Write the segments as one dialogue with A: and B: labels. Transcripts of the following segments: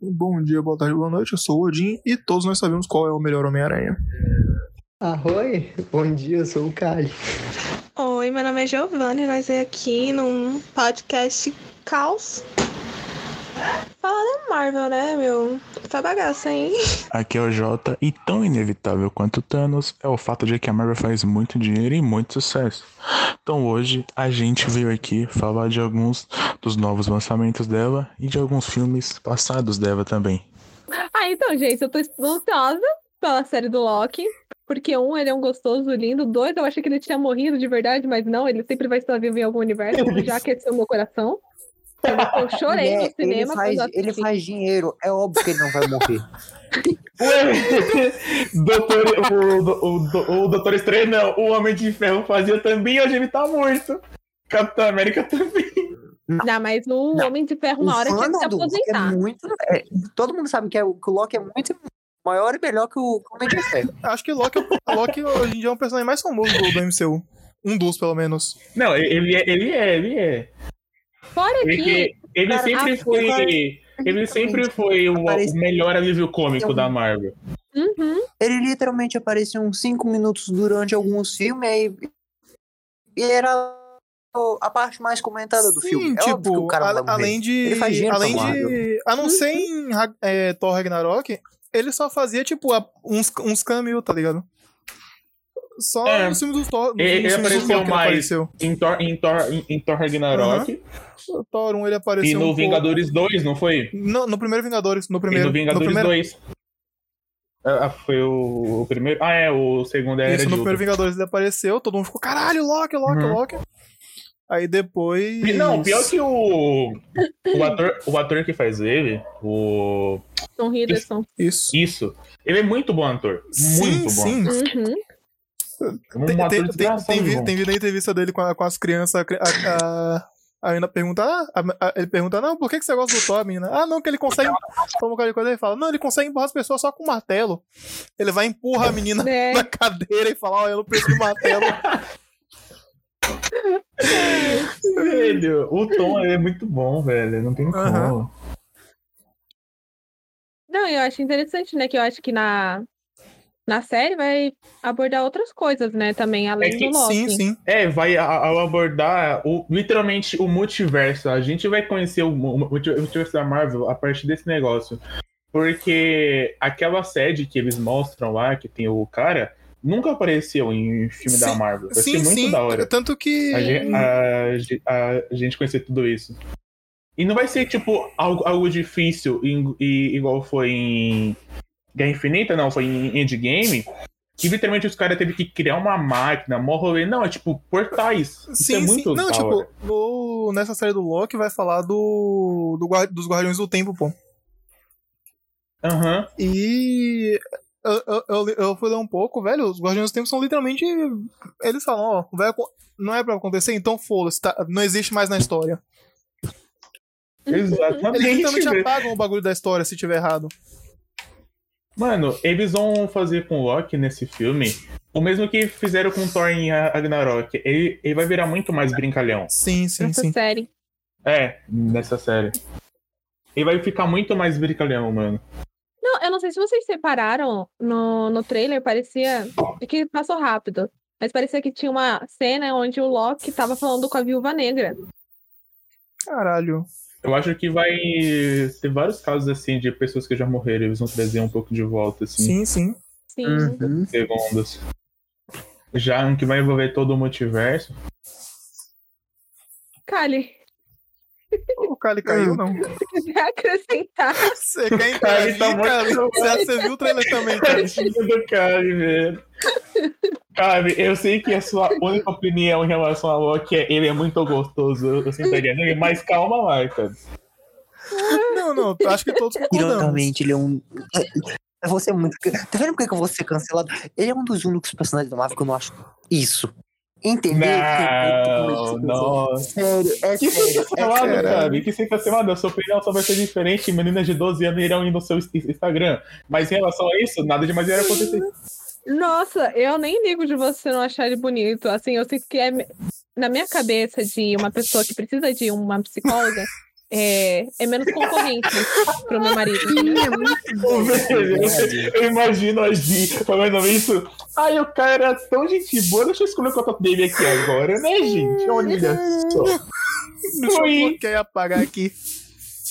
A: Um Bom dia, boa tarde, boa noite. Eu sou o Odin e todos nós sabemos qual é o melhor Homem-Aranha.
B: Arroi, bom dia, eu sou o Kali.
C: Oi, meu nome é Giovanni e nós é aqui num podcast Caos. Fala da Marvel, né, meu? Tá bagaça, hein?
D: Aqui é o Jota, e tão inevitável quanto Thanos é o fato de que a Marvel faz muito dinheiro e muito sucesso. Então hoje a gente veio aqui falar de alguns dos novos lançamentos dela e de alguns filmes passados dela também.
E: Ah, então, gente, eu tô ansiosa pela série do Loki, porque um, ele é um gostoso, lindo, dois, eu achei que ele tinha morrido de verdade, mas não, ele sempre vai estar vivo em algum universo, já aqueceu meu coração. Eu chorei
F: É Né?
E: no
F: ele,
E: cinema.
F: faz,
E: quando
F: ele
E: assisti.
F: faz dinheiro, é óbvio que ele não vai morrer.
B: Doutor, o, o, o, o Doutor Estranho, não, o Homem de Ferro fazia também, hoje ele tá morto. Capitão América também.
E: Não, mas o Homem de Ferro,
F: O
E: uma hora, tinha que se
F: Vando
E: aposentar.
F: é muito. é, todo mundo sabe que, é, o- que o Loki é muito maior e melhor que o é que o Homem de Ferro.
A: Acho que Loki, é o- Loki hoje em dia é um personagem mais famoso do, do MCU. Um dos, pelo menos.
B: Não, ele é, ele é, ele é.
E: Fora que.
B: Ele, ele
E: Cara,
B: sempre
E: a- é
B: foi. Ele sempre foi o,
F: Aparece-
B: o melhor alívio cômico da Marvel.
E: Uhum.
F: Ele literalmente apareceu uns 5 minutos durante alguns filmes aí, e era o- a parte mais comentada do filme. É óbvio que o cara não vai
A: a-
F: morrer.
A: tipo, além de.
F: Ele faz dinheiro Uhum.
A: além
F: pra
A: de. A não ser em Ra- é, Thor Ragnarok, ele só fazia, tipo, a- uns, uns cameo, tá ligado? Só
B: É.
A: nos filmes do Thor. nos
B: Ele- ele
A: filmes do
B: apareceu
A: Loki ele
B: mais-
A: apareceu.
B: Em Thor, em Thor, em, em Thor Ragnarok
A: O Thor 1 ele
B: e
A: apareceu.
B: no
A: um pouco.
B: Vingadores 2, não foi?
A: Não, no primeiro Vingadores. No
B: E
A: primeiro.
B: no Vingadores
A: primeiro,
B: 2. Ah, foi o, o primeiro. Ah, é, o segundo era
A: Isso,
B: de
A: no
B: Ultron.
A: primeiro Vingadores ele apareceu, todo mundo ficou, caralho, Loki, Loki,
B: Uhum.
A: Loki. Aí depois.
B: Pi- Não, pior que o. O ator, o ator que faz ele, o.
E: Tom Hiddleston.
A: Isso.
B: Isso. Ele é muito bom ator.
A: Sim,
B: muito bom.
A: sim.
E: Uhum.
B: Um
A: Tem, tem,
B: ator
A: tem,
B: desgraçado
A: tem, vi-
B: bom.
A: tem vídeo na entrevista dele com, a- com as crianças. A, cri- a, a, a menina pergunta. Ah, a- a- ele pergunta, não, por que, que você gosta do Thor, menina? Ah, não, que ele consegue. Toma um cara de coisa e fala, não, ele consegue empurrar as pessoas só com um martelo. Ele vai empurrar a menina
E: É.
A: na cadeira e fala, ó, eu não preciso de martelo.
B: Velho, o Tom ele é muito bom, velho. Não tem
A: Aham.
B: como.
E: Não, eu acho interessante, né? Que eu acho que na, na série vai abordar outras coisas, né? Também, além
B: É que-
E: do Loki.
A: sim, sim.
B: É, vai a- ao abordar o, literalmente o multiverso. A gente vai conhecer o, mu- o multi- o multiverso da Marvel a partir desse negócio. Porque aquela sede que eles mostram lá, que tem o cara, nunca apareceu em filme da
A: Sim,
B: Marvel. Eu achei
A: Sim,
B: muito
A: sim.
B: da hora.
A: Tanto que.
B: A gente, a, ge- a gente conhecer tudo isso. E não vai ser, tipo, algo, algo difícil, em- e- igual foi em Guerra Infinita, não, foi em Endgame, que literalmente os caras teve que criar uma máquina, mó rolê. Não, é tipo, portais. Isso é muito
A: Não,
B: da hora.
A: tipo, no- nessa série do Loki vai falar do, do guar- dos Guardiões do Tempo, pô.
B: Aham.
A: E eu, eu- eu, li- eu fui ler um pouco, velho, os Guardiões do Tempo são literalmente. Eles falam, ó, vai acon- não é pra acontecer, então foda-se, tá- não existe mais na história. Eles
B: Exatamente.
A: Uhum. literalmente
B: velho.
A: apagam o bagulho da história se tiver errado.
B: Mano, eles vão fazer com o Loki nesse filme o mesmo que fizeram com o Thor em Ragnarok. Ele, ele vai virar muito mais brincalhão.
A: Sim, sim,
E: Nessa
A: sim.
E: série.
B: É, nessa série. Ele vai ficar muito mais brincalhão, mano.
E: Não, eu não sei se vocês separaram no, no trailer, parecia. É que passou rápido. Mas parecia que tinha uma cena onde o Loki tava falando com a viúva negra.
A: Caralho.
B: Eu acho que vai ter vários casos assim de pessoas que já morreram, eles vão trazer um pouco de volta,
A: Sim,
B: assim,
A: sim.
E: Sim.
F: Uhum.
B: em segundos. Já um que vai envolver todo o multiverso.
E: Kali,
A: O Kali caiu, não.
E: se quiser acrescentar.
A: Você quer entrar
B: Kali
A: aqui,
B: tá muito
A: Kali? Você você viu o trailer também, Kali?
B: Tadinho do Kali, velho. Kali, eu sei que a sua única opinião em relação a Loki é ele é muito gostoso, eu sempre diria nele, mas calma lá, cara.
A: Não, não, acho que todos concordamos.
F: Ironicamente, ele é um. Eu vou ser muito. Tá vendo por que que eu vou ser cancelado? Ele é um dos únicos personagens da Marvel que eu não acho isso. Entendeu?
B: Não, não.
F: Sério, é
B: Que ser
F: sério. É
B: cancelado,
A: sério.
B: cara. Que ser cancelado. A sua opinião só vai ser diferente. Meninas de 12 anos irão ir no seu Instagram. Mas em relação a isso, nada demais irá acontecer.
E: Nossa, eu nem ligo de você não achar ele bonito. Assim, eu sinto que é. me- Na minha cabeça de uma pessoa que precisa de uma psicóloga, é, é menos concorrente pro meu marido. entendeu?
G: é muito bom.
B: Velho, Eu imagino a Gi falando isso. Ai, o cara era tão gente boa, deixa eu escolher o contato dele aqui agora, né, gente? Olha só.
A: Deixa eu
B: Oi.
A: bloquear e apagar aqui.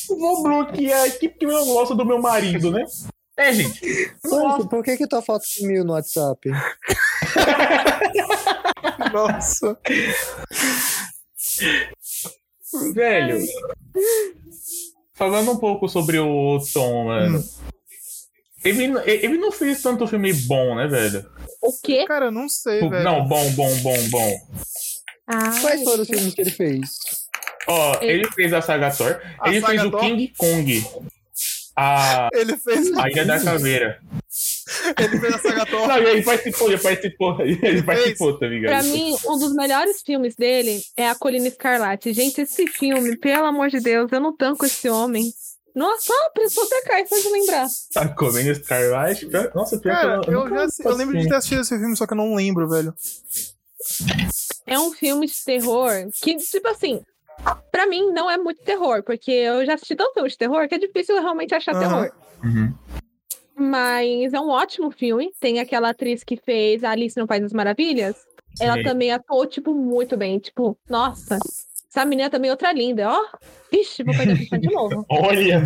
B: Vou bloquear aqui porque eu não gosto do meu marido, né? É, gente.
F: Nossa, por que que tua foto sumiu no WhatsApp?
A: Nossa.
B: Velho. Falando um pouco sobre o Tom, mano. Ele, n- ele não fez tanto filme bom, né, velho? Tipo,
E: O quê?
A: Cara, eu não sei, velho.
B: Não, bom, bom, bom, bom.
F: Quais foram os filmes que ele fez?
B: Ó,
E: Ele-
B: ele fez a Saga Thor.
A: A
B: ele
A: Saga
B: fez o
A: Thor?
B: King Kong. A,
A: Ele fez,
B: a Ilha da Caveira.
A: ele fez a saga Thor.
B: Não, e ele participou, ele participou, ele participou, tá ligado?
E: Pra mim, um dos melhores filmes dele é A Colina Escarlate. Gente, esse filme, pelo amor de Deus, eu não tanco esse homem. Nossa, só preciso até cair, só de lembrar.
B: Tá comendo Scarlet? cara? Nossa, pior
A: Cara,
B: que eu,
A: eu,
B: nunca assim.
A: já, assi- eu lembro de ter assistido esse filme, só que eu não lembro, velho.
E: É um filme de terror que, tipo assim, pra mim não é muito terror, porque eu já assisti tanto filme de terror que é difícil eu realmente achar
A: Aham.
E: terror.
B: Uhum.
E: Mas é um ótimo filme. Tem aquela atriz que fez a Alice no País das Maravilhas. Ela
B: Sim.
E: também atuou, tipo, muito bem. Tipo, nossa, essa menina também é outra linda, ó. Ixi, vou perder a pessoa de novo.
B: Olha,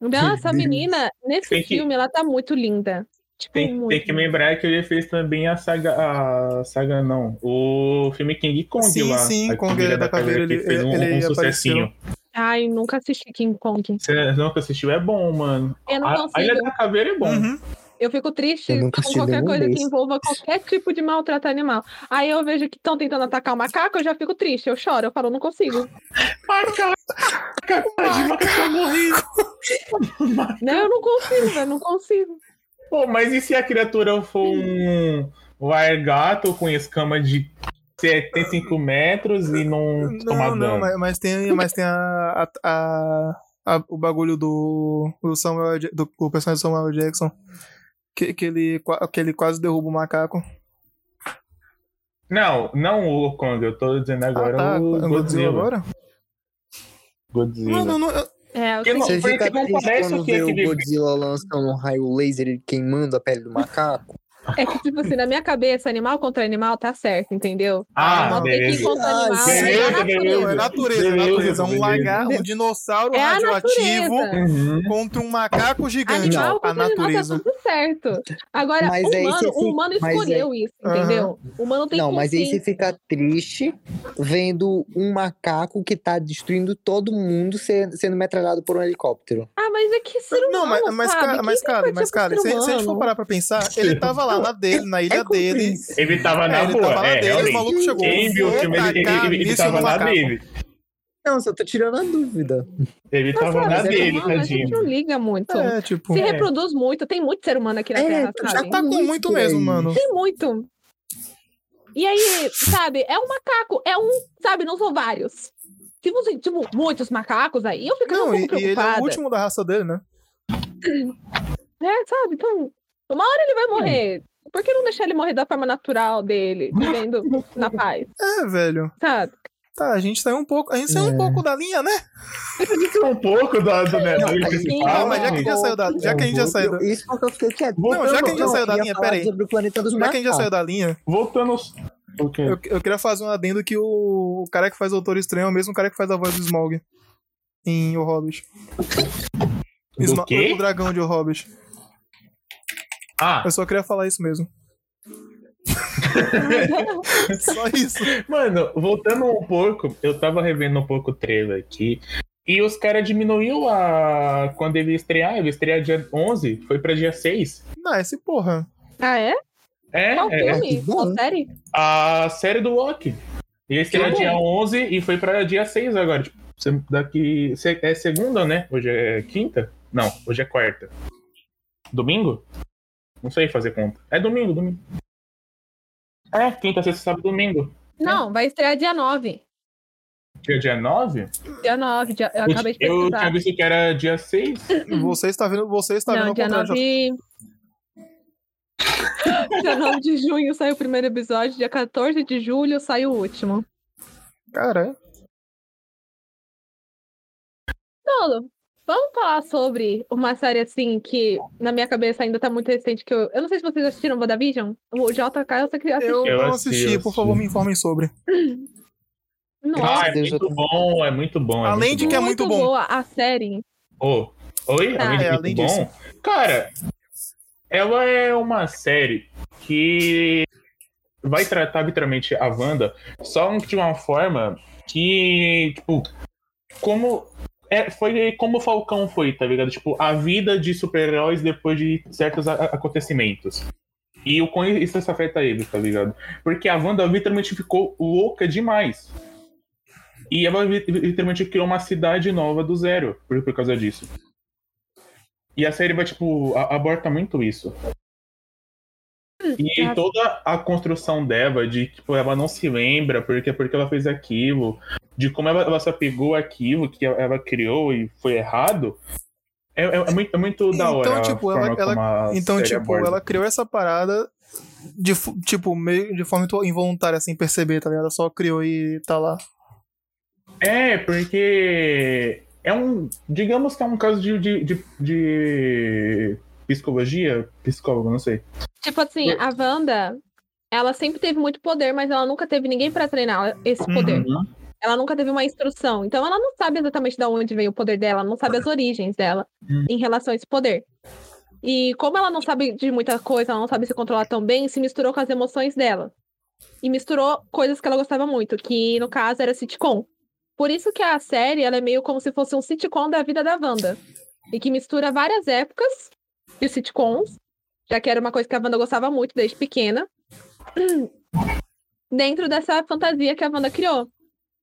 E: Não, essa menina, nesse
B: Tem que-
E: filme, ela tá muito linda. Tipo,
B: tem,
E: muito.
B: tem que lembrar que ele fez também a saga. A saga não. O filme King Kong
A: Sim,
B: lá.
A: sim,
B: a
A: Kong,
B: Ilha
A: ele-
B: da Caveira,
A: ele- é,
B: que fez um,
A: ele
B: um sucessinho.
E: Ai, nunca assisti King Kong.
B: Você nunca assistiu? É bom, mano.
E: Eu não
B: A, a Ilha
E: consigo.
B: da Caveira é bom.
A: Uhum.
E: Eu fico triste
F: Eu nunca
E: com
F: assisti
E: qualquer
F: nenhum
E: coisa que
F: desses.
E: envolva qualquer tipo de maltrato animal. Aí eu vejo que estão tentando atacar o macaco, eu já fico triste, eu choro, eu falo, não consigo.
A: Oh
E: Não, né? eu não consigo, eu não consigo.
B: Pô, mas e se a criatura for um lagarto com escama de 75 metros e não, tomar
A: Não,
B: dano?
A: não, mas, mas tem, mas tem a, a- a- a- o bagulho do, do Samuel Ja- do, do personagem do Samuel Jackson. Que, que, ele, qua- que ele quase derruba o macaco.
B: Não, não o Kong, eu tô dizendo agora é
A: ah, tá.
B: o
A: Godzilla
B: Godzilla.
A: agora?
B: Godzilla.
A: Não, não, não. eu-
E: É, eu
B: Que
E: tenho-
B: não-
F: Você
B: Porque
F: fica
B: não
F: triste
B: parece
F: quando
B: o que
F: vê
B: aquele-
F: o Godzilla lançando um raio laser e queimando a pele do macaco?
E: é que, tipo assim, na minha cabeça, animal contra animal tá certo, entendeu?
B: Ah,
E: Não tem que ir
B: beleza.
E: contra
F: Ah,
E: animal.
F: beleza,
E: é
B: beleza.
E: a natureza.
A: É natureza, é
B: Beleza,
A: natureza. É um
B: beleza.
A: lagarto, um dinossauro
E: É a
A: radioativo
E: natureza.
B: Uhum.
A: contra um macaco gigante.
E: Animal
A: a
E: contra animal tá
A: natureza.
E: tudo certo. Agora,
F: Mas aí
E: humano,
F: você
E: o humano
F: fica- mas é- Ah.
E: escolheu isso, entendeu? O humano tem
F: não, mas aí você
E: consciência.
F: fica triste vendo um macaco que tá destruindo todo mundo ser- sendo metralhado por um helicóptero.
E: Ah, mas é que ser humano,
A: Não, mas, mas,
E: sabe?
A: cara,
E: Quem é
A: mas,
E: tem
A: cara,
E: empatia
A: mas,
E: pro
A: cara,
E: ser
A: se, se a gente for
E: humano? É
A: parar pra pensar, ele tava lá na dele, na ilha dele.
B: Ele tava na
A: ele
B: boa,
A: tava lá
B: é,
A: dele, o
B: realmente.
A: maluco chegou.
B: Quem viu o
A: vou
E: tá
B: filme, ele,
A: tacar
B: ele, ele
A: míssil
B: tava
A: no
B: na
A: macaco.
B: dele.
F: Não, só tô tirando a dúvida.
B: Ele
E: Mas,
B: tava
E: sabe,
B: na
E: ser
B: dele,
E: humano, a gente
B: tadinho.
E: não liga muito.
A: É, tipo.
E: Se
B: é.
E: reproduz muito, tem muito ser humano aqui na
F: É,
E: Terra,
F: tá-
E: sabe?
A: Já tá com muito mesmo, mano.
E: Tem muito. E aí, sabe, é um macaco, é um, sabe, não são vários. Se você, tipo, muitos macacos aí, eu fico
A: Não,
E: um
A: e,
E: pouco
A: e ele é
E: preocupada.
A: o último da raça dele, né?
E: É, sabe, então, uma hora ele vai morrer. Por que não deixar ele morrer da forma natural dele, vivendo na paz,
A: É, velho.
E: sabe?
A: Tá, a gente saiu um pouco. A gente saiu um
F: É.
A: pouco da linha, né?
B: Um pouco da, do
F: mas
B: Netflix
E: Ah,
A: Ah,
B: principal. né?
A: mas já que a gente já
F: não.
A: saiu da. Já que a gente já saiu da.
F: um Isso porque eu fiquei quieto.
B: Não, já que a gente já
F: Não,
A: saiu
F: eu
A: da
F: ia
A: linha,
F: falar
A: pera aí.
F: Sobre o planeta dos
A: Já que a gente já
F: macacos.
A: saiu da linha,
B: Voltando. aos- O quê?
A: eu, eu queria fazer um adendo que o, o cara que faz o Doutor Estranho é o mesmo cara que faz a voz do Smaug em O Hobbit.
B: Do
A: Sma-
B: quê?
A: O dragão de O Hobbit.
B: Ah,
A: Eu só queria falar isso mesmo.
B: É.
A: só isso.
B: Mano, voltando um pouco, eu tava revendo um pouco o trailer aqui. E os caras diminuiu a. Quando ele ia estrear, ele ia estrear dia 11, foi pra dia 6.
A: Não, esse porra.
E: Ah, é?
B: É,
E: Qual
B: é, é.
E: filme?
F: que bom.
E: Qual série?
B: a série do Loki. Ia estrear
E: Que bom.
B: dia 11 e foi pra dia 6 agora. Tipo, se- daqui. se- É segunda, né? Hoje é quinta? Não, hoje é quarta. Domingo? Não sei fazer conta. É domingo, domingo. É, quinta, sexta, sábado, domingo.
E: Não, vai estrear dia 9.
B: Dia, dia 9?
E: Dia 9, dia- eu
B: Eu-
E: acabei de
B: eu
E: pesquisar.
B: tinha visto que era dia 6.
A: Você está vendo, você está vendo
E: Não,
A: ao
E: dia
A: contrário.
E: 9. dia 9 de junho saiu o primeiro episódio, dia 14 de julho saiu o último.
A: Caralho.
E: Tolo, vamos falar sobre uma série assim que na minha cabeça ainda tá muito recente. Que eu, eu não sei se vocês assistiram WandaVision. O JK, eu sei que
A: Eu,
E: assistiu.
B: Eu
A: não
B: assisti,
A: assisti,
B: eu
A: por
B: assisti.
A: favor, me informem sobre.
E: Nossa,
B: Ah, é
F: Deus, eu
B: muito
F: tô-
B: bom, é muito bom. é
A: Além
B: muito
A: de que é muito bom.
E: boa a série.
B: Oh, oi?
E: Tá.
B: Além de
A: É,
B: muito
A: além
B: bom? Cara, ela é uma série que vai tratar literalmente a Wanda só de uma forma que, tipo, como. É, foi como o Falcão foi, tá ligado? Tipo, a vida de super-heróis depois de certos a- acontecimentos. E o quão isso afeta eles, tá ligado? Porque a Wanda literalmente ficou louca demais. E ela li- literalmente criou uma cidade nova do zero por, por causa disso. E a série vai, tipo, a- aborta muito isso. E
A: Hum,
E: tá.
B: toda a construção dela, de tipo, ela não se lembra porque, porque ela fez aquilo, de como ela, ela se apegou àquilo que ela, ela criou e foi errado, é, é- é muito, é muito da
A: Então,
B: hora. a
A: tipo, ela-
B: forma
A: ela-
B: como a
A: Então,
B: série
A: tipo,
B: aborda.
A: ela criou essa parada de, fu- tipo, meio, de forma involuntária, sem perceber, tá ligado? Ela só criou e tá lá.
B: É, porque é um. Digamos que é um caso de, de, de, de psicologia, psicólogo, não sei.
E: Tipo assim, a Wanda, ela sempre teve muito poder, mas ela nunca teve ninguém pra treinar esse Uhum. poder. Ela nunca teve uma instrução. Então ela não sabe exatamente de onde veio o poder dela, não sabe as origens dela
B: Uhum.
E: em relação a esse poder. E como ela não sabe de muita coisa, ela não sabe se controlar tão bem, se misturou com as emoções dela. E misturou coisas que ela gostava muito, que no caso era sitcom. Por isso que a série ela é meio como se fosse um sitcom da vida da Wanda. E que mistura várias épocas de sitcoms, já que era uma coisa que a Wanda gostava muito desde pequena, dentro dessa fantasia que a Wanda criou.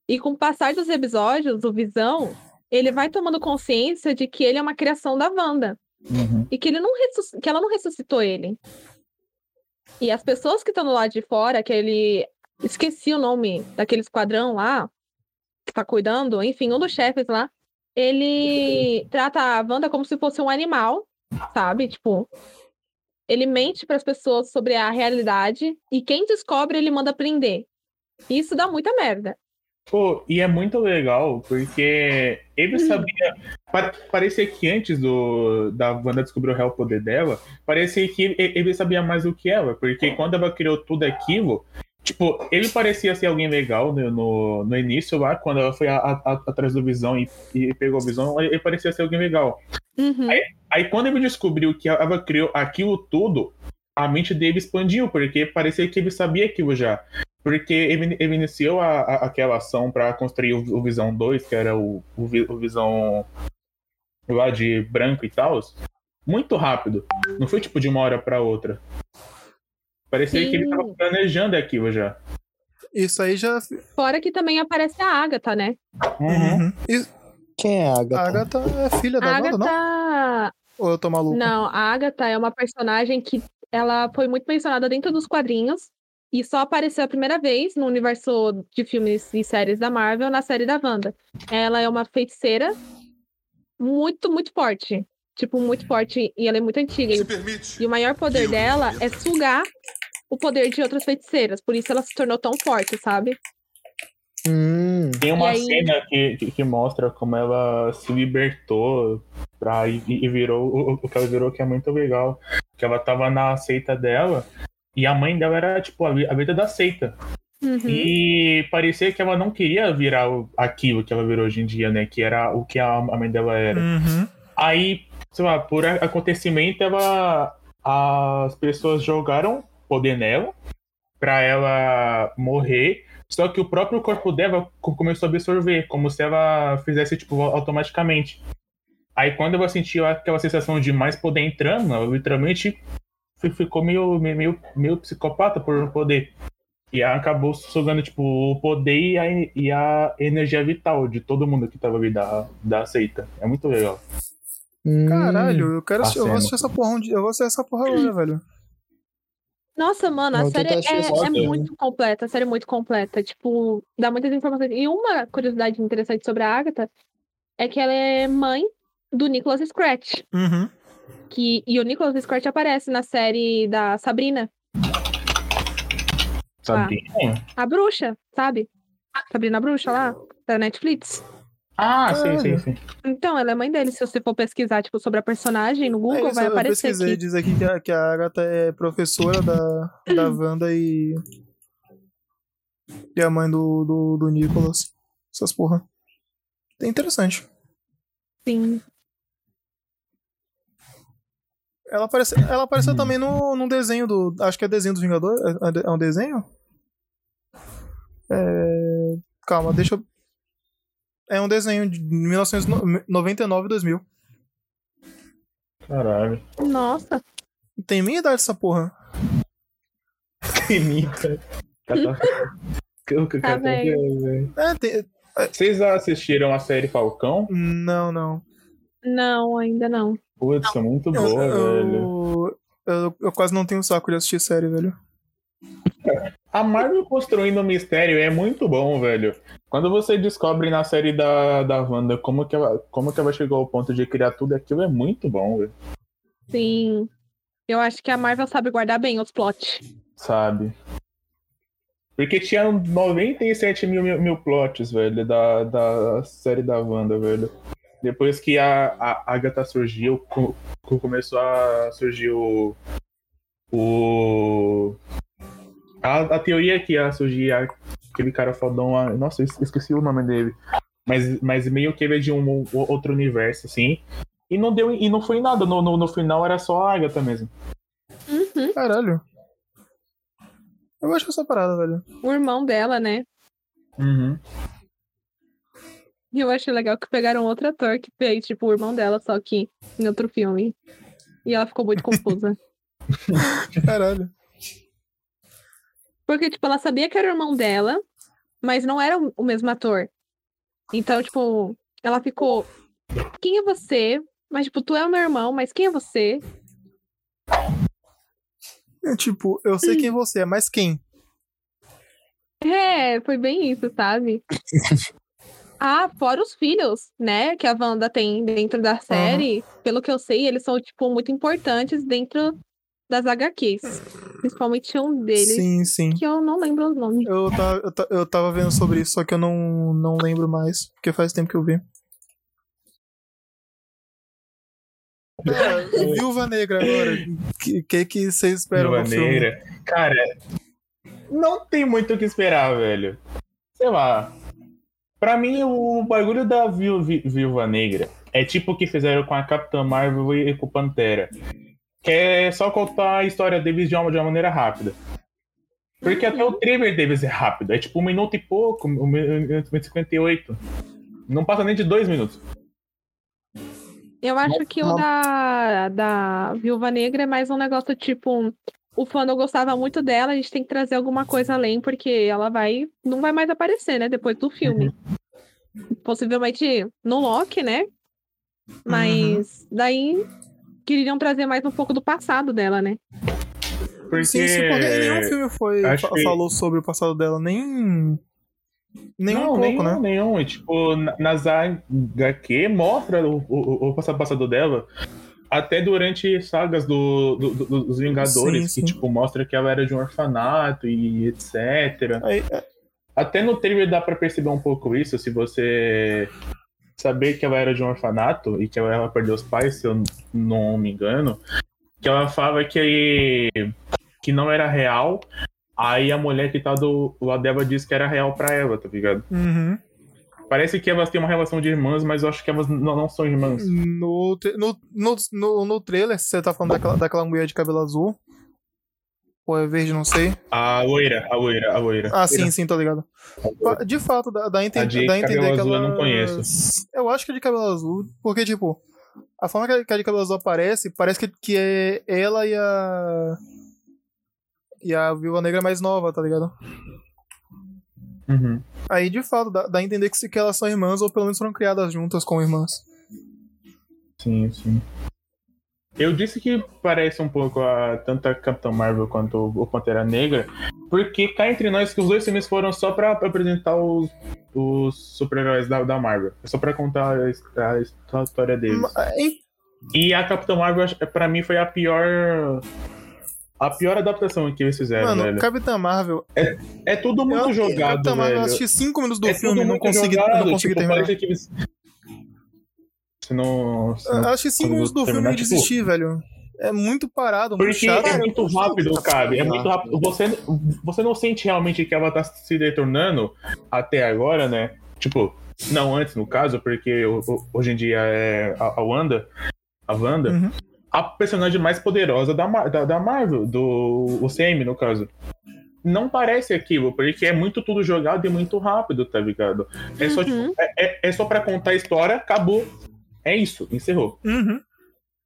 E: E com o passar dos episódios, o Visão, ele vai tomando consciência de que ele é uma criação da Wanda.
B: Uhum.
E: E que, ele não ressus- que ela não ressuscitou ele. E as pessoas que estão do lado de fora, que ele. Esqueci o nome daquele esquadrão lá, que tá cuidando, enfim, um dos chefes lá. Ele trata a Wanda como se fosse um animal, sabe? Tipo, ele mente para as pessoas sobre a realidade e quem descobre ele manda prender. Isso dá muita merda.
B: Pô, e é muito legal, porque ele sabia. pa- parecia que antes do, da Wanda descobrir o real poder dela, parecia que e- ele sabia mais do que ela, porque quando ela criou tudo aquilo, tipo, ele parecia ser alguém legal no, no, no início lá, quando ela foi a- a- atrás do Visão e, e pegou o Visão, ele parecia ser alguém legal.
E: Uhum.
B: Aí quando ele descobriu que ela criou aquilo tudo, a mente dele expandiu, porque parecia que ele sabia aquilo já. Porque ele, ele iniciou a, a- aquela ação para construir o, o Visão 2, que era o, o, Vi- o Visão lá de branco e tal, muito rápido. Não foi tipo de uma hora para outra. Parecia que ele
E: Sim.
B: tava planejando aquilo já.
A: Isso aí já.
E: Fora que também aparece a Agatha, né?
A: Uhum. Isso-
F: Quem é a
B: Tá
A: a
F: Agatha?
A: Agatha é filha da
E: a
A: Wanda, não?
E: Agatha.
A: Ou eu tô maluco?
E: Não, a Agatha é uma personagem que ela foi muito mencionada dentro dos quadrinhos e só apareceu a primeira vez no universo de filmes e séries da Marvel na série da Wanda. Ela é uma feiticeira muito, muito forte. Tipo, muito forte e ela é muito antiga. E, e o maior poder dela é sugar o poder de outras feiticeiras. Por isso ela se tornou tão forte, sabe?
F: Hum,
B: Tem uma
E: aí-
B: cena que, que, que mostra como ela se libertou pra, e, e virou o, o que ela virou, que é muito legal. Que ela tava na seita dela e a mãe dela era, tipo, a, li- a vida da seita.
E: Uhum.
B: E parecia que ela não queria virar o- aquilo que ela virou hoje em dia, né? Que era o que a, a mãe dela era.
A: Uhum.
B: Aí, sei lá, por a- acontecimento, ela. As pessoas jogaram poder nela pra ela morrer. Só que o próprio corpo dela co- começou a absorver, como se ela fizesse, tipo, automaticamente. Aí quando ela sentiu aquela sensação de mais poder entrando, ela literalmente fi- ficou meio, meio, meio, meio psicopata por poder. E ela acabou sugando, tipo, o poder e a, en- e a energia vital de todo mundo que tava ali da, da seita. É muito legal.
F: hum.
A: Caralho, eu quero
B: Tá
A: assistir, eu vou
B: sendo.
A: assistir essa porra um dia. Eu vou assistir essa porra agora, velho.
E: Nossa, mano, a
F: Não, eu tô
E: série
F: assistindo
E: é,
F: só
E: é
F: dois, né?
E: muito completa, a série é muito completa. Tipo, dá muitas informações. E uma curiosidade interessante sobre a Agatha é que ela é mãe do Nicholas Scratch.
A: Uhum.
E: Que, e o Nicholas Scratch aparece na série da Sabrina,
B: Sabe?
E: Tá. a bruxa, sabe? Sabrina a Bruxa lá, da Netflix.
B: Ah, sim,
A: Caralho.
B: sim, sim.
E: Então, ela é mãe dele. Se você for pesquisar, tipo, sobre a personagem no
A: É
E: Google,
A: isso,
E: vai
A: eu
E: aparecer
A: pesquisei,
E: aqui.
A: diz aqui que a, que a Agatha é professora da, da Wanda e. E a mãe do, do, do Nicholas. Essas porra. É interessante.
E: Sim.
A: Ela, aparece, ela apareceu
D: Hum.
A: também no, num desenho do. Acho que é desenho dos Vingadores. É, é um desenho? É, calma, deixa eu. É um desenho de 1999 2000.
B: Caralho.
E: Nossa.
A: Tem minha idade essa porra.
B: Finita.
E: Tá
A: É, tem-
B: Vocês assistiram a série Falcão?
A: Não, não.
E: Não, ainda não.
B: Putz, é muito
A: Eu,
B: boa, velho.
A: eu, eu- eu quase não tenho saco de assistir série, velho.
B: A Marvel construindo o mistério é muito bom, velho. Quando você descobre na série da, da Wanda como que, ela, como que ela chegou ao ponto de criar tudo aquilo, é muito bom, velho.
E: Sim. Eu acho que a Marvel sabe guardar bem os plots.
B: Sabe? Porque tinha 97 mil, mil, mil plots, velho, da, da série da Wanda, velho. Depois que a, a Agatha surgiu, co- co- começou a surgir o. o a, a teoria que ia surgir a- aquele cara fodão lá. Nossa, eu es- esqueci o nome dele. Mas, mas meio que ele é de um ou- outro universo, assim. E não deu e não foi nada. No, no, no final era só a Agatha mesmo.
E: Uhum.
A: Caralho. Eu gosto dessa parada, velho.
E: O irmão dela, né?
B: Uhum.
E: E eu achei legal que pegaram outro ator que fez, tipo, o irmão dela, só que em outro filme. E ela ficou muito confusa.
A: Caralho.
E: Porque, tipo, ela sabia que era o irmão dela, mas não era o o mesmo ator. Então, tipo, ela ficou. Quem é você? Mas, tipo, tu é o meu irmão, mas quem é você?
A: É, tipo, eu sei quem você é, mas quem?
E: É, foi bem isso, sabe? ah, fora os filhos, né? Que a Wanda tem dentro da série. Pelo que eu sei, eles são, tipo, muito importantes dentro das HQs. Principalmente um deles,
A: Sim, sim.
E: que eu não lembro os nomes.
A: Eu tava, eu, ta- eu tava vendo sobre isso, só que eu não, não lembro mais, porque faz tempo que eu vi. É, Viúva Negra agora. O que, que que vocês esperam
B: Viúva
A: do filme?
B: Negra. Cara, não tem muito o que esperar, velho. Sei lá. Pra mim, o bagulho da Viú- Vi- Viúva Negra é tipo o que fizeram com a Capitã Marvel e com o Pantera. Que é só contar a história deles de uma, de uma maneira rápida. Porque até o trailer deles é rápido. É tipo um minuto e pouco, um minuto e 58. Não passa nem de dois minutos.
E: Eu acho que o
A: uma-
E: da, da Viúva Negra é mais um negócio tipo. um, O fã não gostava muito dela, a gente tem que trazer alguma coisa além, porque ela vai. Não vai mais aparecer, né? Depois do filme. Possivelmente no Loki, né? Mas daí queriam trazer mais um pouco do passado dela, né?
B: Porque...
A: Sim, sim, porque nenhum filme foi,
B: acho
A: fa-
B: que-
A: falou sobre o passado dela, nem. Nem um pouco,
B: nenhum,
A: né?
B: Nenhum, E, tipo, na- nas HQ mostra o, o, o passado- passado dela até durante sagas do, do- do- dos Vingadores,
A: Sim,
B: que,
A: sim.
B: tipo, mostra que ela era de um orfanato e etc.
A: Aí, é,
B: Até no trailer dá pra perceber um pouco isso, se você saber que ela era de um orfanato e que ela perdeu os pais, se eu não me engano, que ela fala que, que não era real, aí a mulher que tá do lado dela diz que era real pra ela, tá ligado?
A: Uhum.
B: Parece que elas têm uma relação de irmãs, mas eu acho que elas n- não, são irmãs.
A: No, tra- no, no, no, no trailer, você tá falando daquela, daquela mulher de cabelo azul. Ou é verde, não sei.
B: A loira, a loira, a loira.
A: Ah, sim, sim, tô ligado. Fa- De fato, dá, dá, a enten-
B: A de
A: dá a entender
B: cabelo
A: que
B: azul eu
A: ela.
B: não conheço.
A: Eu acho que é de cabelo azul, porque, tipo, a forma que a- que a de cabelo azul aparece, parece que, que é ela e a. E a Viúva Negra mais nova, tá ligado?
B: Uhum.
A: Aí, de fato, dá, dá a entender que, se- que elas são irmãs, ou pelo menos foram criadas juntas como irmãs.
B: Sim, sim. Eu disse que parece um pouco a tanto a Capitão Marvel quanto o Pantera Negra, porque cá entre nós que os dois filmes foram só pra pra apresentar os, os super-heróis da, da Marvel. É Só pra contar a, his- a his- a história deles.
A: Ma- em-
B: E a Capitão Marvel, acho- pra mim, foi a pior. A pior adaptação que eles fizeram,
A: Mano,
B: É, velho.
A: Capitã Marvel.
B: É tudo muito
A: eu,
B: jogado,
A: Capitã Marvel, eu
B: velho.
A: assisti 5 minutos do
B: É
A: filme
B: tudo
A: e não
B: muito
A: consegui,
B: jogado,
A: não consegui
B: tipo,
A: terminar.
B: parece que eles- Ah, Se não... Se não...
A: Eu assisti 5
B: quando
A: minutos do filme
B: terminar,
A: e
B: tipo-
A: desisti, velho. É muito parado, muito
B: Porque
A: chato.
B: é muito rápido, cara. É muito rápido. Você, você não sente realmente que ela tá se retornando até agora, né? Tipo, não antes, no caso, porque o- o- hoje em dia é a, a Wanda, a Wanda,
A: Uhum.
B: a personagem mais poderosa da, Mar- da, da Marvel, do UCM, no caso. Não parece aquilo, porque é muito tudo jogado e muito rápido, tá ligado? É só, tipo,
E: Uhum.
B: é, é- é só pra contar a história, acabou. É isso, encerrou
A: Uhum.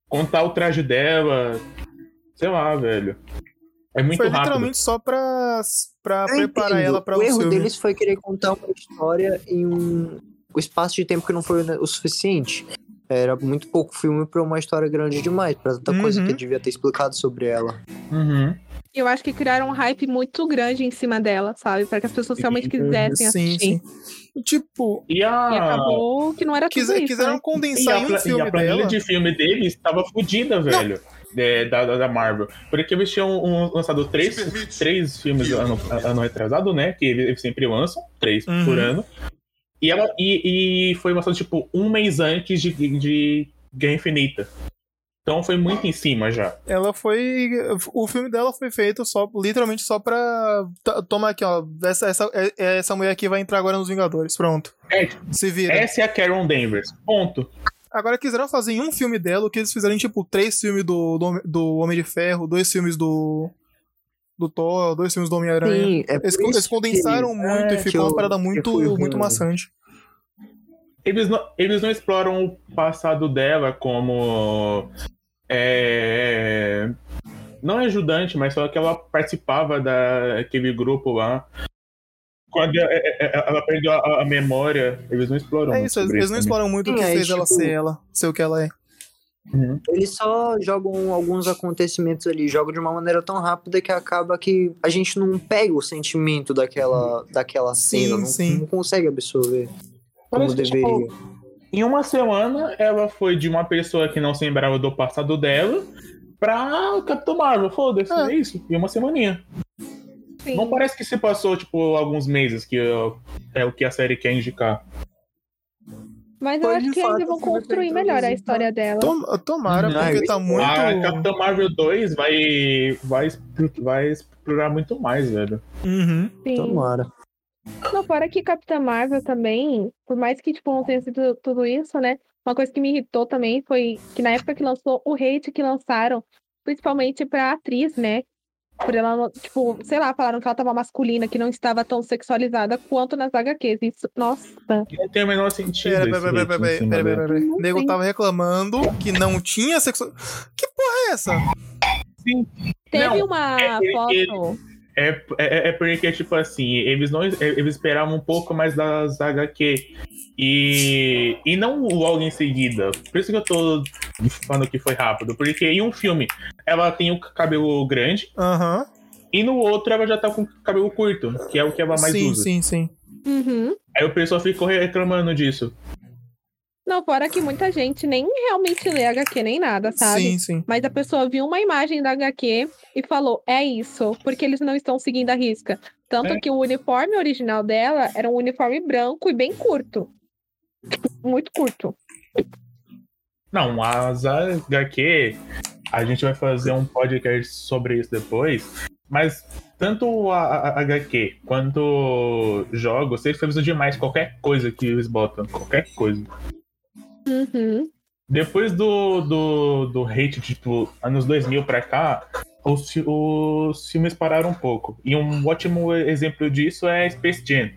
B: contar o traje dela. Sei lá, velho. É muito
A: Foi
B: rápido.
A: literalmente só pra, pra
F: Eu
A: preparar
F: entendo.
A: ela pra
F: o
A: um
F: erro
A: filme.
F: deles foi querer contar uma história em um o espaço de tempo que não foi o suficiente. Era muito pouco filme pra uma história grande demais, pra tanta coisa
A: Uhum.
F: que devia ter explicado sobre ela.
B: Uhum.
E: Eu acho que criaram um hype muito grande em cima dela, sabe? Pra que as pessoas realmente
B: Sim,
F: é
E: quisessem
A: Sim,
E: assistir.
A: sim. Tipo,
B: E a.
E: E acabou que não era tudo
A: quiser,
E: isso,
A: quiseram
E: né?
B: E
A: condensar
B: a,
A: em um
B: pla- e a
A: filme
B: planilha
A: dela.
B: de filme deles estava fodida, velho. de- da, da, da Marvel. Porque eles tinham um- lançado três, três filmes ano, ano retrasado, né? Que eles sempre lançam, três
A: Uhum.
B: por ano. E, ela, e, e foi lançado, tipo, um mês antes de, de Guerra Infinita. Então foi muito em cima já.
A: Ela foi. O filme dela foi feito só, literalmente só pra. t- Toma aqui, ó. Essa, essa, é- essa mulher aqui vai entrar agora nos Vingadores. Pronto.
B: É.
A: Se vira.
B: Essa é a Karen Danvers. Ponto.
A: Agora quiseram fazer em um filme dela o que eles fizeram em, tipo, três filmes do, do, Homem- do Homem de Ferro, dois filmes do. Do Thor, dois filmes do Homem-Aranha.
F: Sim, é por
A: Eles, con-
F: isso
A: eles condensaram
F: que-
A: muito
F: é,
A: e ficou
F: que
A: uma
F: eu-
A: parada
F: que
A: muito,
F: foi ruim.
A: muito maçante.
B: eles não, eles não exploram o passado dela como. É, não ajudante, mas só que ela participava daquele grupo lá. Quando ela, ela perdeu a, a memória, eles não exploram.
A: É
B: muito
A: isso, eles,
B: sobre né?
A: eles não exploram muito o que
F: Sim, é,
A: fez ela
F: tipo- Ah.
A: ser ela, ser o que ela é.
B: Uhum.
F: Eles só jogam alguns acontecimentos ali, jogam de uma maneira tão rápida que acaba que a gente não pega o sentimento daquela, daquela
A: Sim,
F: cena, não,
A: sim.
F: não consegue absorver como
B: Parece que, tipo,
F: deveria.
B: Em uma semana, ela foi de uma pessoa que não se lembrava do passado dela pra Capitão Marvel. Foda-se,
A: É.
B: é. isso. Em uma semaninha.
E: Sim.
B: Não parece que se passou, tipo, alguns meses, que ó, é o que a série quer indicar.
E: Mas eu
F: Foi,
E: acho
F: de
E: que
F: fato,
E: ainda vão
F: o filme foi
E: construir melhor a
F: introduzido.
E: história dela.
A: Tom- Tomara,
F: Não, é
A: porque
F: eu-
A: tá muito.
B: Ah, Capitão Marvel 2 vai, vai, expl- vai explorar muito mais, velho.
A: Uhum.
E: Sim.
F: Tomara.
E: Não, fora que Capitã Marvel também, por mais que tipo, não tenha sido tudo isso, né? Uma coisa que me irritou também foi que na época que lançou, o hate que lançaram, principalmente pra atriz, né? Por ela, não- tipo, sei lá, falaram que ela tava masculina, que não estava tão sexualizada quanto nas HQs. Isso, nossa.
B: Não tem o menor sentido.
A: Pera,
B: esse assim,
A: pera, pera,
B: hate
A: pera,
B: em
A: pera,
B: cima
A: pera,
B: dela.
A: pera, pera. O nego
E: Sim.
A: tava reclamando que não tinha sexo. Que porra é essa?
E: Teve
B: Não,
E: uma
B: é porque-
E: foto.
B: É, é, é porque, tipo assim, eles não é- eles esperavam um pouco mais das HQ. E, e não logo em seguida. Por isso que eu tô falando que foi rápido. Porque em um filme ela tem o cabelo grande
A: Aham.
B: e no outro ela já tá com o cabelo curto, que é o que ela mais
A: Sim,
B: usa.
A: sim, sim.
E: Uhum.
B: Aí o pessoal ficou reclamando disso.
E: Não, fora que muita gente nem realmente lê HQ nem nada, sabe?
A: Sim, sim.
E: Mas a pessoa viu uma imagem da HQ e falou: é isso, porque eles não estão seguindo a risca. Tanto
B: É.
E: que o uniforme original dela era um uniforme branco e bem curto. Tipo, Muito curto.
B: Não, um as HQ, a gente vai fazer um podcast sobre isso depois, mas tanto a, a- a HQ quanto jogos, eles precisam demais qualquer coisa que eles botam, qualquer coisa.
E: Uhum.
B: Depois do, do, do hate, tipo, anos 2000 pra cá, os, fi- os filmes pararam um pouco. E um ótimo exemplo disso é Space Jam.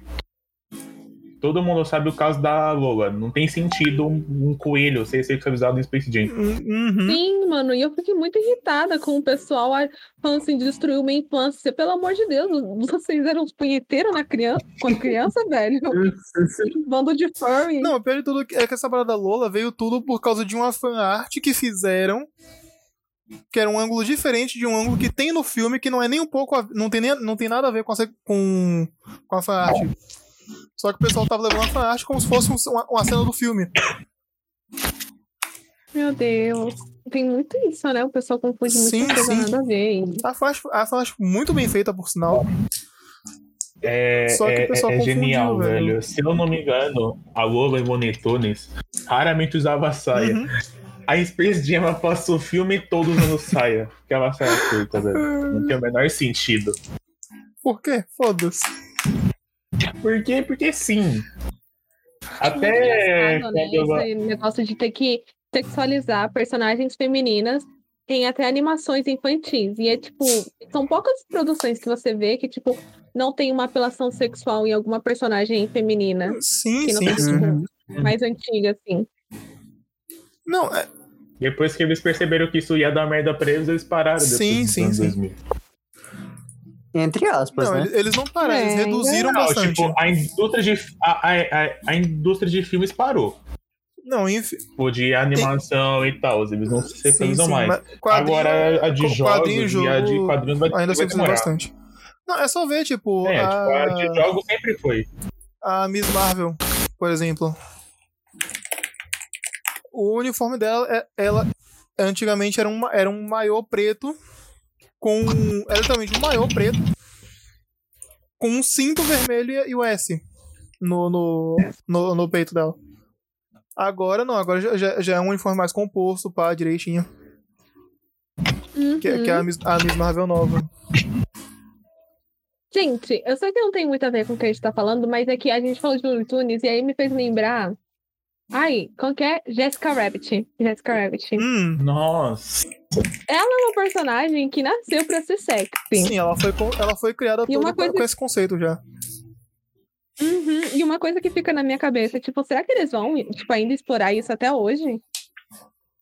B: Todo mundo sabe o caso da Lola. Não tem sentido um, um coelho ser sexualizado em Space Jam.
A: Uhum.
E: Sim, mano, e eu fiquei muito irritada com o pessoal ah, falando assim, destruiu minha infância. Pelo amor de Deus, vocês eram uns punheteiros na criança, quando criança, velho. Bando de furry.
A: Não, o pior de tudo é que essa parada Lola veio tudo por causa de uma fanart que fizeram. Que era um ângulo diferente de um ângulo que tem no filme, que não é nem um pouco. a- não, tem nem, não tem nada a ver com a, se- com, com a fanart. Só que o pessoal tava levando a fanart como se fosse um- uma, uma cena do filme.
E: Meu Deus. Tem muito isso, né? O pessoal confunde muito
A: Sim,
E: coisa
A: sim.
E: nada a ver. hein?
A: A flash, a flash muito bem feita, por sinal.
B: É,
A: Só que o
B: é-
A: pessoal
B: é
A: confundiu,
B: genial,
A: velho.
B: velho. Se eu não me engano, a Lola Bonetones raramente usava saia.
A: Uhum.
B: A Space Jam ela passou o filme todo usando saia. Aquela saia curta, velho. Não tem o menor sentido.
A: Por quê? Foda-se.
B: Por quê? Porque sim. Até
E: Engraçado, né?
B: quando ela-
E: Esse negócio de ter que sexualizar personagens femininas em até animações infantis. E é tipo, são poucas produções que você vê que, tipo, não tem uma apelação sexual em alguma personagem feminina.
A: Sim,
E: Que não
A: sim.
E: tem,
A: sim.
E: tipo,
F: Uhum.
E: mais antiga, assim.
A: Não, é,
B: Depois que eles perceberam que isso ia dar merda pra eles, eles pararam. depois
A: Sim,
B: dos
A: sim,
B: anos
A: sim.
B: 2000.
F: Entre aspas,
A: não
F: né?
A: eles- eles não pararam, eles
E: É,
A: reduziram
B: Não,
A: bastante.
B: tipo, a indústria, de, a, a, a, a indústria de filmes parou.
A: Não, enfim.
B: Tipo, de animação e tal. Eles não se separam
A: sim,
B: mais.
A: mas quadrinho-
B: Agora a de
A: co- quadrinho,
B: jogos e a de
A: jogo,
B: quadrinhos vai,
A: ainda se
B: vai
A: usa
B: demorar.
A: bastante. Não, é só ver, tipo,
B: É,
A: a,
B: tipo, a de jogos sempre foi.
A: a Miss Marvel, por exemplo. O uniforme dela, é- ela antigamente era um, ma- era um maiô preto com. Era literalmente um maiô preto com um cinto vermelho e- e o S no, no, no, no peito dela. Agora não, agora já- já, já é um uniforme mais composto, pá, direitinho. Que, é- que é a Miss, a Miss Marvel nova.
E: Gente, eu sei que não tem muito a ver com o que a gente tá falando, mas é que a gente falou de Looney Tunes e aí me fez lembrar. Ai, qual que é? Jessica Rabbit. Jessica Rabbit.
A: Hum.
B: Nossa.
E: É uma personagem que nasceu pra ser sexy.
A: Sim, ela foi, co- ela foi criada
E: E uma
A: toda
E: coisa-
A: com esse conceito já.
E: Uhum, E uma coisa que fica na minha cabeça, tipo, será que eles vão, tipo, ainda explorar isso até hoje?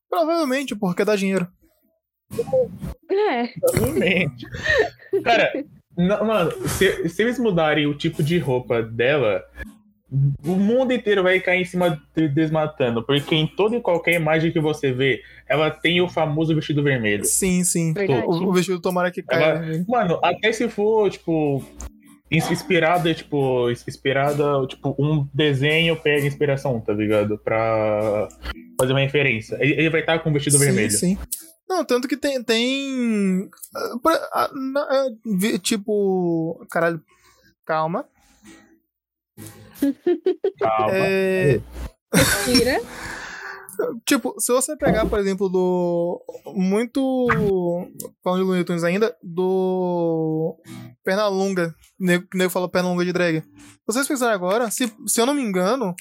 A: Provavelmente, porque dá dinheiro.
E: É.
B: Realmente. Cara, não, mano, se, se eles mudarem o tipo de roupa dela, o mundo inteiro vai cair em cima de desmatando. Porque em toda e qualquer imagem que você vê, ela tem o famoso vestido vermelho.
A: Sim, sim.
E: Verdade.
A: O, o vestido tomara que caia.
B: Ela- É, Mano, até se for, tipo, ins- inspirada, tipo, ins- inspirada, tipo, um desenho pega inspiração, tá ligado? Pra fazer uma referência. Ele, ele vai estar com o vestido
A: sim,
B: vermelho.
A: Sim. Não, tanto que tem. tem ah, pra- ah, na- ah, vi- tipo. Caralho. Calma.
B: Calma.
A: É,
E: Tira.
A: tipo, se você pegar, por exemplo, do. Muito. Falando de Looney Tunes ainda, do. Pernalonga. O nego o nego falou Pernalonga de drag. Vocês pensaram agora, se, se eu não me engano,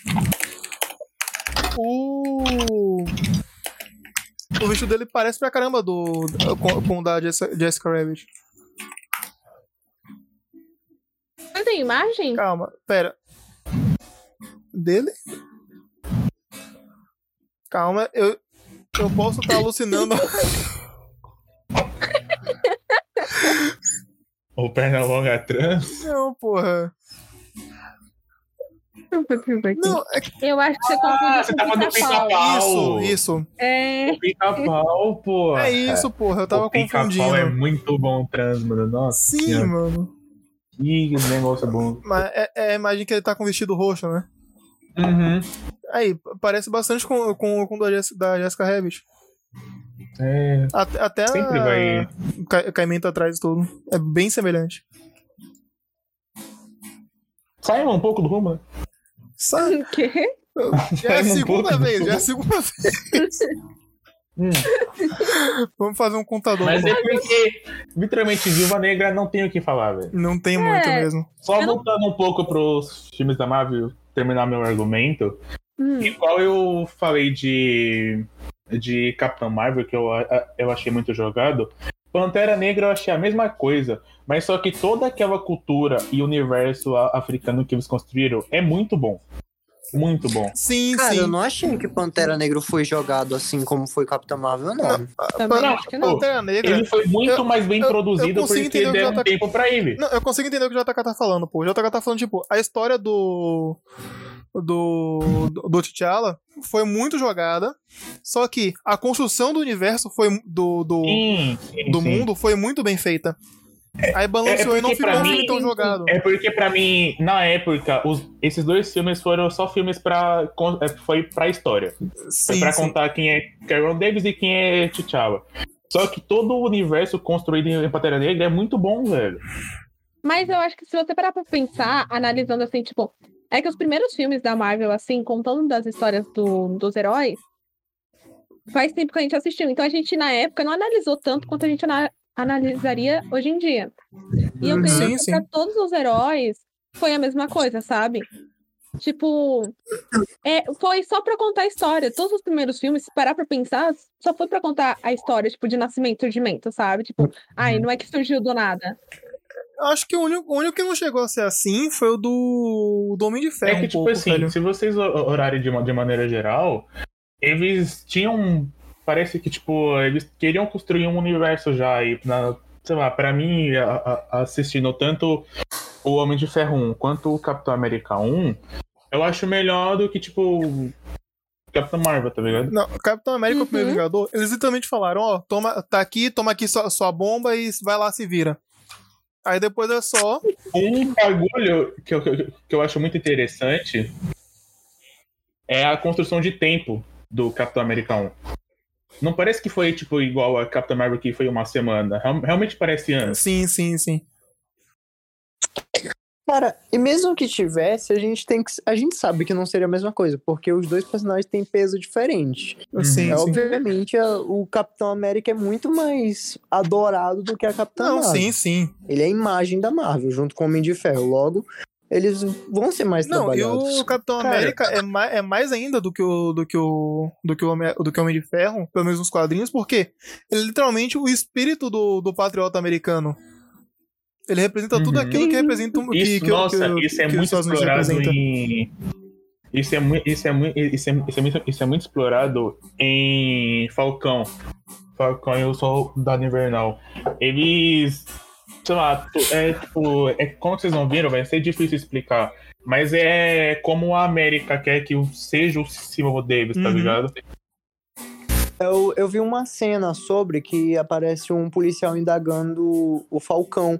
A: o. O vestido dele parece pra caramba do, com, com o da Jessica, Jessica Rabbit.
E: Mas tem imagem?
A: Calma, pera. Dele? Calma, eu, eu posso estar alucinando.
B: O Pernalonga trans.
A: Não, porra. Não, é que
E: Eu acho que você
B: Ah,
E: confundiu
B: você
E: com
B: tava no
E: pica-pau.
B: pica-pau.
A: isso, isso.
E: É.
B: O pica-pau, pô.
A: É isso, porra, eu
B: O
A: tava
B: pica-pau é né?
A: confundindo.
B: muito bom trans, mano. Nossa,
A: Sim,
B: Senhora.
A: mano.
B: que negócio bom.
A: Mas é, é a imagem que ele tá com vestido roxo, né?
B: Uhum.
A: Aí, p- parece bastante com, com, com o da, Jess- da Jessica Rabbit.
B: É,
A: Até, até a-
B: sempre vai.
A: o ca- o caimento atrás e tudo. É bem semelhante.
B: Sai um pouco do rumo, né?
A: Sabe?
E: O quê?
A: Já é a
B: Sai um
A: segunda
B: pouco.
A: vez, já é a segunda vez.
B: Hum.
A: Vamos fazer um contador.
B: Mas
A: pô.
B: é porque, literalmente, Viúva Negra não tem o que falar, velho.
A: Não tem muito
E: É.
A: mesmo.
B: Só
E: Eu não-
B: voltando um pouco pros filmes da Marvel, terminar meu argumento.
E: Hum.
B: Igual eu falei de, de Capitão Marvel, que eu, a- eu achei muito jogado. Pantera Negra eu achei a mesma coisa, mas só que toda aquela cultura e universo a- africano que eles construíram é muito bom. Muito bom.
A: Sim,
F: Cara,
A: sim.
F: eu não achei que Pantera Negro foi jogado assim como foi Capitão Marvel, não.
E: Também
A: Não,
E: acho que não.
A: Pantera Negra.
B: Ele foi muito
A: eu-
B: mais bem
A: eu- eu
B: produzido
A: consigo
B: porque
A: entender o que
B: deram
A: ela tá-
B: tempo pra ele.
A: Não, eu consigo entender o que o JK tá falando, pô. O JK tá falando, tipo, a história do. Do. Do T'Challa foi muito jogada. Só que a construção do universo foi. Do. Do,
B: Sim, sim,
A: do
B: sim.
A: mundo foi muito bem feita. Aí balanceou
B: é
A: e não
B: porque
A: ficou
B: pra
A: um filme
B: mim-
A: tão jogado.
B: É porque pra mim, na época, os- esses dois filmes foram só filmes pra. con- é, Foi pra história. Foi
A: sim,
B: é pra
A: sim.
B: contar quem é Cameron Davis e quem é T'Challa. Só que todo o universo construído em Pantera Negra é muito bom, velho.
E: Mas eu acho que se você parar pra pensar, analisando assim, tipo, é que os primeiros filmes da Marvel, assim, contando das histórias do, dos heróis, faz tempo que a gente assistiu. Então a gente, na época, não analisou tanto quanto a gente ana- analisaria hoje em dia. E eu
A: Uhum.
E: penso
A: Sim,
E: que
A: sim.
E: pra todos os heróis foi a mesma coisa, sabe? Tipo, é, foi só pra contar a história. Todos os primeiros filmes, se parar pra pensar, só foi pra contar a história, tipo, de nascimento e surgimento, sabe? Tipo, ai, não é que surgiu do nada.
A: Acho que o único, o único que não chegou a ser assim foi o do, do Homem de
B: É
A: Ferro.
B: que,
A: um
B: tipo
A: pouco,
B: assim,
A: velho.
B: se vocês o- orarem de, ma- de maneira geral, eles tinham. Parece que, tipo, eles queriam construir um universo já. E, na- sei lá, pra mim, a- a- assistindo tanto o Homem de Ferro 1 quanto o Capitão América 1, eu acho melhor do que, tipo, Capitão Marvel, tá ligado?
A: Não, Capitão América, é o primeiro
E: Uhum.
A: Vingador, eles literalmente falaram, ó, toma, tá aqui, toma aqui sua, sua bomba e vai lá, se vira. Aí depois é só.
B: Um bagulho que eu, que eu- que eu acho muito interessante é a construção de tempo do Capitão América 1. Não parece que foi, tipo, igual a Capitão Marvel que foi uma semana. Real- Realmente parece anos.
A: Sim, sim, sim.
F: Cara, e mesmo que tivesse, a gente tem que. A gente sabe que não seria a mesma coisa, porque os dois personagens têm peso diferente.
A: Sim, Uhum. sim.
F: É, obviamente, a- o Capitão América é muito mais adorado do que a Capitã
A: Não,
F: Marvel.
A: sim, sim.
F: Ele é a imagem da Marvel, junto com o Homem de Ferro. Logo, eles vão ser mais
A: Não, e
F: trabalhados.
A: o Capitão
F: Cara.
A: América é mais, é mais ainda do que o do que o do que o Homem, do que o Homem de Ferro, pelo menos nos quadrinhos, porque ele é literalmente o espírito do, do patriota americano. Ele representa tudo
B: Uhum.
A: aquilo que representa um- que,
B: Isso,
A: que, que-
B: nossa,
A: que-
B: isso é
A: que os
B: muito
A: Estados Unidos
B: explorado
A: representa.
B: em. Isso é, mui- isso, é, mui- isso, é, isso, é muito, isso é muito explorado em Falcão. Falcão e o Soldado Invernal. Eles. Sei lá, tu- é tipo. É, como vocês não viram, vai ser difícil explicar. Mas é como a América quer que o- seja o Simon Davis, tá
A: Uhum.
B: ligado?
F: Eu, eu vi uma cena sobre que aparece um policial indagando o Falcão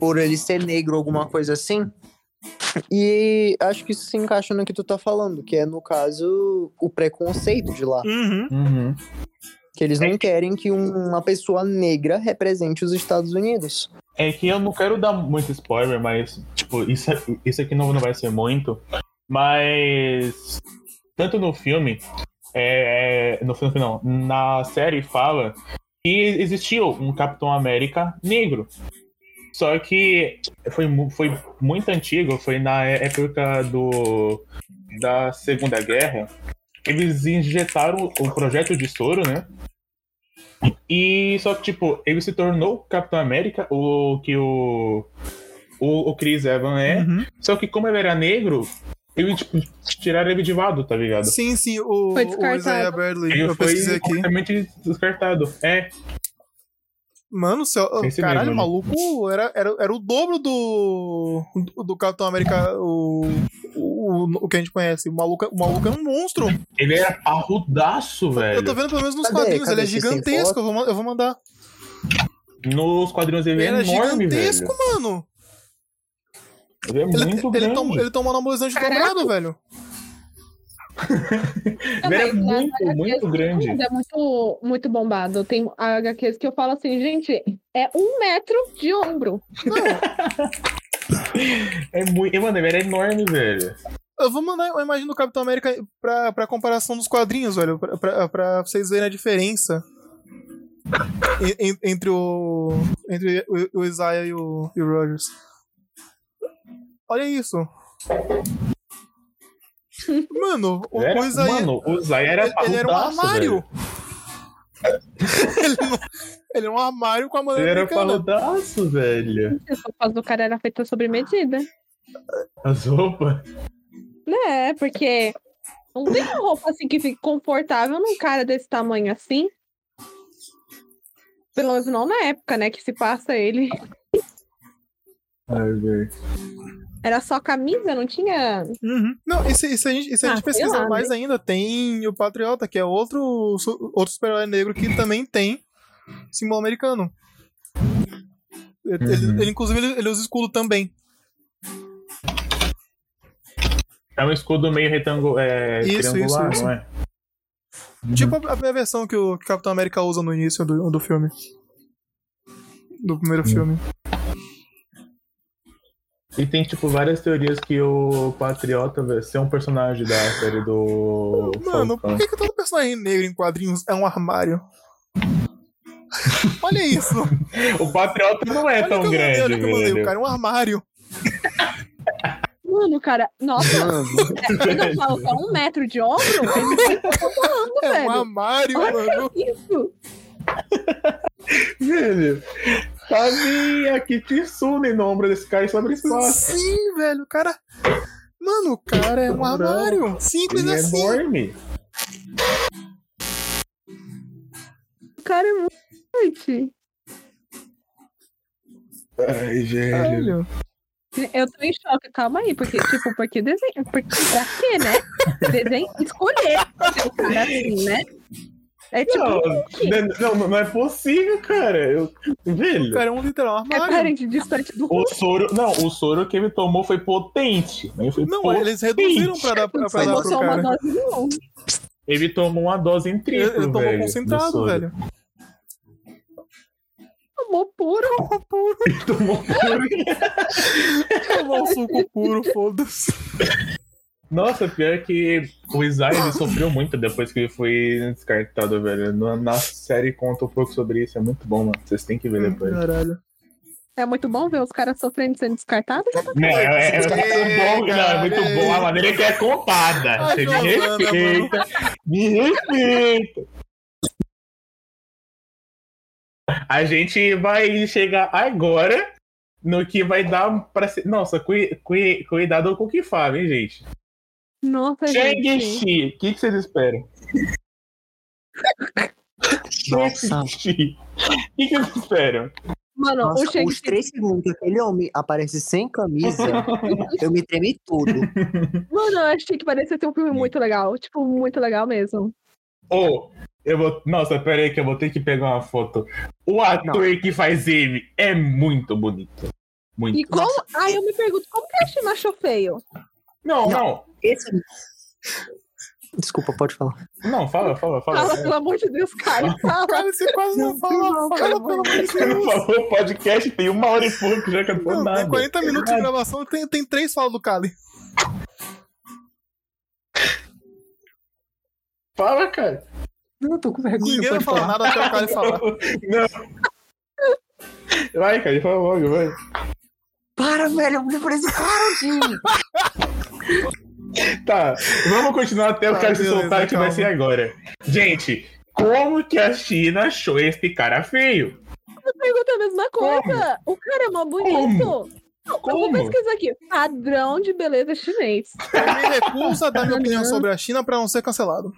F: por ele ser negro, alguma coisa assim. E acho que isso se encaixa no que tu tá falando, que é, no caso, o preconceito de lá.
A: Uhum.
B: Uhum.
F: Que eles não querem que um- uma pessoa negra represente os Estados Unidos.
B: É que eu não quero dar muito spoiler, mas, tipo, isso, isso aqui não, não vai ser muito. Mas. Tanto no filme. é, no filme não. Na série fala que existiu um Capitão América negro. Só que foi, mu- foi muito antigo, foi na época do, da Segunda Guerra. Eles injetaram o projeto de soro, né? E só que, tipo, ele se tornou Capitão América, o que o. O, o Chris Evans é.
A: Uhum.
B: Só que como ele era negro, ele, tipo, tiraram ele de vado, tá ligado?
A: Sim, sim, o,
E: Foi
A: o
E: descartado.
A: Isaiah Bradley,
B: Ele
A: eu
B: foi
A: pesquisei aqui.
B: completamente descartado. É,
A: Mano, do céu,
B: Esse
A: caralho,
B: mesmo, né?
A: maluco, era, era, era o dobro do, do, do Capitão América, o, o, o que a gente conhece. O maluco, o maluco é um monstro.
B: ele era parrudaço, velho.
A: Eu tô vendo pelo menos nos
F: Cadê?
A: quadrinhos, ele
F: Cadê?
A: é
F: Vocês têm
A: gigantesco,
F: foto?
A: eu vou, ma- eu vou mandar.
B: Nos quadrinhos ele
A: Ele
B: é
A: era
B: enorme,
A: gigantesco,
B: velho.
A: mano.
B: Ele é
A: Ele,
B: muito
A: ele,
B: grande.
A: tom, ele é tomou anabolizante dobrado, velho.
E: Ah,
B: Ele era
E: mas nas
B: muito,
E: HQs
B: muito grande.
E: Mas É muito, muito bombado. Tem HQs que eu falo assim, gente, é um metro de ombro.
B: É muito. Mano, ele era enorme, velho.
A: Eu vou mandar uma imagem do Capitão América pra, pra comparação dos quadrinhos, velho, pra, pra, pra vocês verem a diferença. en- en- Entre o. Entre o, o Isaiah e o, e o Rogers. Olha isso. Mano, o,
B: Ele era-
A: o Isaiah.
B: Mano, o Zay era
A: ele, ele era um
B: parrudaço,
A: armário.
B: velho.
A: ele, não- ele é um armário com a
B: Ele
A: maneira
B: era
A: americana.
B: parrudaço, velho.
E: As roupas do cara era feita sobre medida.
B: As roupas.
E: É, porque não tem uma roupa assim que fique confortável num cara desse tamanho assim. Pelo menos não na época, né, que se passa ele.
B: Ai, velho.
E: Era só camisa, não tinha...
A: Uhum. Não, e se, e se a gente, e se a
E: Ah,
A: gente
E: sei
A: pesquisar
E: lá,
A: mais ainda, tem o Patriota, que é outro, su- outro super-herói negro que também tem símbolo americano. Ele, ele-
B: Uhum.
A: ele, inclusive, ele, ele usa escudo também.
B: É um escudo meio retangular. É,
A: Isso,
B: triangular,
A: isso,
B: não é? Uhum.
A: Tipo a, a primeira versão que o Capitão América usa no início do, do filme. Do primeiro
B: Uhum.
A: filme.
B: E tem, tipo, várias teorias que o Patriota vai ser um personagem da série do.
A: Mano,
B: Falcão.
A: por que, que todo personagem negro em quadrinhos é um armário? Olha isso!
B: O Patriota não é
A: Olha
B: tão
A: que eu mandei,
B: grande,
A: olha que eu mandei. O
B: velho.
A: cara é um armário.
E: Mano, cara, nossa, É, ainda falta um metro de ombro? Ele tá falando,
A: É um
E: velho.
A: armário, mano.
E: Isso.
B: Velho, tá sabia que Tsune no ombro desse cara e sobre espaço.
A: Sim, velho, o cara. Mano, o cara é um armário. Simples
B: Ele é
A: assim.
B: enorme.
E: O cara é muito. doente.
B: Ai, velho.
A: Velho.
E: Eu tô em choque, calma aí, porque, tipo, porque desenho. Porque, pra quê, né? Desenho escolher fazer o cara assim, né? É tipo,
B: Não,
E: que-
B: não, não, não é possível, cara. Eu-
A: O
B: velho.
A: cara é um literal
E: é
A: armário.
E: parente distante do cu.
B: O soro, não, o soro que ele tomou foi potente. Né? Foi
A: Não,
B: potente.
A: eles reduziram pra dar pra, pra
E: Não
A: dar
E: tomou
A: pro
E: só é uma
A: cara.
E: dose, um, não.
B: Ele tomou uma dose em
A: Ele,
B: triplo,
A: ele tomou
B: velho, do
A: concentrado,
B: soro.
A: velho.
E: Tomou puro.
B: Ele tomou
A: Tomou um suco puro, foda-se.
B: Nossa, pior que o Isaiah ele sofreu muito depois que ele foi descartado, velho. Na, na série conta um pouco sobre isso, é muito bom, mano. Vocês têm que ver depois.
A: Caralho.
E: É muito bom ver os caras sofrendo sendo descartados. né?
B: Não, é, é, é
A: Ei,
B: muito bom, não, é muito
A: cara,
B: bom a
A: ei.
B: maneira que é contada.
A: Ai,
B: Você me
A: Giovana,
B: respeita, me respeita. A gente vai chegar agora no que vai dar pra ser. Nossa, cui- cui- cuidado com o que fala, hein, gente?
E: Nossa, gente.
B: Shang-Chi, o que, que vocês esperam?
F: Nossa.
B: Shang-Chi. O que, que vocês esperam?
E: Mano, o
F: Nossa, os
E: Shang-Chi.
F: três segundos que aquele homem aparece sem camisa, eu me tremi todo.
E: Mano, eu achei que parecia ser um filme muito legal. Tipo, muito legal mesmo.
B: Ou, eu vou. Nossa, pera aí que eu vou ter que pegar uma foto. O ator que faz ele é muito bonito. Muito.
E: E como. Aí eu me pergunto, como que é a Shima achou feio?
B: Não, não,
F: Não. Esse... Desculpa, pode falar.
B: não. fala, fala, fala.
E: Fala, pelo amor de Deus, cara. Fala.
A: Cara, você quase não fala. Fala, pelo amor de
B: Você não
A: Deus.
B: falou o podcast, tem uma hora e pouco já que eu não
A: Não,
B: falo nada.
A: tem 40 minutos de gravação tem, tem três falas do Kali.
B: Fala, cara.
F: Não, tô com vergonha.
A: Ninguém vai falar nada até o Kali falar.
B: Não. Vai, cara, fala logo, vai.
F: Para, velho, me parece caro, gente.
B: Tá, vamos continuar até o
A: Tá,
B: cara se
A: beleza,
B: soltar que vai
A: calma.
B: ser agora. Gente, como que a China achou esse cara feio?
E: pergunta a mesma coisa. O cara é mó bonito. Não, Eu vou
B: Como?
E: pesquisar aqui. Padrão de beleza chinês.
A: Eu me recuso a dar minha opinião sobre a China pra não ser cancelado.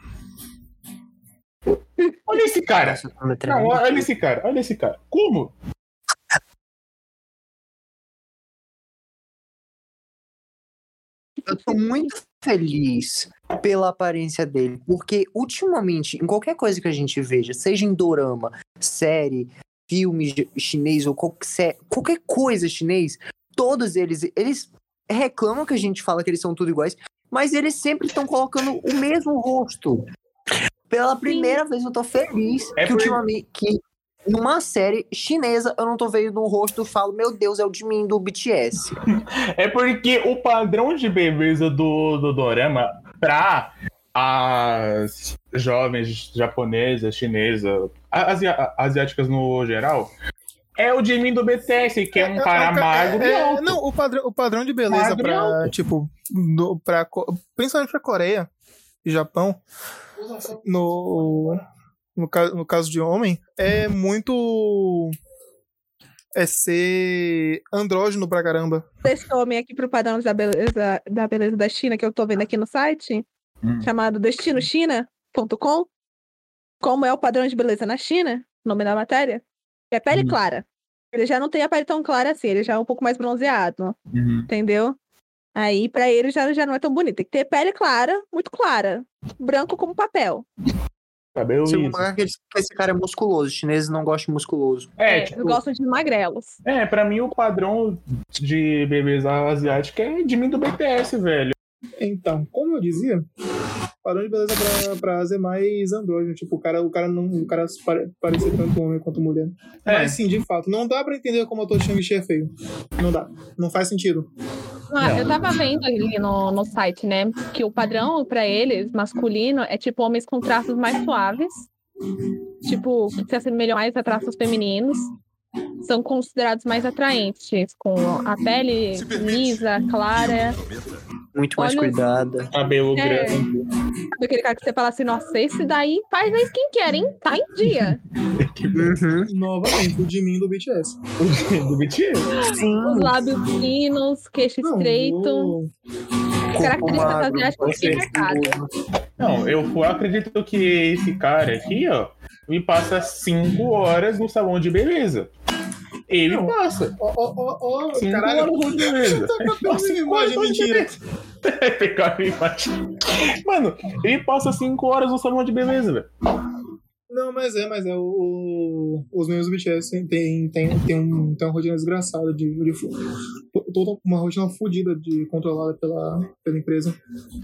B: Olha esse cara.
F: Nossa, eu me tremi.
B: Não, olha esse cara, olha esse cara. Como?
F: Eu tô muito feliz pela aparência dele, porque ultimamente, em qualquer coisa que a gente veja, seja em dorama, série, filme j- chinês ou qual- sé- qualquer coisa chinês, todos eles, eles reclamam que a gente fala que eles são tudo iguais, mas eles sempre estão colocando o mesmo rosto. Pela primeira vez eu tô feliz
B: É
F: que
B: por-
F: ultimamente que numa série chinesa eu não tô vendo um rosto e falo, meu Deus, é o de mim do BTS.
B: É porque o padrão de beleza do, do Dorama pra as jovens japonesas, chinesas, a- asi- a- asiáticas no geral, é o Jimin do BTS, que é um cara magro e
A: É,
B: alto.
A: não, o padrão, o padrão de beleza
B: Magro e
A: pra, tipo, no, pra, co- principalmente pra Coreia e Japão, no, no, ca- no caso de homem, é muito. É ser andrógeno pra caramba.
E: Esse homem aqui pro padrão da beleza, da beleza da China que eu tô vendo aqui no site,
B: Hum.
E: chamado destinochina.com. Como é o padrão de beleza na China, nome da matéria, é pele
B: Hum.
E: clara. Ele já não tem a pele tão clara assim, ele já é um pouco mais bronzeado,
B: Uhum.
E: entendeu? Aí pra ele já, já não é tão bonito. Tem que ter pele clara, muito clara, branco como papel.
B: Sabe? Eu
A: um
F: Segundo
B: isso.
F: lugar, que esse- que esse cara é musculoso. Os chineses não gostam de musculoso.
B: É,
E: É,
B: tipo,
E: Eu gosto de magrelos.
B: é, pra mim o padrão de beleza asiática é de mim do BTS, velho.
A: Então, como eu dizia, padrão de beleza pra, pra Ásia é mais andrógeno. Tipo, o cara, o cara não. O cara pare, parecer tanto homem quanto mulher.
B: É.
A: Mas sim, de fato, não dá pra entender como o ator Shang-Chi é feio. Não dá. Não faz sentido.
E: Ah, eu tava vendo ali no, no site, né? Que o padrão pra eles, masculino, é tipo homens com traços mais suaves. Tipo, que se assemelham mais a traços femininos. São considerados mais atraentes, com a pele
G: Se permite.
E: lisa, clara.
F: Muito mais
E: Olha-
F: cuidada.
B: Cabelo
E: É.
B: grande.
E: Sabe aquele cara que você fala assim, nossa, esse daí faz a skincare, hein? Tá em dia.
F: Uhum.
A: Novamente, o de mim do BTS.
B: do BTS.
E: Os
F: Sim.
E: lábios finos, queixo
A: Não,
E: estreito.
A: o-
E: Características
F: magro,
E: asiáticas
B: vocês-
E: bem marcadas.
B: Não, eu eu acredito que esse cara aqui, ó, me passa cinco horas no salão de beleza. Ele
A: Não.
B: passa.
A: Ó, ó, ó, ó,
B: Cinco
A: caralho.
B: horas no salão de beleza.
A: Tá com a
B: Nossa,
A: mesma imagem,
B: quase
A: mentira.
B: É, pegar a imagem. Mano, ele passa cinco horas no salão de beleza, velho.
A: Não, mas é, mas é. O, o- os membros do BTS tem, tem, tem, tem um, tem uma rotina desgraçada de. de fu- to- toda uma rotina fodida de controlada pela, pela empresa.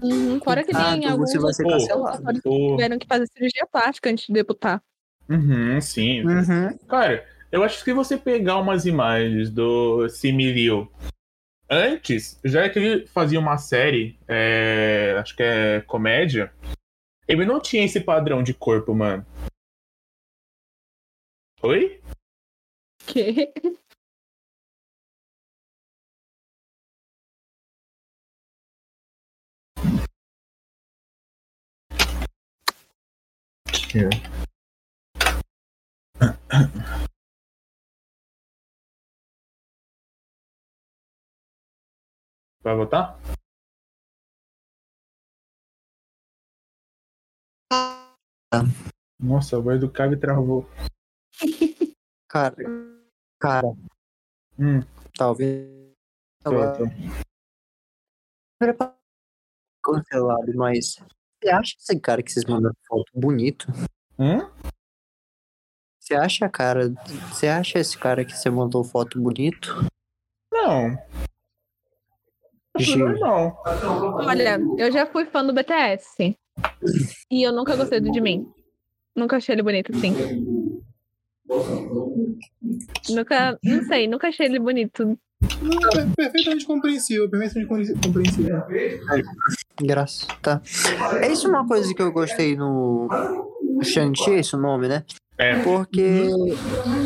E: Uhum, fora que
F: Ah,
E: tem
F: então
E: alguns
F: você vai ser
B: Pô.
F: cancelado.
B: O-
E: tiveram que fazer cirurgia plástica antes de debutar.
B: Uhum, sim.
F: Uhum.
B: Cara, eu acho que se você pegar umas imagens do Similio antes, já é que ele fazia uma série, é, acho que é comédia, ele não tinha esse padrão de corpo, mano. Oi?
E: Que...
B: Vai votar? Nossa, a voz do Cabe travou.
F: Cara. Cara.
B: Hum,
F: Talvez.
B: tô,
F: Agora,
B: tô.
F: prepara- cancelado, mas. Você acha esse cara que vocês mandaram foto bonito?
B: Hum?
F: Você acha, cara. Você acha esse cara que você mandou foto bonito?
B: Não,
E: Uhum.
B: acho é
F: Gil.
B: normal.
E: Olha, eu já fui fã do BTS. E eu nunca gostei do Jimin. Nunca achei ele bonito, sim. Nunca, não sei, nunca achei ele bonito.
A: Não, é perfeitamente compreensível, perfeitamente compre- compreensível.
F: Graça. Tá. É isso uma coisa que eu gostei no. Shang-Chi, esse é o nome, né?
B: É.
F: Porque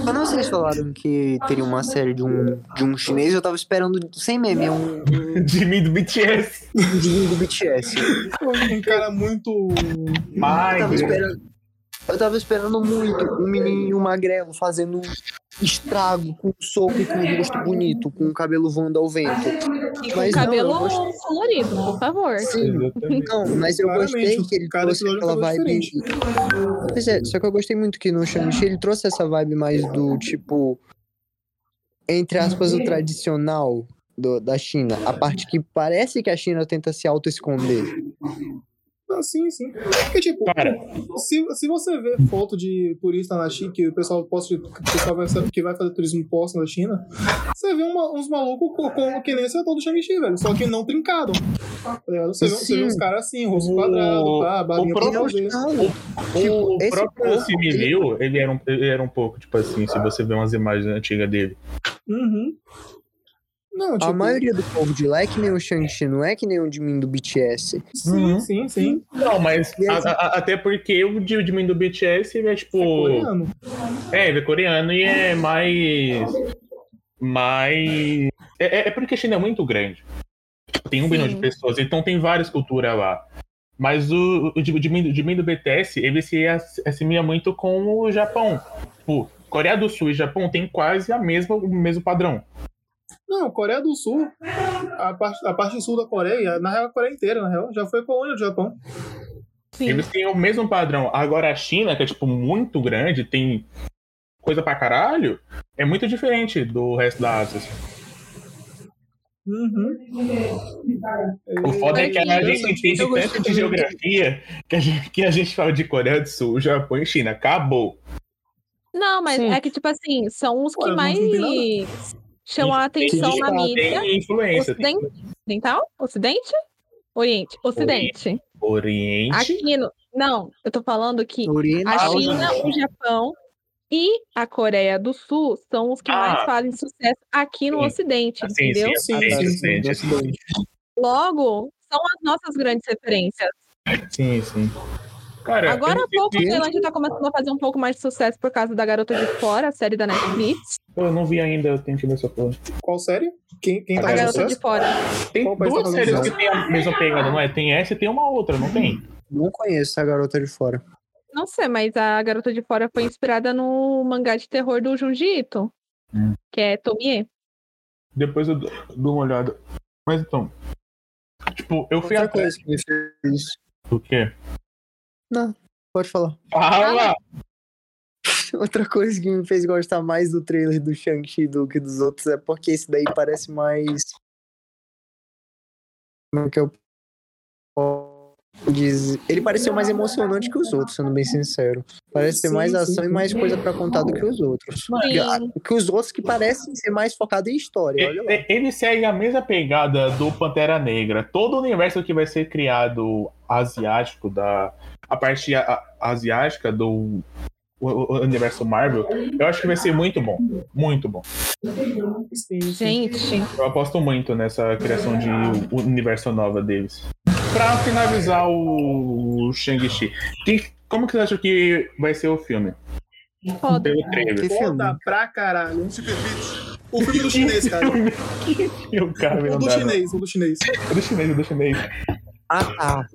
F: quando vocês falaram que teria uma série de um, de um chinês, eu tava esperando, sem meme, um, um
B: Jimmy do BTS.
F: de do BTS.
A: Um cara muito.
F: Eu tava
B: Mas,
F: esperando. Eu tava esperando muito um menininho magrelo fazendo estrago com um soco e com um rosto bonito, com o cabelo voando ao vento.
E: E com
F: Mas não,
E: cabelo
F: eu gostei.
E: colorido, por favor.
F: Sim, não, mas eu
A: Claramente,
F: gostei que ele
A: cada
F: trouxe
A: episódio é um
F: aquela
A: cabelo
F: vibe. Pois é, só que eu gostei muito que no Shang-Chi ele trouxe essa vibe mais do tipo. Entre aspas, o tradicional do- da China. A parte que parece que a China tenta se auto-esconder.
A: Ah, sim, sim. Porque, tipo,
B: Cara.
A: se, se você vê foto de turista na China, que o pessoal, posta, que o pessoal vai, que vai fazer turismo posta na China, você vê uma- uns malucos com, com que nem esse ator do Shang-Chi, velho. Só que não trincado. Tá ligado? Você, vê, você vê
F: Sim.
A: uns caras assim, rosto
B: O-
A: quadrado, pá, barrinha
B: o próprio-
A: pra fazer.
B: O
F: esse
B: próprio
F: povo,
B: Simileu, ele era, um, ele era um pouco, tipo assim, se você vê umas imagens antigas dele.
A: Uhum. Não, tipo,
F: A maioria do povo de lá é que nem o Shang-Chi, não é que nem o de mim do BTS.
A: sim,
B: Uhum.
A: sim, sim.
B: Não, mas
F: E aí-
B: a- a- até porque o de- o de mim do BTS, ele é tipo.
A: Coreano.
B: É, ele é coreano e é mais. Mais. É, é- é porque a China é muito grande. Tipo, Tem um bilhão de
E: Sim.
B: pessoas, então tem várias culturas lá. Mas o, o de, de, mim, de mim do BTS, ele se ass- assemelha muito com o Japão. Tipo, Coreia do Sul e Japão tem quase a mesma, o mesmo padrão.
A: Não, Coreia do Sul, a parte, a parte sul da Coreia, na real, a Coreia inteira, na real, já foi colônia do Japão.
E: Sim.
B: Eles têm o mesmo padrão. Agora a China, que é tipo muito grande, tem coisa pra caralho, é muito diferente do resto da Ásia. assim.
A: Uhum.
B: O foda é que a
C: Eu
B: gente entende
C: eu
B: tanto
C: gostei.
B: de geografia que a gente, que a gente fala de Coreia do Sul, Japão e China. Acabou.
E: Não, mas
F: Sim.
E: é que, tipo assim, são os
A: Pô,
E: que
A: eu não entendi nada.
E: mais chamam a
B: Tem-
E: atenção na
F: destaque,
E: mídia.
B: Tem influência. Tem
E: Ocidental? Ocidente? Oriente. Ocidente.
B: Oriente.
E: Aqui no... Não, eu tô falando que
F: Urina.
E: a
B: Ah, o
E: China,
B: Japão.
E: o Japão e a Coreia do Sul são os que
B: Ah.
E: mais fazem sucesso aqui no
B: Sim. Ah,
E: Ocidente,
B: Sim,
E: entendeu?
B: sim,
A: Sim,
B: sim,
A: sim,
B: sim, sim, sim,
E: Logo, são as nossas grandes referências.
B: sim, sim. Cara,
E: Agora
B: eu
E: há pouco a
B: não, vi-
E: Tailândia tá começando a fazer um pouco mais de sucesso por causa da Garota de Fora, a
B: Ah,
E: série da Netflix.
B: Pô, eu não vi ainda, eu tenho que ver essa porra.
A: Qual série? Quem, quem
B: A
A: tá
E: A
A: fazendo
E: Garota de
A: sucesso?
E: Fora.
B: Tem
A: Qual país tá
B: duas
A: falando
B: séries
A: disso?
B: que tem a mesma pegada, não é? Tem essa e tem uma outra, não tem?
F: Não conheço a garota de fora.
E: Não sei, mas a Garota de Fora foi inspirada no mangá de terror do Junji Ito,
B: Hum.
E: que é Tomie.
B: Depois eu dou dou uma olhada. Mas então. Tipo, eu fui
F: Outra
B: atrás
F: coisa que me fez.
B: do quê?
F: Pode falar.
B: Fala!
F: Outra coisa que me fez gostar mais do trailer do Shang-Chi do que dos outros é porque esse daí parece mais. Como é que eu posso dizer? Ele pareceu mais emocionante que os outros, sendo bem sincero. Parece ter
A: Sim,
F: mais
A: sim,
F: ação e mais coisa pra contar do que os outros.
E: Sim.
F: Que os outros que parecem ser mais focados em história, olha lá.
B: Ele, ele segue a mesma pegada do Pantera Negra. Todo o universo que vai ser criado asiático, da a parte a- asiática do o- o- o universo Marvel, eu acho que vai ser muito bom. Muito bom.
E: Gente,
B: Eu aposto muito nessa criação de u- universo nova deles. Pra finalizar o Shang-Chi, que- como que você acha que vai ser o filme?
E: foda.
B: Pelo trailer.
F: Que filme?
A: Foda pra caralho. O filme do chinês, cara.
B: o cara
A: O do chinês, o do chinês.
B: É do chinês, o do chinês.
F: Ah, tá.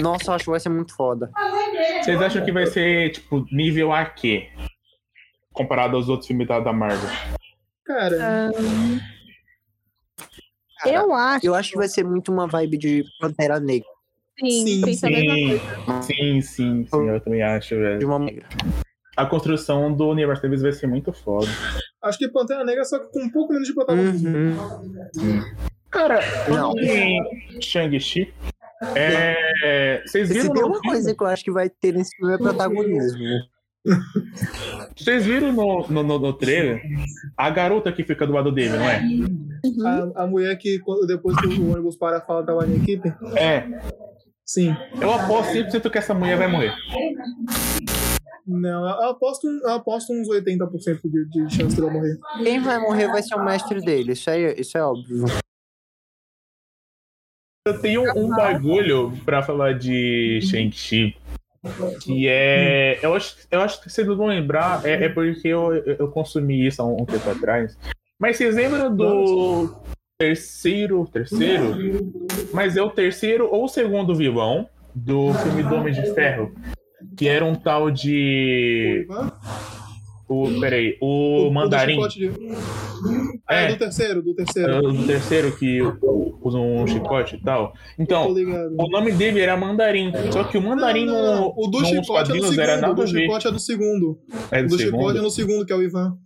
F: Nossa, eu acho que vai ser muito foda.
B: Vocês acham que vai ser, tipo, nível a quê? Comparado aos outros filmes da, da Marvel.
A: Cara,
E: Eu acho,
F: Eu acho que vai ser muito uma vibe de Pantera Negra,
E: sim,
A: Sim,
E: pensa é a mesma
B: Sim, sim, sim, sim, eu também acho,
F: de
B: velho.
F: uma negra.
B: A construção do universo deles vai ser muito foda.
A: acho que Pantera Negra só com um pouco menos de protagonismo.
F: Uhum.
B: Cara,
F: Não.
B: em Shang-Chi, é, vocês
F: Se
B: viram,
F: tem
B: no
F: uma coisa que eu acho que vai ter nesse filme é protagonismo.
B: vocês viram no, no, no, no trailer a garota que fica do lado dele, não é?
A: A, a mulher que quando- depois que o ônibus para fala da One Equipe.
B: É,
A: Sim.
B: eu aposto 100% que essa mulher vai morrer.
A: Não, eu aposto, um, eu aposto uns 80% de, de chance dela morrer.
F: Quem vai morrer vai ser o mestre dele, isso é, isso é óbvio.
B: Eu tenho um bagulho pra falar de Shang-Chi. Que é. Eu acho, eu acho que vocês vão lembrar, é, é porque eu, eu consumi isso há um, um tempo atrás. Mas vocês lembram do terceiro. Terceiro? Mas é o terceiro ou segundo vilão do filme do Homem de Ferro. Que era um tal de. O, peraí, o,
A: do
B: Mandarim.
A: chicote de- Ah,
B: É.
A: do terceiro, do
B: é
A: terceiro.
B: O terceiro que usa um chicote e tal. Então,
A: Tô ligado.
B: o nome dele era Mandarim. Só que o Mandarim
A: É. Não, não, não.
B: no-
A: O do
B: nos
A: chicote é do
B: quadrinhos
A: segundo.
B: era
A: O
B: nada a
A: do
B: ver.
A: chicote é do segundo.
B: É
A: O
B: do
A: do chicote é
B: segundo.
A: no segundo, que é o Ivan.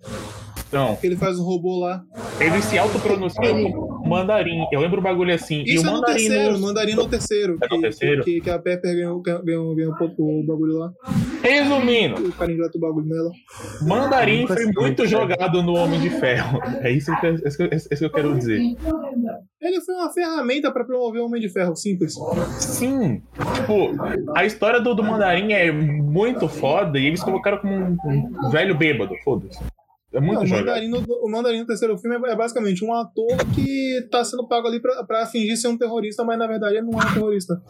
B: Então,
A: Que ele faz o robô lá.
B: ele se autopronunciou como Mandarim. Eu lembro o bagulho assim. e
A: Isso
B: o
A: é no
B: Mandarim
A: terceiro,
B: no-
A: mandarim no terceiro.
B: É no
A: que-
B: terceiro?
A: Que, que a Pepper ganhou, ganhou, ganhou o bagulho lá.
B: Resumindo,
A: O cara ingrata o bagulho nela.
B: Mandarim
F: Nunca
B: foi
A: é
F: sei.
B: muito jogado no Homem de Ferro. É isso que, eu- é isso que eu- é isso que eu quero dizer.
A: Ele foi uma ferramenta pra promover o Homem de Ferro, simples.
B: Sim, tipo, a história do, do Mandarim é muito foda e eles colocaram como um, um velho bêbado. Foda-se. É muito
A: Não, o,
B: jogado.
A: mandarim no, o Mandarim no terceiro filme é, é basicamente um ator que tá sendo pago ali pra, pra fingir ser um terrorista, mas na verdade ele não é um terrorista.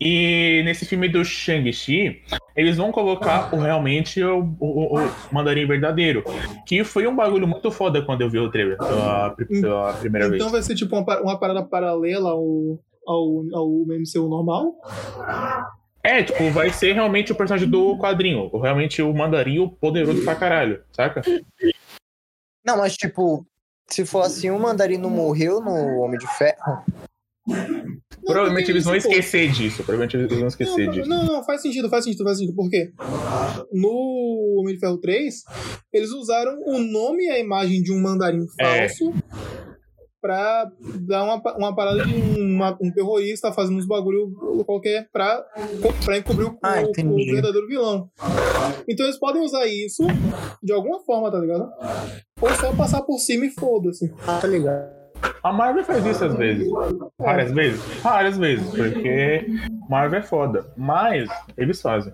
B: E nesse filme do Shang-Chi, eles vão colocar o, realmente o, o- o- o mandarim verdadeiro. Que foi um bagulho muito foda quando eu vi o trailer pela, pri- pela primeira
A: Então
B: vez.
A: vai ser tipo uma, par- uma parada paralela ao, ao, ao MCU normal.
B: É, tipo, vai ser realmente o personagem do quadrinho. o- Realmente o mandarim o poderoso pra caralho, saca?
F: Não, mas tipo, se for assim, o Mandarino morreu no Homem de Ferro.
B: Provavelmente eles vão
A: Pô,
B: esquecer disso. Provavelmente eles vão esquecer
A: Não,
B: disso.
A: Não, não, faz sentido, faz sentido, faz sentido. Por quê? No Homem de Ferro 3, eles usaram o nome e a imagem de um mandarim
B: É.
A: falso pra dar uma, uma parada de uma- um terrorista fazendo uns bagulho qualquer pra, pra encobrir o,
F: Ah,
A: o- o
F: entendi.
A: verdadeiro vilão. Então eles podem usar isso de alguma forma, tá ligado? Ou só passar por cima e foda-se.
F: Ah, tá ligado.
B: A Marvel faz isso às vezes. Várias vezes? Várias vezes, porque Marvel é foda. Mas eles fazem.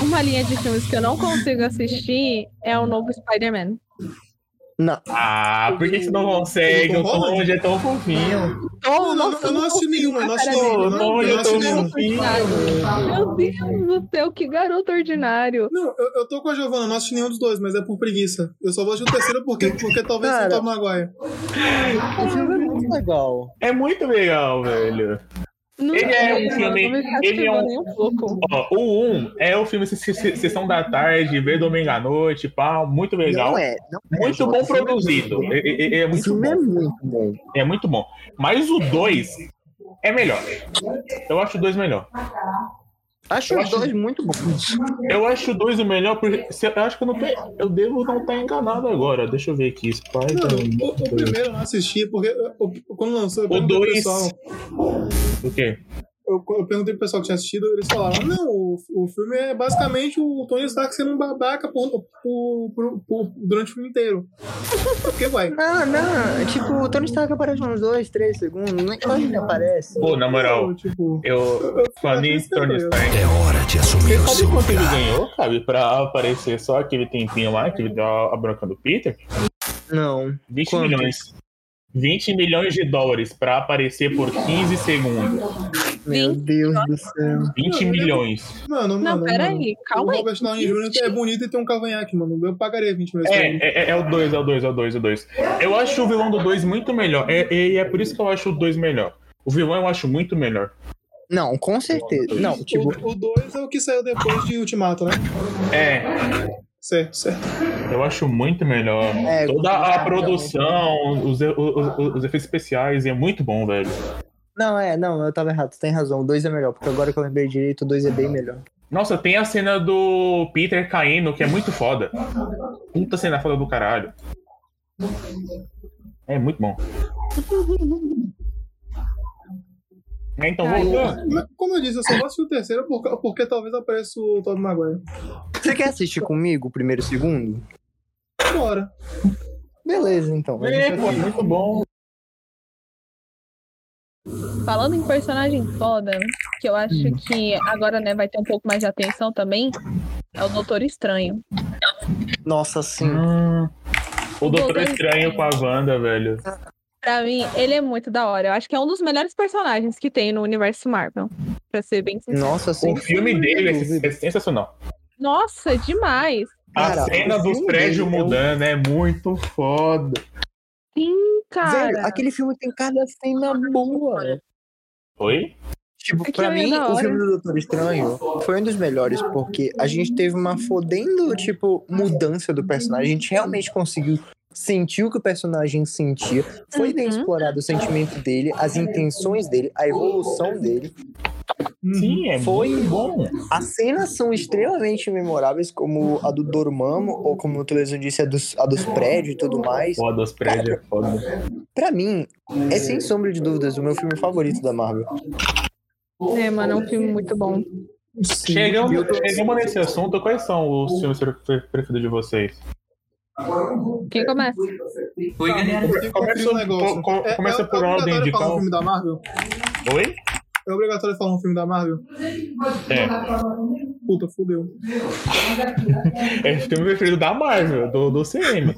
E: Uma linha de filmes que eu não consigo assistir é o novo Spider-Man.
F: Não.
B: Ah, por que que você não consegue?
F: um
B: O
A: Tom Holland?
B: Tom hoje é tão fofinho.
A: Eu não, eu não assisti nenhuma, eu não assisti nenhuma.
B: Ô,
A: não,
B: Tom hoje
A: eu
B: é
A: não assisti
B: tão
A: nenhuma.
B: fofinho.
E: Meu Deus do céu, que garoto ordinário.
A: Não, eu, eu tô com a Giovana, não assisti nenhum dos dois, mas é por preguiça. Eu só vou assistir o terceiro porque, porque talvez
F: Cara.
A: seja o Tom Maguire.
F: O filme é muito legal.
B: É muito legal, velho.
E: Não
B: Ele é
E: sei,
B: um filme-
E: Não me
B: ele é
E: cativou
B: um-
E: nem um pouco.
B: Ó, o 1 é o filme se- se- se- Sessão da Tarde, ver domingo à noite, pá, muito legal.
F: Não é. Não é
B: Muito
F: João.
B: bom
F: O filme é
B: produzido.
F: muito
B: É, é- é
F: bom. O
B: muito
F: filme é
B: bom.
F: muito bom.
B: É muito bom. Mas o 2 é melhor. Eu acho o 2 melhor.
F: Acho os dois muito bons.
B: Eu acho o 2 o melhor porque se- eu acho que eu não tô- eu devo não estar enganado agora. Deixa eu ver aqui.
A: Não,
B: Spider-Man
A: o, o primeiro eu não assisti, porque eu- eu- quando lançou, eu
B: O
A: perguntei pro
B: 2.
A: pessoal.
B: O quê?
A: Eu, eu perguntei pro pessoal que tinha assistido, eles falaram, não, o, o filme é basicamente o Tony Stark sendo um babaca por- por- por- por- durante o filme inteiro. Porque vai.
F: Não, não. Tipo, o Tony Stark aparece uns dois, três segundos. Nem quase ele aparece.
B: Pô, na moral,
A: Eu, tipo,
B: eu falando em Tony Stark.
G: É hora de assumir
B: Você
G: o
B: sabe
G: seu
B: quanto ele
G: lugar.
B: ganhou, sabe? Pra aparecer só aquele tempinho lá que ele deu a a bronca do Peter?
F: Não.
B: 20
F: Quanto?
B: milhões. 20 milhões de dólares pra aparecer por 15 segundos.
F: Meu Deus do céu.
B: 20 milhões.
A: mano,
E: Não,
A: mano, mano.
E: peraí, calma
A: o
E: aí.
A: Robert Downey Jr. é bonito e tem um cavanhaque, mano. Eu pagaria 20 milhões pra ele.
B: É, é, é o 2, é o 2, é o 2, é o 2. Eu acho o vilão do 2 muito melhor. É- é- E é, por isso que eu acho o 2 melhor. O vilão eu acho muito melhor.
F: Não, com certeza. Não, tipo,
A: O 2 é o que saiu depois de Ultimato, né?
B: É,
A: Certo, certo.
B: eu acho muito melhor.
F: É,
B: Toda a
F: realmente.
B: produção, os, e- os- os- os efeitos especiais, é muito bom, velho.
F: não, é, não, eu tava errado, tu tem razão. O 2 é melhor, porque agora que eu lembrei direito, o 2 é bem melhor.
B: Nossa, tem a cena do Peter caindo, que é muito foda. Puta cena foda do caralho. É muito bom. É, Então,
E: Ai,
B: voltando.
A: Mas, como eu disse, eu só vou assistir o terceiro por ca- porque talvez apareça o Tobey Maguire.
F: Você quer assistir comigo o primeiro e o segundo?
A: Bora.
F: Beleza, então. a gente
B: É,
F: vai
B: pô, é muito bom.
E: Falando em personagem foda, que eu acho
A: Hum.
E: que agora né, vai ter um pouco mais de atenção também, é o Doutor Estranho.
F: Nossa, sim.
B: Hum. O Doutor
E: Doutor
B: Estranho com a Wanda, velho.
E: Pra mim, ele é muito da hora. Eu acho que é um dos melhores personagens que tem no universo Marvel. Pra ser bem sincero.
F: Nossa, sim.
B: O filme dele é, é sensacional.
E: Nossa, demais.
B: A
F: Cara,
B: cena
F: o
B: dos
F: filme
B: prédios
F: dele é um-
B: mudando é muito foda.
E: Sim,
F: Velho,
E: cara.
F: aquele filme tem cada cena boa.
B: Oi?
F: Tipo,
E: Aquilo
F: pra
E: é
F: mim,
E: da
F: o
E: hora.
F: filme do Doutor Estranho foi um dos melhores, porque a gente teve uma fodendo, tipo, mudança do personagem. A gente realmente conseguiu sentir o que o personagem sentia. Foi bem
E: Uhum.
F: explorado o sentimento dele, as intenções dele, a evolução dele.
B: Sim, é
F: Foi.
B: muito bom.
F: As cenas são extremamente memoráveis, como a do Dormammu, ou como o Teleson disse, a dos, a dos prédios e tudo mais.
B: Foda, os prédios é foda.
F: Pra mim, é sem sombra de dúvidas o meu filme favorito da Marvel.
E: É, mano, é um filme muito bom.
B: Chegamos, chegamos nesse assunto, quais são os filmes pre- preferidos de vocês?
E: Quem começa?
H: Oi, galera.
A: Porque confia no
B: É Começa-
A: negócio.
B: co- co-
A: É-
B: começa
A: é-
B: por
A: é
B: ordem
A: obrigatório
B: de
A: falar
B: qual-
A: um filme da Marvel?
B: Oi?
A: É obrigatório falar um filme da Marvel?
B: É,
A: Puta, fudeu.
B: é o filme preferido da Marvel, do, do CM.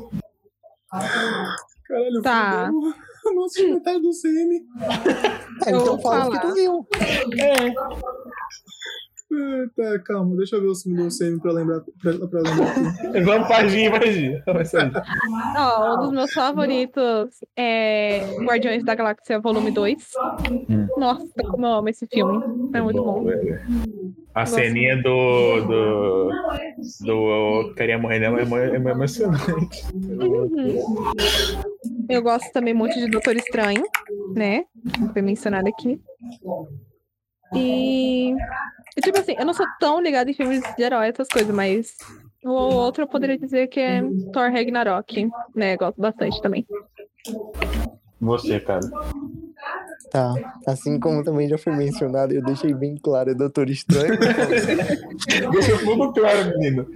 A: Caralho,
E: Tá.
A: fudeu. Nossa, metade tá do CM.
F: É,
E: Eu
F: então
E: vou
F: fala o que
E: falar.
F: tu viu.
A: Ah, Tá, calma, deixa eu ver o filme do CM pra lembrar. Pra, pra lembrar aqui.
B: Vamos pra Gi, vai, Gi. Vai, Gi.
E: Ó, um dos meus favoritos é Guardiões da Galáxia Volume 2. Nossa, como eu amo esse filme. É muito bom.
B: velho. A
E: Gosto
B: ceninha do. do. do Queria Morrer Não é mo- é mo- emocionante.
E: Eu gosto também muito de Doutor Estranho, né? Foi mencionado aqui. E. e, Tipo assim, eu não sou tão ligada em filmes de herói, essas coisas, mas. O outro eu poderia dizer que é Thor Ragnarok, né? Gosto bastante também.
B: Você, cara.
F: Tá. Assim como também já foi mencionado, eu deixei bem claro, é Doutor Estranho.
B: Deixa tudo claro, menino.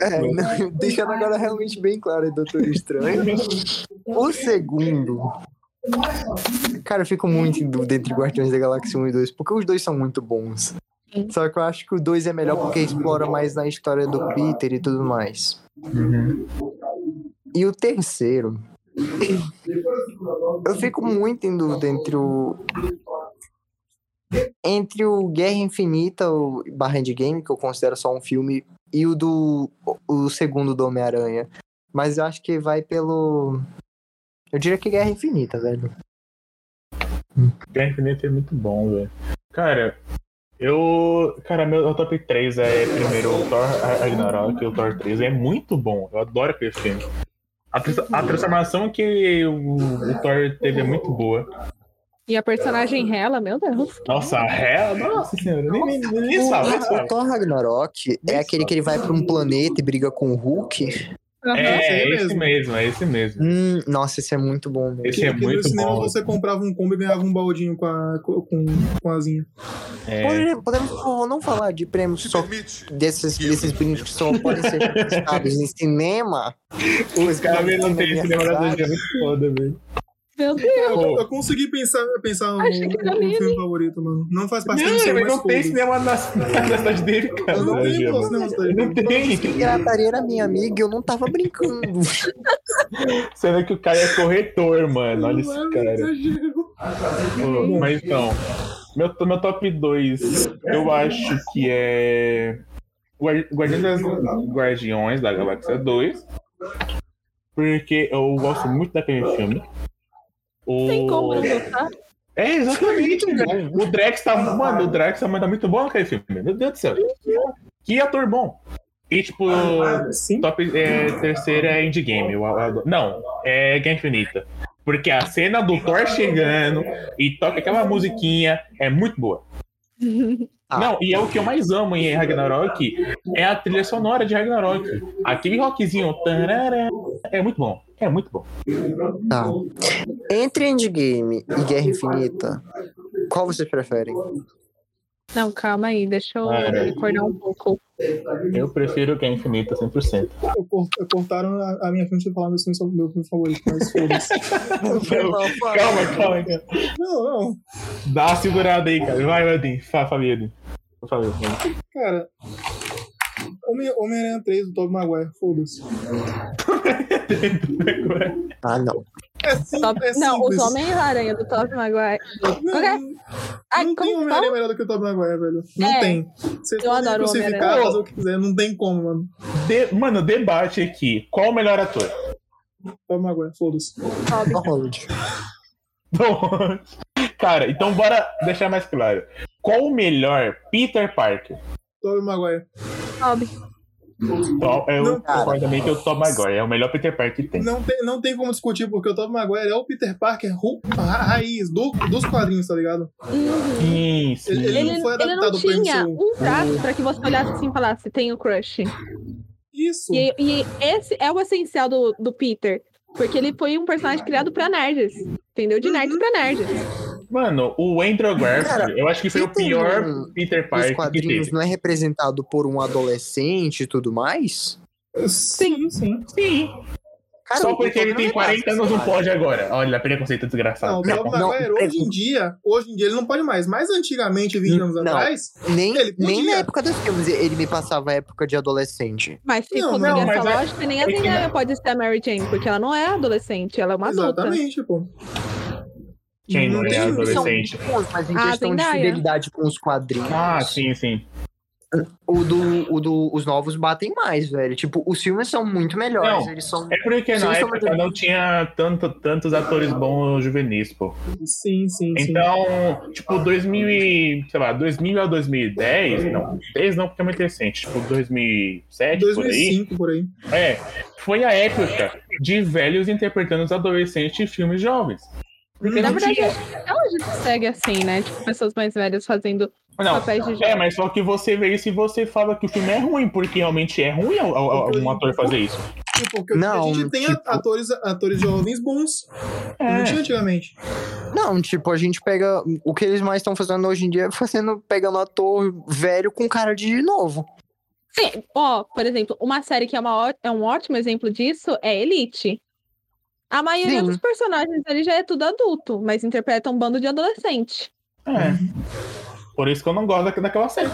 F: É, não, deixando agora realmente bem claro, é Doutor Estranho. O segundo. Cara, eu fico muito em dúvida entre Guardiões da Galáxia 1 e 2, porque os dois são muito bons. Só que eu acho que o 2 é melhor porque explora mais na história do Peter e tudo mais. E o terceiro. Eu fico muito em dúvida entre o. Entre o Guerra Infinita, o Barra Endgame, que eu considero só um filme, e o do. O segundo do Homem-Aranha. Mas eu acho que vai pelo. Eu diria que Guerra Infinita, velho.
B: Guerra Infinita é muito bom, velho. Cara, eu. Cara, meu top 3 é primeiro o Thor Ragnarok e o Thor 3. É muito bom. Eu adoro aquele filme. A, trans- a transformação que o, o Thor teve é muito boa.
E: E a personagem Hela, meu Deus.
B: Nossa, a ré. Nossa senhora, nem, nem, nem, nem
F: O,
B: sabe, nem
F: o
B: sabe.
F: Thor Ragnarok é aquele que ele vai pra um planeta e briga com o Hulk.
E: Aham.
B: É,
A: é
B: é esse
A: mesmo.
B: mesmo, é esse mesmo.
F: Hum, nossa, esse é muito bom mesmo.
B: Esse é
A: Que no
B: muito
A: cinema
B: bom.
A: você comprava um combo e ganhava um baldinho com a, com, com a asinha.
B: É.
F: Pode- Podemos, por favor, não falar de prêmios só desses, desses brindes que só podem ser conquistados em cinema?
B: Os caras
F: Não,
B: não
F: não
B: têm
F: é
B: cinema
F: verdade.
B: brasileiro é muito foda, velho.
E: Meu Deus.
A: Eu, eu consegui pensar, pensar no,
E: Achei que era
A: no
E: livre.
A: filme favorito, mano. Não faz parte do
B: Não,
A: seu,
B: mas
A: mas
B: não tem
A: foda-se.
B: cinema na, na cidade dele, cara.
A: Eu não
B: Hoje,
A: tenho
B: mano.
A: cinema na cidade
B: Não tem.
F: Pirataria era minha amiga e eu não tava brincando.
B: Sendo que o cara é corretor, mano. Olha esse
A: Não,
B: cara.
A: exagero.
B: Pô, Mas então, meu, meu top 2, eu acho que é. Guar- Guardiões, das, Guardiões da Galáxia 2. Porque eu gosto muito daquele filme. O...
E: Tem como né? eu gostar?
B: É, exatamente, velho. O Drax tá. Mano, o Drax tá tá muito bom naquele filme. Meu Deus do céu. Que ator bom. E tipo,
A: Sim.
B: top é, terceira é Endgame. Eu adoro. Não, é Guerra Infinita. Porque a cena do Thor chegando e toca aquela musiquinha é muito boa.
F: Ah.
B: Não, e é o que eu mais amo em Ragnarok é a trilha sonora de Ragnarok. Aquele rockzinho tarará, é muito bom. É muito bom.
F: Tá. Entre Endgame e Guerra Infinita, qual vocês preferem?
E: Não, calma aí, deixa eu
B: Cara.
E: recordar um pouco.
B: Eu prefiro Guerra Infinita 100%.
A: Eu cor- eu cortaram a, a minha frente de falar meu filme, meu filme favorito, mas foda-se.
B: Calma, calma, calma.
A: Não, não.
B: Dá uma segurada aí, cara. Vai, Edin. Fa, Fabio, Edin. Por favor.
A: Cara. Homem- Homem-Aranha 3 do Tobey Maguire, foda-se.
F: Ah, não.
A: É sim,
E: Top-
A: é
E: Não, os
A: simples.
E: Homem-Aranha do Top Maguire.
A: Não,
E: Ok. Ai,
A: não tem
E: como fala?
A: Homem-Aranha melhor do que o Tobey Maguire, velho. Não
E: É.
A: tem. Vocês
E: Eu
A: podem
E: adoro o
A: crucificar,
E: Homem-Aranha.
A: fazer o que quiser, não tem como, mano.
B: De- Mano, debate aqui. Qual o melhor ator?
A: Tobey Maguire, foda-se.
E: Robin.
F: Tá Holland.
B: Bom, cara, então bora deixar mais claro. Qual o melhor Peter Parker?
A: Tobey Maguire.
E: Robin.
B: Tó- Eu
A: Não, cara.
B: concordo também é que eu tomo agora. É o melhor Peter Parker que tem.
A: Não tem, não tem como discutir, porque o Tobey Maguire é o Peter Parker ru- ra- raiz do, dos quadrinhos, tá ligado?
E: Uhum.
B: Sim, sim.
F: é-
A: Ele-
E: Ele,
A: não foi
E: ele não
A: adaptado pra
E: tinha
A: isso.
E: um traço pra que você olhasse assim e falasse, tenho crush.
A: Isso.
E: E, e esse é o essencial do, do Peter. Porque ele foi um personagem criado pra nerds. Entendeu? De
A: Uhum.
E: nerd pra nerd.
B: Mano, o Andrew Garfield,
F: Cara,
B: eu acho que foi o
F: Peter
B: pior
F: no-
B: Peter
F: Os
B: Parker que
F: quadrinhos
B: teve.
F: não é representado por um adolescente e tudo mais?
A: Sim, sim.
B: Sim.
F: Cara,
B: Só
F: o
B: porque ele
F: Thor
B: tem
F: não é
B: 40 anos, não
F: básico, cara.
B: pode agora. Olha, preconceito
A: Não,
B: desgraçado.
A: o Tobey
F: não,
A: Maguire hoje em dia, hoje em dia ele não pode mais, mas antigamente, 20 anos
F: Não.
A: atrás,
F: Nem,
A: Ele
F: nem
A: podia.
F: na época dos filmes ele me passava a época de adolescente.
E: Mas se
A: Não,
E: for
A: não,
E: seguir essa
B: mas é-
E: lógica, nem
B: é
E: a
B: que
E: Zendaya pode ser a Mary Jane, porque ela não é adolescente, ela é uma adulta.
A: exatamente, pô.
B: Quem não é
A: Não, não.
B: adolescente?
F: São bons, mas em
E: Ah,
F: questão de
E: Zendaya.
F: fidelidade com os quadrinhos,
B: Ah, sim, sim.
F: o do, o do, os novos batem mais, velho. Tipo, os filmes são muito melhores.
B: Não,
F: eles são.
B: É porque
F: Sim,
B: na
F: são
B: época
F: muito-
B: não tinha tanto, tantos atores bons juvenis, pô.
A: Sim, sim, sim.
B: Então, tipo, 2000 e, sei lá, 2000 a 2010, não, 10 não, porque é muito recente, tipo, 2007, por
A: 2005, por aí.
B: aí, é, foi a época de velhos interpretando os adolescentes em filmes jovens.
A: Uhum.
B: Porque
E: Na
B: não
E: verdade,
B: tinha...
E: até hoje segue assim, né? Tipo, pessoas mais velhas fazendo
B: Não,
E: papéis de
B: é,
E: jovem.
B: mas só que você vê isso e você fala que o filme é ruim, porque realmente é ruim ao- ao- ao um ator fazer isso.
A: Tipo, porque
F: Não,
A: a gente tem
F: tipo-
A: atores, atores jovens bons.
B: É,
A: Não tinha antigamente.
F: Não, tipo, a gente pega. O que eles mais estão fazendo hoje em dia é fazendo, pegando ator velho com cara de novo.
E: Sim, ó, por exemplo, uma série que é, uma, ó- é um ótimo exemplo disso é Elite. A maioria
F: Sim.
E: dos personagens ali já é tudo adulto, mas interpreta um bando de adolescente.
B: É. Por isso que eu não gosto daqu- daquela série.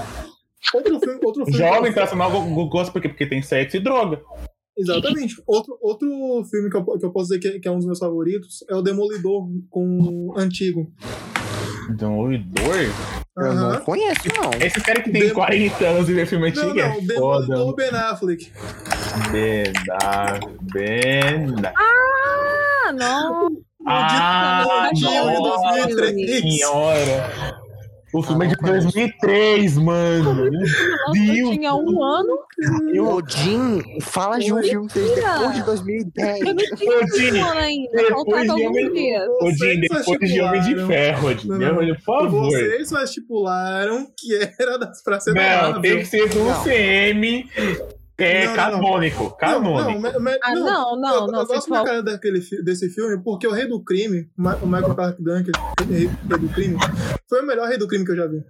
A: Outro filme, outro filme
B: Jovem
A: que eu-
B: internacional eu eu gosto porque, porque tem sexo e droga.
A: Exatamente. Outro, outro filme que eu, po- que eu posso dizer que, que é um dos meus favoritos é o Demolidor com o antigo.
B: Doidor?
F: Eu
A: Aham.
F: não conheço, não.
B: Esse cara que tem
A: Dem-
B: 40 anos e vê filme
A: Não,
B: antigo
A: não, o
B: é foda.
A: Demolidor Ben Affleck. Ah,
B: Benda, benda.
E: Ah, não!
B: Ah,
A: Maldito
B: nossa
A: Tarantino de 2003.
B: senhora. O filme é
A: Ah,
B: de
F: não conheço.
B: 2003 mano. Meu
E: Eu
B: Deus.
E: tinha um ano,
B: Eu-
F: Odin, fala de um
E: Mentira.
F: filme desde depois de 2010.
E: eu não
B: Eu
E: tinha
B: tinha.
E: um ano ainda,
B: Depois de
E: faltava alguns
B: homem-
E: dias.
B: Odin,
A: Vocês
B: depois é de Homem de
A: estipularam-
B: Ferro, Odin.
A: Não, não.
B: Por favor.
A: Vocês só estipularam que era das praças
B: Não, tem que ser do
F: Não.
B: CM é,
A: Não, não, não.
B: canônico.
A: Não,
B: Canônico.
A: me- me-
E: Ah,
A: não,
E: não, não,
A: eu,
E: não,
A: eu gosto pra
E: pessoal.
A: cara daquele, fi- desse filme porque o Rei do Crime, Ma- o Michael Clark Duncan, Rei, Rei do Crime, foi o melhor Rei do Crime que eu já vi.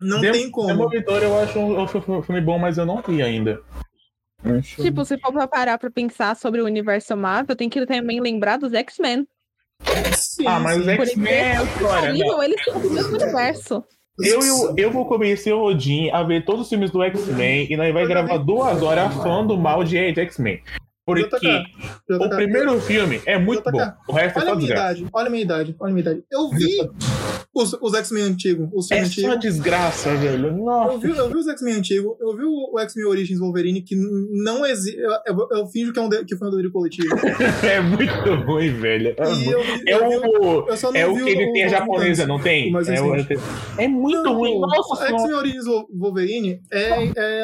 A: Não
B: Dem-
A: tem como.
B: Demolidor É eu acho um, um fi- um filme bom, mas eu não vi ainda.
E: Tipo, se for pra parar pra pensar sobre o universo Marvel, tem que também lembrar dos X-Men.
A: Sim,
B: ah, mas
A: sim.
B: os X-Men é história, né?
E: Incrível, eles são do mesmo universo.
B: Eu, eu, eu vou convencer o Odin a ver todos os filmes do X-Men e nós vai gravar duas horas falando mal de de X-men. Porque
A: JK, JK,
B: o primeiro filme é muito
A: JK.
B: bom, o resto é
A: Olha
B: só
A: a minha
B: desgraça.
A: idade, olha a minha idade, olha a minha idade. Eu vi os, os X-Men antigos, os
B: É
A: filmes
B: só
A: antigos.
B: desgraça, velho.
A: Eu
B: Nossa.
A: vi, eu vi os X-Men antigos, eu vi o, o X-Men Origins Wolverine, que n- não existe. Eu, eu, eu finjo que, é um de- que foi um delírio coletivo.
B: É muito ruim, velho. É,
A: E
B: muito-
A: eu, vi-
B: é
A: eu vi um,
B: o.
A: eu só não
B: É o
A: vi
B: que ele tem a japonesa, não tem?
A: Mas
B: É, o- é muito ruim. Nossa senhora.
A: X-Men Origins Wo- Wolverine é,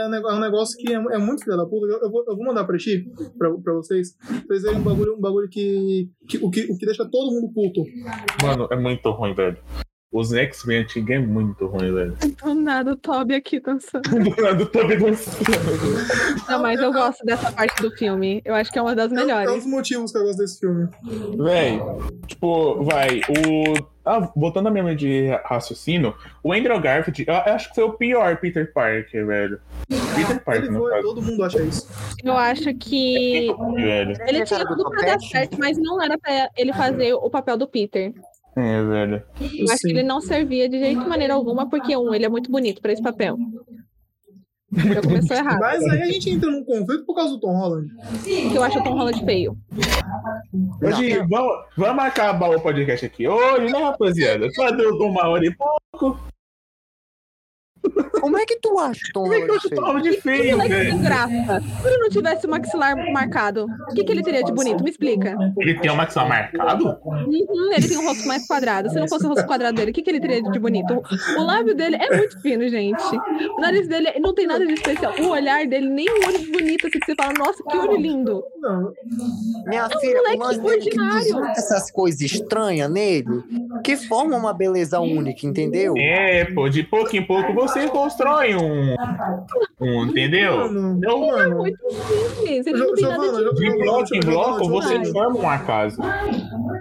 A: é um nego- é um negócio que é, é muito filho da puta. Eu, eu vou, eu vou mandar pra ti, pra, pra vocês, pra vocês verem um bagulho, um bagulho que, que, o que. O que deixa todo mundo puto. um-
B: Mano, é muito ruim, velho. Os X-Men antigos é muito ruim, velho.
E: Do nada o Toby aqui dançando.
B: Do Tobi dançando.
E: Não, mas eu gosto dessa parte do filme. Eu acho que é uma das
A: É, um
E: melhores.
A: dos motivos que eu gosto desse filme.
B: Véi, tipo, vai, o. Ah, voltando à minha linha de raciocínio, o Andrew Garfield, eu acho que foi o pior Peter Parker, velho. Peter Parker,
A: Ele
B: no
A: foi,
B: caso.
A: todo mundo acha isso.
E: Eu acho que
B: Velho.
E: ele tinha tudo pra dar certo, mas não era pra ele fazer o papel do Peter.
B: É, velho.
E: Eu acho que ele é não servia de jeito maneira alguma, porque um, ele é muito bonito pra esse papel. Já começou errado.
A: Mas aí a gente entra num conflito por causa do Tom Holland.
E: Porque eu acho o Tom Holland feio.
B: Hoje, vamos, vamos acabar o podcast aqui hoje, né, rapaziada? Só deu uma hora e pouco.
F: Como é que tu acha, Tom
B: Como é que eu
F: Holland?
B: tô
F: feio?
B: falando de
E: Ele
B: feio,
E: é
B: velho?
E: sem graça. Se ele não tivesse o maxilar marcado, o que, que ele teria de bonito? Me explica.
B: Ele tem uma que só marcado?
E: Uhum, ele tem um rosto mais quadrado. Se não fosse o rosto quadrado dele, o que, que ele teria de bonito? O lábio dele é muito fino, gente. O nariz dele não tem nada de especial. O olhar dele, nem o olho bonito, assim, que você fala, nossa, que olho lindo.
A: Não,
F: Minha filha, o
E: moleque
F: lance dele é que
E: ordinário.
F: desmonta essas coisas estranhas nele, que forma uma beleza única, entendeu?
B: É, pô, de pouco em pouco você constrói um. Um, entendeu?
A: mano.
B: Eu-
E: É muito simples. Ele não
A: Jo-
E: tem nada de.
A: Giovana,
B: De
A: Giovana,
B: bloco em bloco você
A: Giovana,
B: forma um acaso.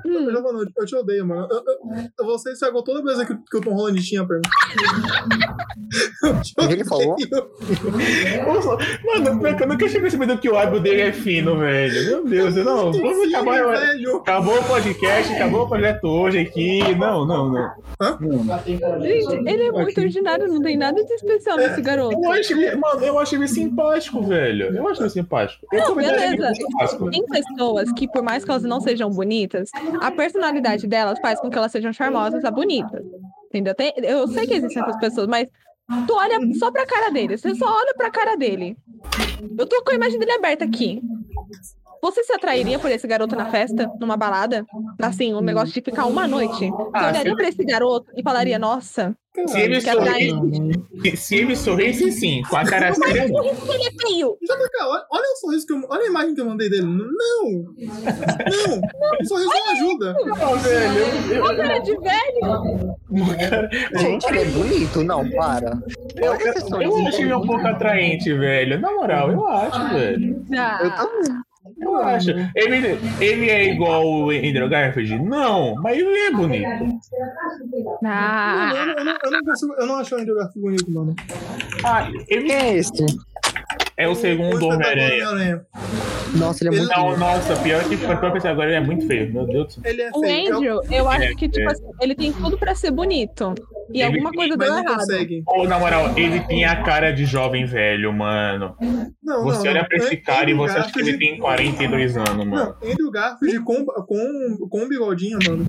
E: Hum,
A: Giovana, eu te odeio, mano. Eu- eu- eu- Você estragou toda a beleza que, que o Tom Holland tinha pra mim.
B: Tá
A: Eu te
F: Ele falou?
A: odeio.
B: Nossa,
E: Uhum.
B: Mano, pior que eu nunca tinha percebido que o lábio dele é fino, velho. Meu Deus, não. Vamos
A: Sim,
B: acabar.
A: velho.
B: Acabou o podcast, acabou o projeto hoje aqui. Não, não, não.
E: Gente, ele é muito ordinário, não tem nada de especial nesse garoto.
B: Eu acho ele, mano, eu acho ele simpático, velho. Eu acho ele simpático. Eu
E: Não,
B: convidaria ele
E: beleza.
B: pro churrasco.
E: Tem pessoas que, por mais que elas não sejam bonitas, a personalidade delas faz com que elas sejam charmosas a bonitas. Entendeu? Tem- eu sei que existem essas pessoas, mas tu olha só pra cara dele. Você só olha pra cara dele. Eu tô com a imagem dele aberta aqui. Você se atrairia por esse garoto na festa, numa balada? Assim, um negócio de ficar uma noite. Você
B: Ah,
E: olharia
B: se-
E: pra esse garoto e falaria, nossa,
B: Se ele
E: quer dar
B: sorrisse, se- se ele sorrisse, sim. Com a cara séria, não.
E: sorriso que ele é feio.
A: JK, tá olha, olha o sorriso que eu. Olha a imagem que eu mandei dele. Não! Não! O sorriso não ajuda.
B: Não, velho. eu- eu-
E: Olha a cara de velho.
F: Gente, ele é bonito, não, para.
B: Eu,
F: Olha esse
B: eu,
F: sorriso,
B: eu
F: ele
B: acho
F: é
B: ele um
F: bonito.
B: pouco atraente, velho. Na moral, eu acho, velho.
F: Eu
E: Ah,
F: também.
B: Eu acho. Ele, ele é igual o Andrew Garfield? Não, mas ele é bonito.
A: Mano,
E: ah,
A: eu, não- eu não, eu não consigo. Eu não acho o Andrew Garfield bonito, mano.
B: Ah,
F: Quem
B: ele
F: é esse?
B: é o segundo Homem-Aranha.
A: tá Homem-Aranha.
F: Nossa, ele é
A: Ele-
F: muito
B: Não, nossa, pior que pra pra pensar agora, ele é muito feio. Meu Deus do céu.
A: Ele é
E: O
A: feio.
E: Andrew, eu acho que, tipo
B: é.
E: assim, ele tem tudo pra ser bonito. E
B: Ele
E: alguma
B: tem,
E: coisa
A: mas
E: deu
A: não
E: errado.
A: consegue.
B: Ou, na moral, ele tem a cara de jovem velho, mano.
A: Não,
B: Você
A: não,
B: olha
A: não.
B: pra esse cara e
A: Andrew
B: você acha que ele
A: Garfield-
B: tem 42 anos, mano.
A: Não, Andrew Garfield com, com, com bigodinho, mano.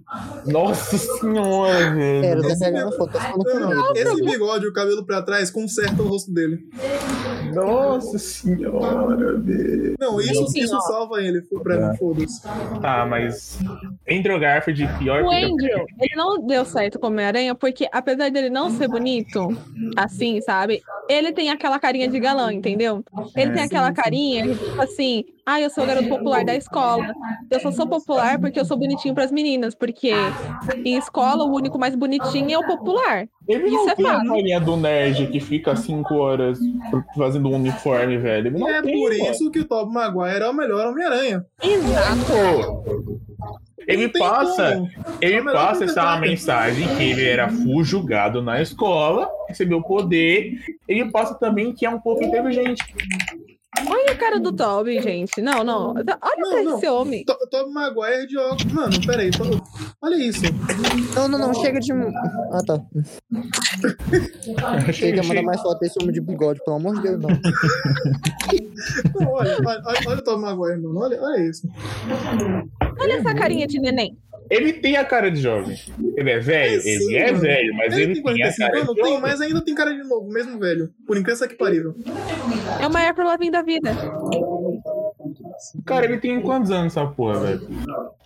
B: Nossa senhora,
F: Era,
B: velho.
F: eu tô pegando foto, tá ficando
A: Não, não,
B: é
F: comigo.
A: Esse bigode e o cabelo pra trás conserta o rosto dele.
E: É.
B: Nossa senhora, velho.
A: Não, isso,
E: Enfim,
A: isso
E: ó.
A: salva ele pra
B: É.
A: mim, foda-se.
B: Tá, mas. Andrew Garfield, pior
E: O
B: que.
E: Andrew, ele não deu certo como Homem-Aranha, porque apesar dele não ser bonito, assim, sabe? Ele tem aquela carinha de galã, entendeu? Ele
A: É,
E: tem aquela carinha, que, tipo assim, ah, eu sou o garoto popular da escola. Eu só sou popular porque eu sou bonitinho pras meninas, porque em escola o único mais bonitinho é o popular.
B: Ele não
E: Isso é
B: tem a
E: fato.
B: carinha do nerd que fica 5 horas fazendo um uniforme, velho. Ele não
A: É
B: tem,
A: por
B: mano.
A: isso que o Tobey Maguire é o melhor Homem-Aranha.
E: Exato.
B: Ele
A: Não tem
B: passa,
A: como.
B: ele
A: Não, mas
B: passa
A: não tem
B: essa
A: como.
B: mensagem que ele era full julgado na escola, recebeu poder. Ele passa também que é um pouco inteligente.
E: Olha a cara do Toby, gente. Não, não. Olha pra
A: Hum. não.
E: esse homem.
A: To- Tobey Maguire de óculos. Mano, peraí. To... Olha isso.
F: Não, não, não, chega de. Ah, tá. Chega, manda mais foto desse homem de bigode, pelo amor de Deus, não. Tá,
A: Não, olha, olha, olha- olha o Tobey Maguire, mano. Olha, olha isso.
E: Olha
A: Uhum.
E: essa carinha de neném.
B: Ele tem a cara de jovem. Ele é velho,
A: É, sim,
B: ele é
A: mano.
B: velho, mas ele,
A: Ele tem
B: tem a
A: 45
B: cara de
A: anos,
B: jovem.
A: tem, mas ainda tem cara de novo, mesmo velho. Por incrível que parível.
E: É o maior problema da vida.
B: Cara, ele tem quantos anos essa porra, velho?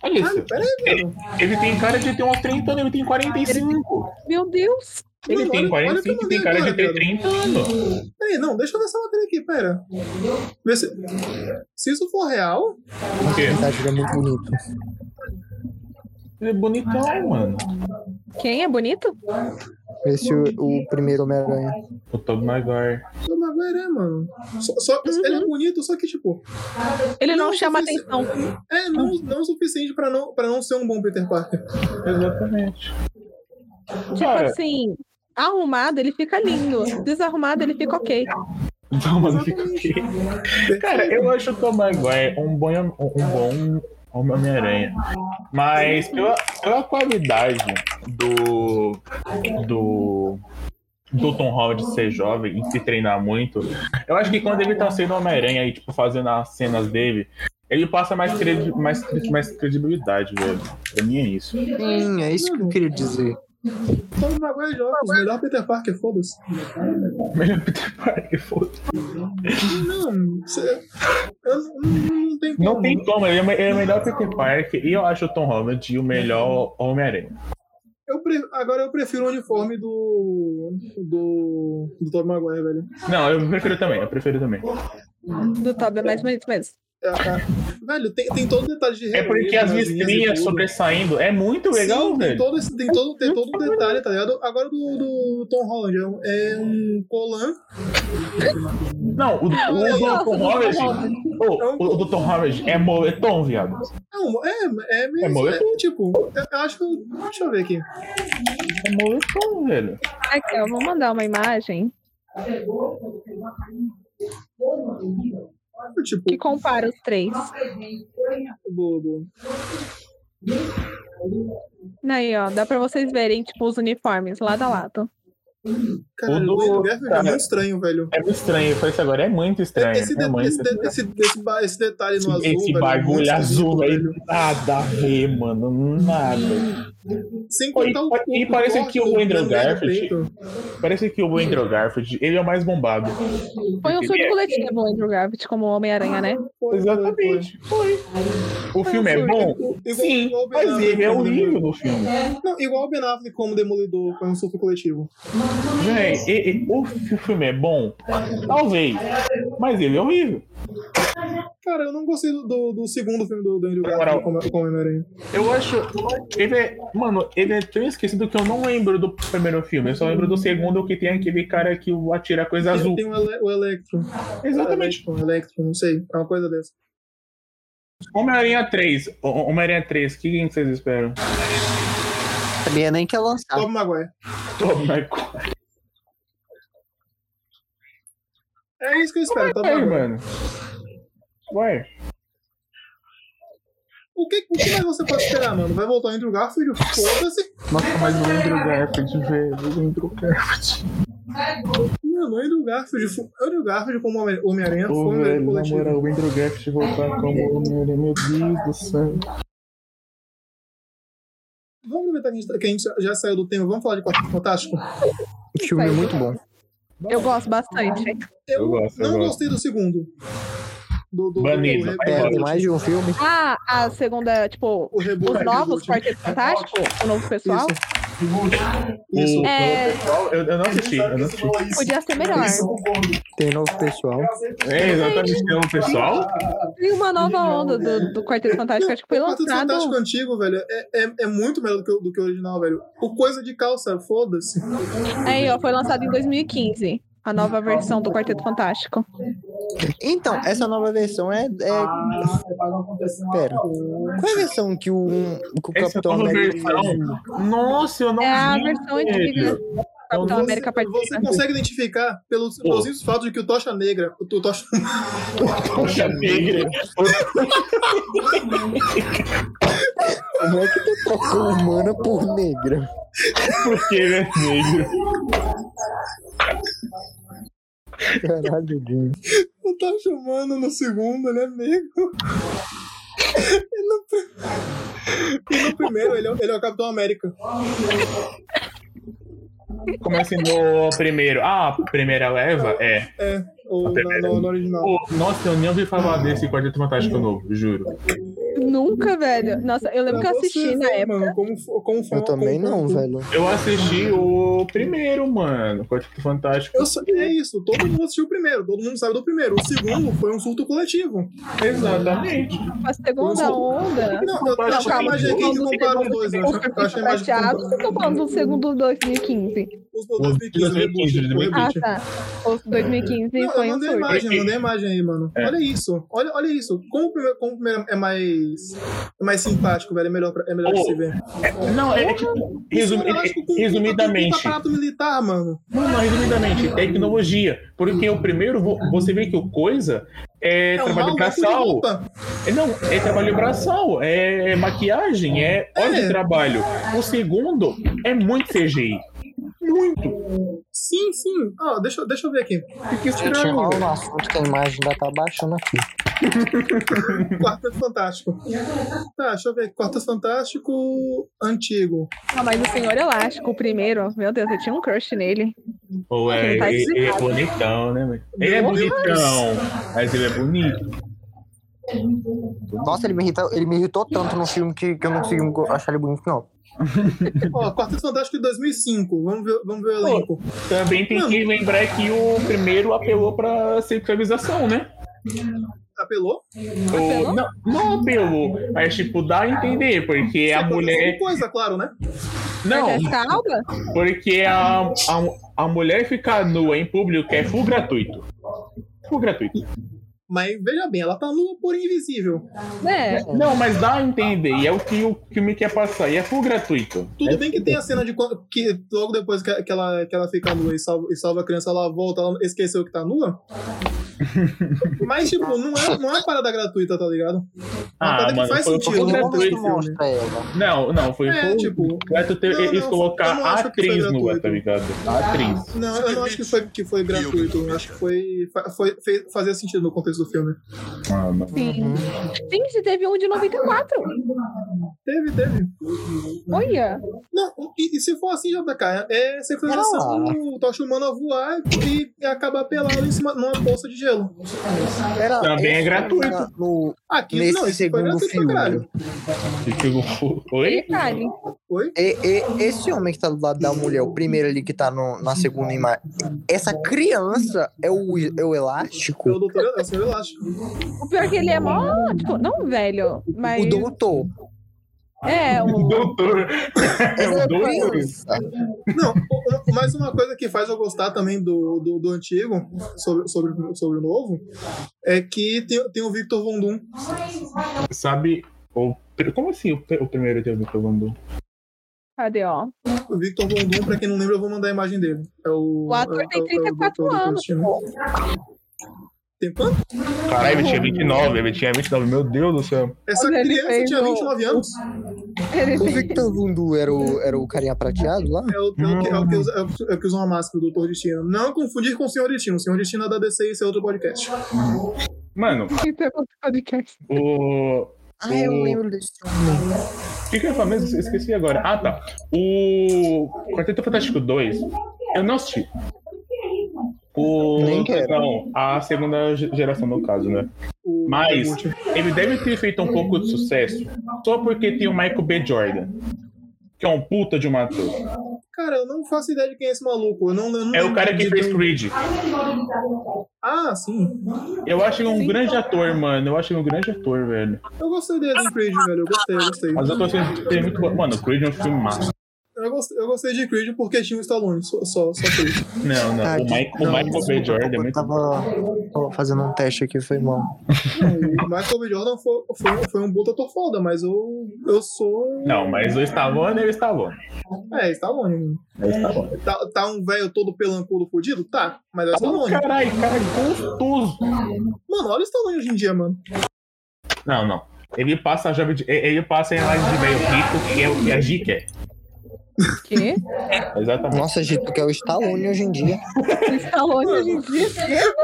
B: Olha isso.
A: Ah, peraí,
B: Ele,
A: mano.
B: ele tem cara de ter uns 30 anos, ele tem 45.
E: Meu Deus.
B: Ele
A: Mano,
B: tem
A: olha- olha o que eu
B: 45 e tem
A: mandei
B: cara de ter
A: agora,
B: 30 anos.
A: Peraí, não, deixa eu ver essa matéria aqui, pera. Vê se... se isso for real.
B: Por quê?
F: Tá, ele é muito bonito.
B: Ele é bonitão, mano.
E: Quem é bonito?
F: Esse o, o primeiro Homem-Aranha.
B: O Tobey Maguire.
A: Tobey Maguire é, mano. Só, só- Ele é bonito, só que, tipo.
E: Ele não
A: o
E: chama
A: sufici-
E: atenção.
A: É, não, não o suficiente pra não, pra não ser um bom Peter Parker.
B: Exatamente.
E: Tipo
B: Cara,
E: assim, arrumado ele fica lindo, desarrumado ele fica ok.
B: não, mano, fica aqui. Cara, eu acho o Tobey Maguire um bom, um bom Homem-Aranha. Mas pela, pela qualidade do. do. Do Tom Holland ser jovem e se treinar muito, eu acho que quando ele tá sendo Homem-Aranha e, tipo, fazendo as cenas dele, ele passa mais, credi mais, cre- mais credibilidade, velho. Pra mim é isso.
F: Sim, é isso que eu queria dizer.
A: Tobey Maguire de óculos, melhor Peter Parker, foda-se.
B: Melhor Peter Parker, foda-se.
A: Não, cê- eu não, não, não tem como.
B: Não tem como, ele é, me- ele é o melhor Peter Parker e eu acho o Tom Holland o melhor Homem-Aranha.
A: Eu pre- Agora eu prefiro o uniforme do. do. do Tobey Maguire, velho.
B: Não, eu prefiro também, eu prefiro também.
E: Do Toby é mais bonito mesmo.
A: É, é. Velho, tem, tem todo o detalhe de
B: É porque
A: relevo
B: as
A: nas linhas e
B: listrinhas
A: tudo.
B: sobressaindo é muito
A: Sim,
B: legal,
A: Tem
B: velho.
A: todo, esse, tem, todo, tem todo um detalhe, tá ligado? Agora do, do Tom Holland, é um, é um colan.
B: Não, o, o,
A: eu
B: do
E: gosto
B: Tom
E: do
B: Holland.
E: Tom
B: Ô, o, o do Tom Holland é moletom, viado.
A: É, um, é, é
B: É
A: mesmo.
B: moletom.
A: É, tipo, eu, eu acho. Deixa eu ver aqui.
B: É moletom, velho.
E: Aqui, ó, vou mandar uma imagem
A: Tipo,
E: que compara os três.
A: do, do-
E: Aí, ó, dá pra vocês verem, tipo, os uniformes lado a lado.
A: Cara,
B: O
A: o
B: do-
A: Andrew Garfield é
B: cara.
A: muito estranho, velho.
B: É muito estranho, eu falei isso agora, é muito estranho.
A: Esse, de-
B: é muito
A: esse, de-
B: estranho.
A: esse- esse ba- esse detalhe no azul.
B: Esse
A: velho, é muito
B: bagulho
A: esquisito,
B: azul aí, nada a ver, mano, nada.
A: Sem
B: Pô, e
A: contar o.
B: pa- e
A: o
B: parece que o
A: corte
B: Andrew
A: do
B: Garfield-
A: peito.
B: Parece que o Andrew Garfield, ele é o mais bombado.
E: Foi um
B: Ele
E: surto
B: é-
E: coletivo, Andrew Garfield, como Homem-Aranha, né?
A: Foi, foi, foi.
B: Exatamente, foi. O
E: Foi
B: filme é
E: um surto.
B: bom?
A: Igual-
B: Sim,
A: igual o Ben
B: mas
A: Affleck
B: ele é
A: como
B: horrível
A: Demolidor.
B: no filme.
A: Não, igual o Ben Affleck como Demolidor, foi um surto coletivo.
B: Véi, e- e- o fi- o filme é bom? Talvez, mas ele é horrível.
A: Cara, eu não gostei do, do, do segundo filme do, do Andrew
B: Na
A: Garfield
B: moral.
A: como, como Homem-Aranha.
B: Eu acho. Ele é. Mano, ele é tão esquecido que eu não lembro do primeiro filme. Eu só lembro do segundo que tem aquele cara que o atira coisa
A: Tem,
B: azul.
A: tem o, Ele- o Electro.
B: Exatamente.
A: Electro, Electro, não sei. É uma coisa dessa.
B: Homem-Aranha 3. O- o- Homem-Aranha 3, o que que vocês esperam?
F: Sabia nem que ia
B: Ah.
F: lançar.
A: Tobey Maguire.
B: Tobey Maguire.
A: É isso que eu espero, Tobey
B: Ué,
A: Maguire.
B: mano. Ué.
A: O que, o que mais você pode esperar, mano? Vai voltar o Andrew Garfield? Foda-se.
B: Nossa, mas o Andrew Garfield, velho. O Andrew Garfield.
A: Mano, o Andrew Garfield, fu- o Andrew Garfield como Homem- Homem-Aranha foi
B: Ô,
A: um
B: velho,
A: erro
B: na
A: coletivo.
B: moral, o Andrew Garfield voltar como Homem-Aranha, meu Deus do céu.
A: Vamos aproveitar que a gente- que a gente já- já saiu do tema, vamos falar de Quarteto Fantástico?
F: filme é muito bom.
E: Eu gosto bastante.
A: Eu,
B: Eu gosto, eu
A: não
B: gosto.
A: gostei do segundo. Do, do,
B: Banido,
A: do,
B: vai
F: É,
A: reboot.
F: tem mais de um filme.
E: Ah, a segunda, tipo,
A: O reboot.
E: os
A: o reboot.
E: novos Quarteto Fantástico, o novo pessoal,
A: Isso.
B: O- né?
E: É.
B: o pessoal- eu, eu não assisti, eu não assisti.
A: É
E: podia ser melhor.
F: Tem novo pessoal.
B: É, exatamente, tem um pessoal.
E: Tem uma nova onda do, do Quarteto Fantástico, acho que foi
A: o Quarteto um Fantástico
E: lançado.
A: antigo, velho, é, é, é muito melhor do que, o- do que o original, velho. O Coisa de Calça, foda-se.
E: Aí, ó, foi lançado em 2015. A nova versão do Quarteto Fantástico.
F: Então, essa nova versão é. é... Pera. Qual é a versão que o, que o
B: Essa
F: Capitão
B: nova
F: América
B: é versão?
F: faz?
B: Nossa, eu não
E: É a
B: vi,
E: versão
B: velho.
E: antiga do Capitão
A: Você-
E: Então, América
A: Você
E: participa.
A: consegue identificar pelo, pelo simples fato de que o Tocha Negra, o, o Tocha
B: Poxa, negra.
F: Como é que tu trocou humana por negra?
B: Por que ele é negro?
F: Caralho, Jim.
A: Não tá chamando no segundo, ele é negro. E no, pri- e no primeiro, ele é, o- ele é o Capitão América.
B: Comece no primeiro. Ah, a primeira leva? É.
A: É, o, na, no, no original.
B: Pô, nossa, eu nem ouvi falar desse Quarteto Fantástico novo, juro.
E: Nunca, velho. Nossa, eu lembro que
A: Pra
E: eu
A: Ah, você
E: assisti na
A: ver,
E: época.
A: Mano, como, fo- como foi
F: Eu
A: uma-
F: também
A: como-
F: não,
A: como-
F: velho.
B: Eu assisti o primeiro, mano. Quarteto Fantástico.
A: Eu só- é isso, todo mundo assistiu o primeiro, todo mundo sabe do primeiro. O segundo foi um surto coletivo.
B: Exatamente.
E: A segunda onda.
A: Não, eu, eu
B: Não,
A: achei a
B: calma,
A: imagem aqui que
E: Segundo,
A: compara os
E: segundo,
A: dois, né?
E: segundo,
A: Eu achei a imagem que compara
E: prateado, vocês estão falando do segundo 2015.
A: os dois, 2015, o reboot, o reboot.
E: Ah, tá. O 2015
A: Não,
E: foi
A: eu
E: um
A: mandei a
E: surto.
A: imagem, eu mandei a imagem aí, mano. Olha isso, olha, olha isso. Como o primeiro, como o primeiro é mais, é mais simpático, velho, é melhor, pra, é melhor de
B: Oh,
A: se ver.
B: Não, é, é tipo. resumi-
A: Isso, lógico, com- com- Com
B: resumidamente.
A: puta aparato militar, mano.
B: Mano, resumidamente, tecnologia. Porque o primeiro, vo- você vê que o coisa é,
A: É um
B: trabalho
A: maluco de
B: braçal.
A: roupa.
B: É, Não, é trabalho braçal, é maquiagem, é hora
A: É.
B: de trabalho. O segundo é muito CGI. Muito.
A: Sim, sim. Ó, deixa, deixa eu ver aqui.
B: Porque isso
F: Gente,
B: tiraram.
F: rola um assunto que a imagem ainda tá baixando aqui.
A: Quarteto Fantástico. Tá, deixa eu ver aqui. Quarteto Fantástico antigo.
E: Ah, mas o Senhor Elástico, o primeiro, meu Deus, eu tinha um crush nele.
B: Ou é,
E: Não tá
B: ele- ele é
E: explicado.
B: bonitão, né, velho? Ele é
A: Meu Deus.
B: bonitão, mas ele é bonito.
F: Nossa, ele me irritou, ele me irritou tanto no filme que, que eu não consegui achar ele bonito, não.
A: Ó, Quarteto Fantástico de 2005. Vamos ver, vamos ver o
B: Pô.
A: elenco.
B: Também tem que lembrar que o primeiro apelou pra sexualização, né?
A: Apelou?
B: O- não, não apelou, mas tipo, dá a entender, porque É a
A: Só pra
B: mulher.
A: fazer Coisa, claro, né?
B: Não,
E: Jessica Alba?
B: Porque a, a, a mulher ficar nua em público é full gratuito. Full gratuito.
A: Mas veja bem, ela tá nua, porém invisível.
E: É.
B: Não, mas dá a entender. E é o que o filme quer passar. E é full gratuito.
A: Tudo
B: É-
A: bem que tem a cena de quando, que logo depois que, que ela, que ela fica nua e salva, e salva a criança, ela volta, ela esqueceu que tá nua. Mas, tipo, não é, não é parada gratuita, tá ligado?
B: Ah,
A: parada que
B: mano,
A: faz
B: foi
A: sentido,
B: full
F: Em
A: não
F: nenhum
A: gratuito,
B: gratuito.
F: momento
A: né?
F: mostra ela.
B: Não, não, foi
A: É,
B: full
A: tipo,
B: gratuito ter
A: não,
B: eles
A: não, eu
B: colocar
A: não
B: a
A: acho que foi
B: atriz nua,
A: gratuito.
B: tá ligado? A atriz.
A: Não, eu não acho que foi, que foi gratuito. Eu acho que foi, fa- foi, fez- fazia sentido no contexto do filme.
B: Ah, mano.
E: Sim. Gente, teve um de 94.
A: Teve, teve.
E: Olha.
A: Não, e, e se for assim, JK, é sincronização
F: Ah.
A: do Tocha Humana a voar e e acabar pelado em cima numa bolsa de gelo.
F: Era
B: Também é
F: esse
B: gratuito.
F: na- No,
A: Aqui,
F: nesse
A: não, isso foi
F: segundo
A: gratuito pra
F: filme.
A: caralho.
B: Oi?
E: Detalhe.
A: Oi?
F: E- e- esse homem que tá do lado da mulher, o primeiro ali que tá no- na segunda imagem. Essa criança é o, é o
A: É o
F: elástico?
A: doutor, é o senhor elástico.
E: O pior é que ele é mó. Tipo, não velho, mas.
F: O doutor.
E: É, o.
B: Doutor. É o
F: Essa
B: doutor.
F: criança.
A: Não, o- o- mais uma coisa que faz eu gostar também do, do, do antigo, sobre, sobre, sobre o novo, é que tem, tem o Victor Von Doom.
B: Sabe. O... pr- Como assim o, pr- o primeiro teve o Vandum?
E: Cadê, ó?
A: O Victor Von Doom, pra quem não lembra, eu vou mandar a imagem dele. É o,
E: O ator
A: é,
E: tem
A: é o- é o
E: 34
A: doutor do
E: anos,
A: time. Tem quanto?
B: Caralho, ele tinha 29, ele tinha 29, meu Deus do céu.
A: Essa
E: Quando ele
A: criança
E: fez
A: tinha
E: o-
A: 29 anos.
E: Ele
F: O
E: tem-
F: Victor Vundu era o, era o carinha prateado lá?
A: É o, é o que, é o que
B: Hum.
A: usa, é o que- é o que usa uma máscara do Doutor Destino. Não confundir com o Senhor Destino. O Senhor Destino é da DC e esse é outro podcast.
B: Mano,
E: Isso é outro podcast.
B: o.
F: Ah, eu lembro desse filme.
B: O que, que eu ia falar mesmo? Eu Esqueci agora. Ah, tá. O Quarteto Fantástico 2, eu não assisti. O...
F: Nem quero.
B: Não, a segunda ge- geração, no caso, né?
A: O-
B: Mas
A: o último.
B: ele deve ter feito um pouco de sucesso só porque tem o Michael B. Jordan, que é um puta de um ator.
A: Cara, eu não faço ideia de quem é esse maluco. Eu não, eu não
B: É o
A: lembro
B: cara que
A: de
B: fez
A: quem-
B: Creed.
A: Ah, sim.
B: Eu acho ele um grande ator, mano. Eu acho ele um grande ator, velho.
A: Eu gostei dele do Creed, velho. Eu gostei, eu gostei.
B: Mas eu tô sendo é muito bom. Mano, Creed é um filme massa.
A: Eu gostei, eu gostei de Creed porque tinha o Stallone. Só, só, só Creed.
B: Não, não. O, Mike- o
F: Não,
B: Michael B.
F: desculpa,
B: Jordan é
F: eu
B: muito
F: tava fazendo um teste aqui, foi mal.
A: Não, o Michael B. Jordan foi, foi, foi um puta ator foda, mas eu, eu sou...
B: Não, mas o Stallone é o Stallone.
A: É, Stallone. mano.
B: É o Stallone.
A: Tá, tá um velho todo pelancudo fudido? Tá, mas é Stallone.
B: Caralho, cara, gostoso.
A: Mano, olha o Stallone hoje em dia, mano.
B: Não, não. Ele passa a jovem de, eh, ele passa em live de meio rico, que é o que a G quer.
E: Quê?
B: Exatamente.
F: Nossa, gente, que é o Stallone hoje em dia.
E: O Stallone hoje em dia.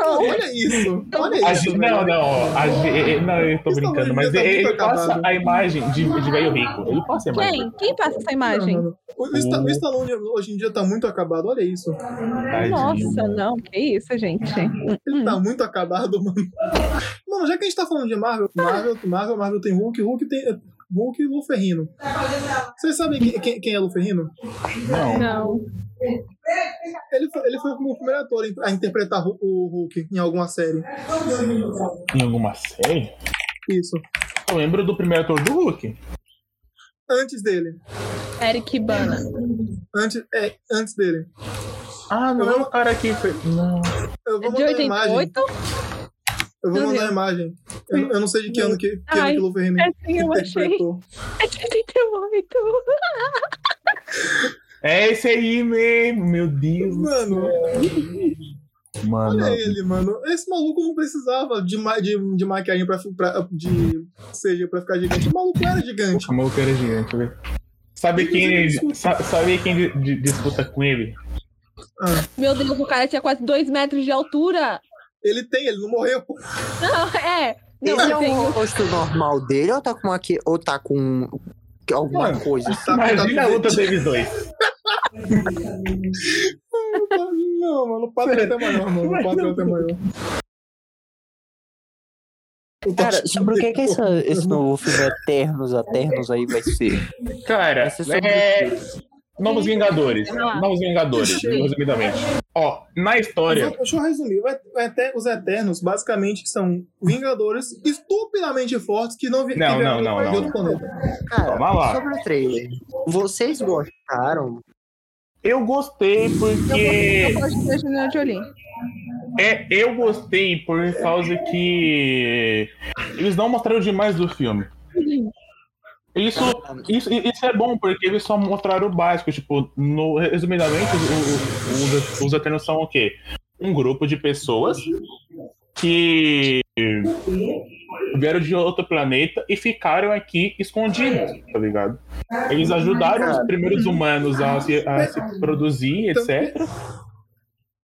A: Olha isso. Olha
B: A
A: isso,
B: G,
A: velho.
B: não, não, ó, a G, eh, eh, não, eu tô
A: Isso
B: brincando,
A: não,
B: mas
A: tá
B: ele,
A: muito
B: ele passa
A: acabado.
B: a imagem de, de velho rico. Ele passa a imagem.
E: Quem? Quem passa essa imagem?
A: Não, O, o Sta- o Stallone hoje em dia tá muito acabado, olha isso.
B: Tadinho.
E: Nossa, não. Que isso, gente.
A: Ele
E: Hum.
A: tá muito acabado, mano. Mano, já que a gente tá falando de Marvel, Marvel, Marvel, Marvel tem Hulk, Hulk tem. eh, Hulk e Luferrino. Vocês sabem que- quem, quem é Luferrino?
E: Não.
A: Ele foi, ele foi o primeiro ator a interpretar Hu- o Hulk em alguma série.
B: Em alguma série?
A: Isso.
B: Eu lembro do primeiro ator do Hulk.
A: Antes dele.
E: Eric Bana.
A: Antes, é, antes dele.
B: Ah, não é o cara que foi. Não.
A: Eu
E: É
A: vou
E: de
A: mandar a imagem.
E: 88?
A: Eu vou
E: Não
A: mandar a
E: viu.
A: imagem. Eu, eu não sei de que ano que, que, ano
E: Ai,
A: que o Luferrino
E: É sim, eu achei.
A: interpretou.
E: É de 88.
B: É esse aí mesmo, meu Deus.
A: Mano,
B: Mano.
A: Olha ele, mano. Esse maluco não precisava de, ma de, de maquiagem pra, fi- pra- de seja pra ficar gigante. O maluco era gigante.
B: Chamou o cara gigante, velho. Sabe quem,
A: um
B: ele- sa- sabe quem di- di- disputa com ele?
E: Meu Deus, o cara tinha quase 2 metros de altura.
A: Ele tem, ele não morreu. Tá,
E: Não, é. Não,
F: Esse é
E: eu tenho.
F: o rosto normal dele ou tá com, uma, que- ou tá com alguma
B: Mano.
F: coisa?
A: Tá,
B: Imagina a
A: tá-
B: luta deles dois.
A: Não, mano, o padre é até maior, mano. O padre é até maior. O
B: Então,
F: Cara,
B: tipo,
A: Tocha-
F: sobre o que, é que essa- esse novo filme é Eternos, Eternos aí vai ser?
B: Cara,
F: Vai ser sobre
B: é...
F: o quê?
B: Novos Vingadores.
E: Vai lá.
B: Novos Vingadores,
E: Sim.
B: resumidamente. Ó, na história.
A: Deixa eu resumir. O Et- o Ete- Os Eternos basicamente são Vingadores estupidamente fortes que não vi- que
B: Não,
A: vieram
B: não,
A: de
B: não,
A: outro planeta.
F: Cara,
B: Toma lá.
F: sobre o trailer. Vocês gostaram?
B: Eu gostei
E: Eu
B: porque.
E: gosto da Angelina Jolie.
B: É, eu gostei por causa que eles não mostraram demais do filme. Isso, isso, isso é bom, porque eles só mostraram o básico. Tipo, no, resumidamente, o- o- os, os Eternos são o quê? Um grupo de pessoas que vieram de outro planeta e ficaram aqui escondidos, tá ligado? Eles ajudaram os primeiros humanos a se, a se produzir, etc.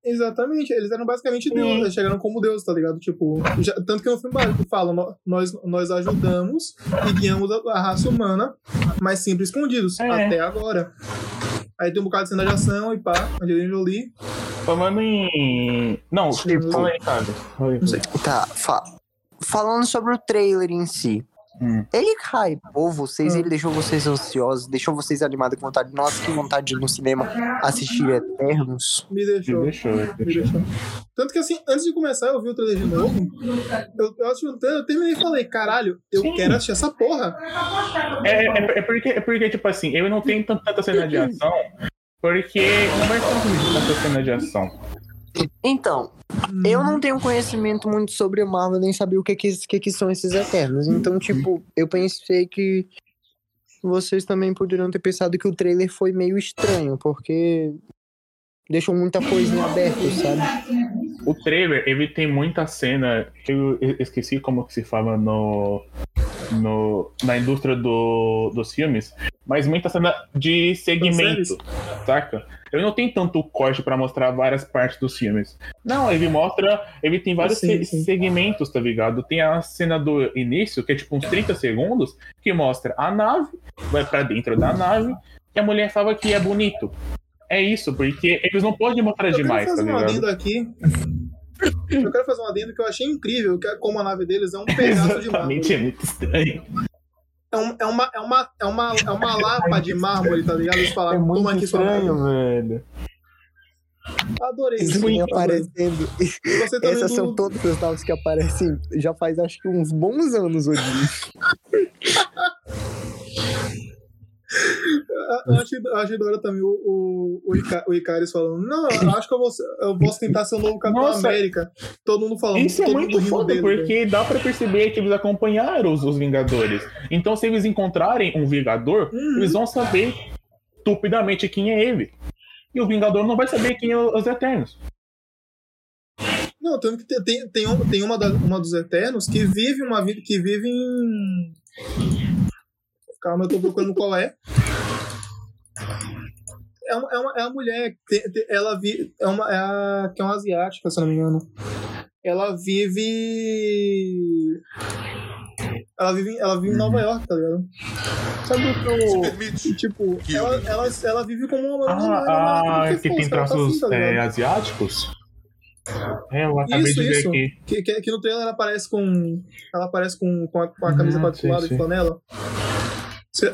A: Exatamente, eles eram basicamente Deus, eles chegaram como Deus, tá ligado? Tipo, já- tanto que no filme básico fala, "Nó- nós, nós ajudamos e guiamos a, a raça humana, mas sempre escondidos,
B: É.
A: até agora. Aí tem um bocado de cena de ação e pá, Angelina Jolie.
B: Falando em. Não,
F: Tipo-
B: fala aí, cara. Fala aí.
F: Tá, fa- falando sobre o trailer em si.
B: Hum.
F: Ele hypou vocês, ele deixou vocês ansiosos, deixou vocês animados com vontade. Nossa, que vontade de ir no cinema assistir Eternos.
A: Me deixou.
B: Deixa eu-
A: Me deixou. Tanto que assim, antes de começar, eu vi o trailer de novo. Eu, eu, assisti o trailer, eu terminei e falei, caralho, eu
B: Sim.
A: quero assistir essa porra.
B: É, é, é porque, é porque, tipo assim, eu não tenho tanta, tanta cena de ação, porque não vai ter tanta cena de ação.
F: Então, eu não tenho conhecimento muito sobre a Marvel, nem sabia o que que, que que são esses Eternos. Então, tipo, eu pensei que vocês também poderiam ter pensado que o trailer foi meio estranho, porque deixou muita coisa em aberto, sabe?
B: O trailer, ele tem muita cena, eu e- esqueci como que se fala no, no, na indústria do, dos filmes, mas muita cena de segmento, saca? Ele não tem tanto corte pra mostrar várias partes dos filmes. Não, ele mostra, ele tem vários
A: Sim,
B: se-
A: sim.
B: segmentos, tá ligado? Tem a cena do início, que é tipo uns 30 segundos, que mostra a nave, vai pra dentro da nave e a mulher fala que é bonito. É isso, porque eles não podem mostrar
A: Eu
B: demais,
A: quero
B: tá
A: fazer um
B: ligado?
A: adendo aqui. Eu quero fazer um adendo que eu achei incrível, que é como a nave deles é um pedaço de mármore.
B: Exatamente, é muito estranho.
A: É, um- é uma, é, uma, é, uma, é uma lapa de mármore, tá ligado? Eles
F: É
A: falaram, toma aqui sua nave.
B: velho.
A: Adorei.
F: Isso
A: Adorei.
F: vem aparecendo.
A: Você também
F: Essas
A: do-
F: são todas as naves que aparecem já faz acho que uns bons anos hoje.
A: Eu achei, eu achei da hora também o, o, o, Ica, o Icaris falando, não, eu acho que eu vou, ser- eu vou tentar ser o novo Capitão
B: Nossa.
A: América. Todo mundo falando,
B: Isso é
A: todo
B: muito
A: mundo rindo
B: foda,
A: dele. velho.
B: porque dá pra perceber que eles acompanharam os, os Vingadores. Então, se eles encontrarem um Vingador,
A: Hum.
B: eles vão saber estupidamente quem é ele. E o Vingador não vai saber quem é os Eternos.
A: Não, tanto que tem, tem, tem, um- tem uma, da- uma dos Eternos que vive uma vida, que vive em... Calma, eu tô procurando qual é. É uma, é uma, é uma mulher, tem- tem- ela vive, é uma, é a, que é uma asiática, se eu não me engano. Ela vive... Ela vive, em- ela vive em Nova York, tá ligado?
B: Sabe o que eu.
A: E, tipo, ela, ela, ela vive como uma mulher normal, ela não
B: Ah,
A: é
B: ah, que
A: fofa,
B: tem
A: ela tá assim,
B: traços
A: tá ligado?
B: é, asiáticos? É, eu acabei
A: Isso,
B: de ver
A: isso.
B: aqui.
A: Que, que, que no trailer ela aparece com. Ela aparece com, com, a, com a camisa
B: Ah,
A: quadriculada
B: sim,
A: de
B: sim.
A: flanela. Cê-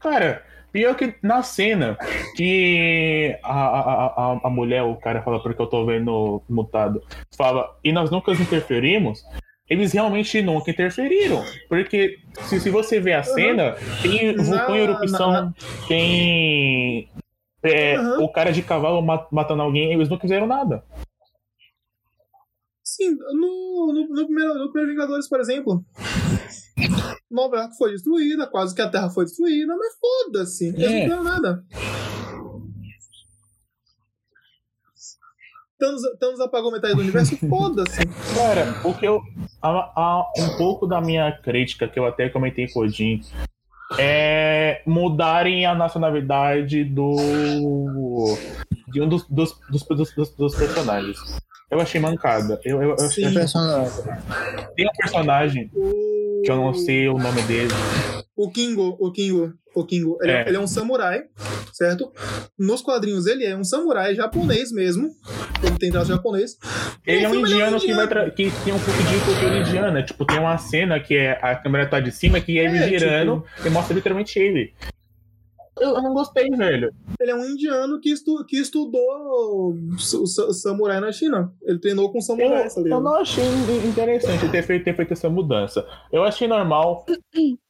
B: Cara, pior que na cena que a, a, a- a, a mulher, o cara fala porque eu tô vendo mutado, fala, e nós nunca interferimos, eles realmente nunca interferiram. Porque se, se você ver a cena, tem vulcão em
A: Na-
B: erupção,
A: na-
B: tem. é,
A: Aham.
B: O cara de cavalo ma- matando alguém, eles não fizeram nada.
A: Sim, no, no, no primeiro, no primeiro Vingadores, por exemplo. Nova York foi destruída, quase que a Terra foi destruída, mas foda-se, eles não
B: É.
A: fizeram nada. Thanos, Thanos apagou metade do universo, foda-se.
B: Cara, o que eu. Há, há um pouco da minha crítica, que eu até comentei com o Jim, é mudarem a nacionalidade do. de um dos, dos, dos, dos, dos- dos personagens. Eu achei mancada. Eu, eu, é eu achei-
A: Sim.
B: tem um personagem
A: O-
B: que eu não sei o nome dele.
A: O Kingo, o Kingo, o Kingo, ele é.
B: É.
A: ele é um samurai, certo? Nos quadrinhos ele é um samurai japonês mesmo. Ele tem traço japonês.
B: Ele é um
A: Sim, mas ele é um
B: indiano que, vai
A: indiano.
B: tra- que tem um pouco de cultura indiana. Tipo, tem uma cena que é a câmera tá de cima, que é ele
A: É,
B: girando e mostra literalmente ele. Eu, eu não gostei, velho.
A: Ele é um indiano que, estu- que estudou su- su- samurai na China. Ele treinou com samurai, tá
B: Eu, eu
A: ligado?
B: não achei interessante ter feito, ter feito essa mudança. Eu achei normal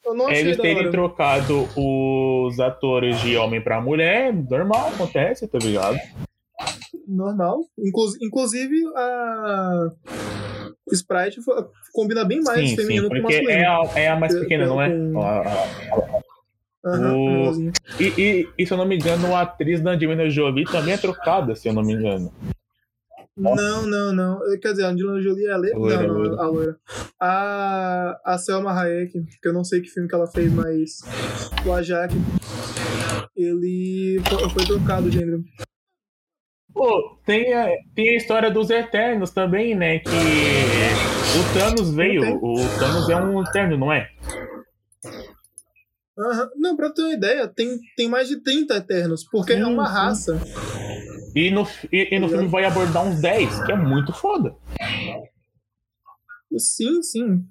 A: Eu não achei
B: É, eles
A: da
B: terem
A: hora.
B: trocado os atores de homem pra mulher. Normal, acontece, tá ligado?
A: normal. Inclu- inclusive, a Sprite fo- combina bem mais
B: sim,
A: feminino
B: sim,
A: com
B: porque
A: masculino.
B: é a, é a mais
A: Eu-
B: pequena,
A: eu
B: não é?
A: com- um.
B: Ó, ó,
A: Aham,
B: o-
A: famosinho.
B: E, e- e, se eu não me engano, a atriz da Angelina Jolie também é trocada, se eu não me engano.
A: Não, não, não. Quer dizer, a Angelina Jolie é a le...
B: Loira,
A: não, não,
B: loira.
A: a loira. A, a Selma Hayek, que eu não sei que filme que ela fez, mas o Ajak, ele fo- foi trocado o gênero.
B: Pô, tem a, tem a história dos Eternos também, né? Que o Thanos veio. O Thanos é um Eterno, não é?
A: Aham. Não, pra ter uma ideia, tem, tem mais de 30 Eternos, porque é uma raça.
B: E no, e, e no filme vai abordar uns 10, que é muito foda.
A: Sim, sim.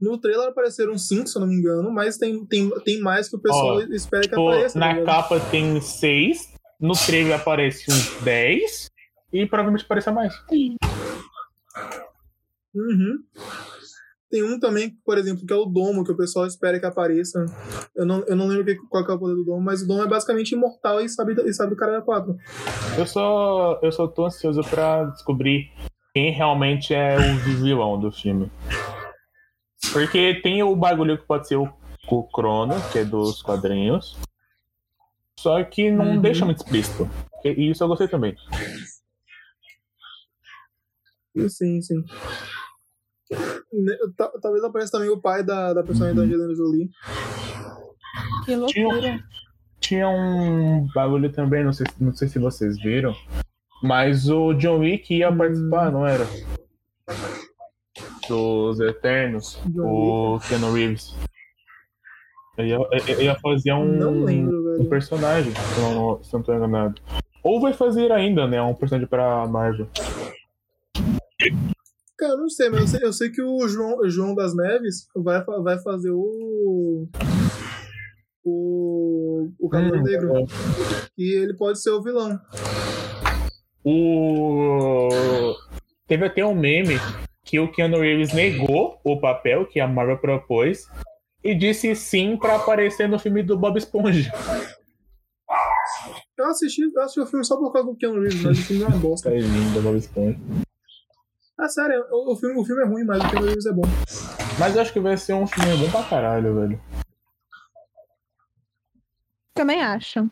A: No trailer apareceram 5, se eu não me engano, mas tem, tem, tem mais que o pessoal
B: Ó,
A: espera que
B: Pô,
A: apareça. tá
B: na
A: ligado?
B: capa tem 6, no trailer aparece uns 10 e provavelmente apareça mais.
A: Uhum. Tem um também, por exemplo, que é o Domo, que o pessoal espera que apareça. Eu não, eu não lembro que- qual que é o poder do Domo, mas o Domo é basicamente imortal e sabe, e sabe do cara da 4.
B: Eu só, eu só tô ansioso pra descobrir quem realmente é o vilão do filme. Porque tem o bagulho que pode ser o, o Crono, que é dos quadrinhos. Só que não
A: Uhum.
B: deixa muito explícito. E e isso eu gostei também.
A: Sim, sim. Ne- ta- Talvez apareça também o pai da, da personagem da Angelina Jolie.
E: Que
B: Tinha, um,
E: loucura.
B: tinha um bagulho também, não sei, se- não sei se vocês viram. Mas o John Wick
A: Hum.
B: ia participar, não era? Dos Eternos. o Keanu Reeves. Ele ia, ele ia fazer um,
A: Não lembro,
B: um
A: velho.
B: personagem, se eu não, se eu não tô enganado. Ou vai fazer ainda, né? Um personagem pra Marvel.
A: Cara, eu não sei, mas eu sei, eu sei que o João, João das Neves vai, fa- vai fazer o. O. O Cavaleiro
B: Hum,
A: Negro. E ele pode ser o vilão.
B: O... Teve até um meme que o Keanu Reeves negou o papel que a Marvel propôs e disse sim pra aparecer no filme do Bob Esponja.
A: Eu assisti, eu assisti o filme só por causa do Keanu Reeves, mas o filme é uma bosta.
B: Tá lindo, Bob Esponja.
A: Ah, sério, o, o filme, o filme é ruim, mas o Keanu Reeves é bom.
B: Mas eu acho que vai ser um filme bom pra caralho, velho.
E: Também acho.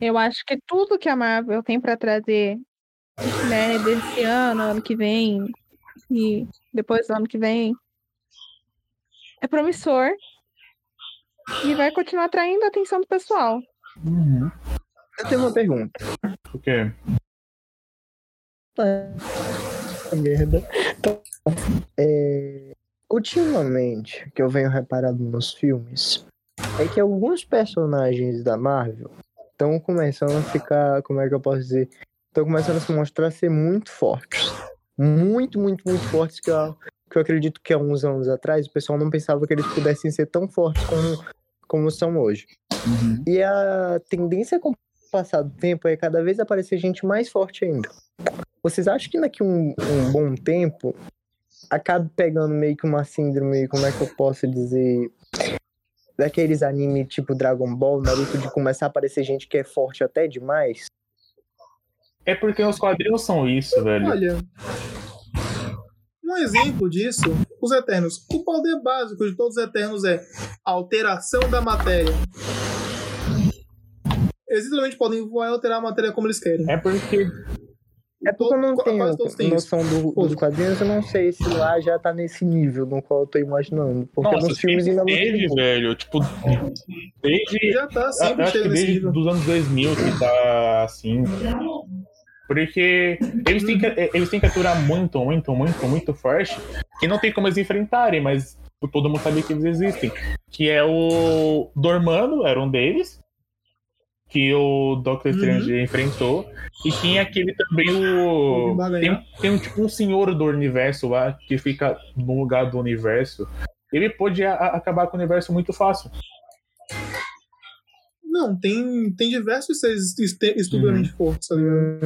E: Eu acho que tudo que a Marvel tem pra trazer, né, desse ano, ano que vem, e depois do ano que vem, é promissor e vai continuar atraindo a atenção do pessoal.
F: Eu tenho uma pergunta.
B: Por quê?
F: Merda. Então, É, Ultimamente, o que eu venho reparando nos filmes é que alguns personagens da Marvel estão começando a ficar, como é que eu posso dizer? Estão começando a se mostrar ser muito fortes. Muito, muito, muito fortes que eu, que eu acredito que há uns anos atrás o pessoal não pensava que eles pudessem ser tão fortes como, como são hoje. E a tendência com o passar do tempo é cada vez aparecer gente mais forte ainda. Vocês acham que daqui um, um bom tempo acabe pegando meio que uma síndrome, como é que eu posso dizer? Daqueles anime tipo Dragon Ball, Naruto, de começar a aparecer gente que é forte até demais?
B: É porque os quadrinhos são isso, velho.
A: Olha. Um exemplo disso, os Eternos. O poder básico de todos os Eternos é alteração da matéria. Eles literalmente podem voar e alterar a matéria como eles querem.
B: É porque
F: É porque eu não
A: Todo-
F: tenho
A: quase todos têm isso.
F: noção do- dos quadrinhos, eu não sei se lá já tá nesse nível no qual eu tô imaginando. Porque
B: Nossa,
F: nos filmes ainda é
B: sempre
F: não
B: teve,
F: chegou.
B: velho. Tipo, desde.
A: Já tá,
B: eu
A: sempre
B: acho que
A: chega nesse
B: desde
A: nível.
B: dos anos 2000 que tá assim. Porque eles têm, que, eles têm que aturar muito, muito, muito, muito forte. Que não tem como eles enfrentarem, mas todo mundo sabe que eles existem. Que é o Dormano, era um deles. Que o Doctor Strange enfrentou. E tinha aquele também o.
A: Homem-Aranha.
B: Tem, tem um, tipo um senhor do universo lá que fica no lugar do universo. Ele pôde a- a- acabar com o universo muito fácil.
A: Não, tem, tem diversos seres este-
B: Uhum.
A: estupidamente fortes, tá ligado?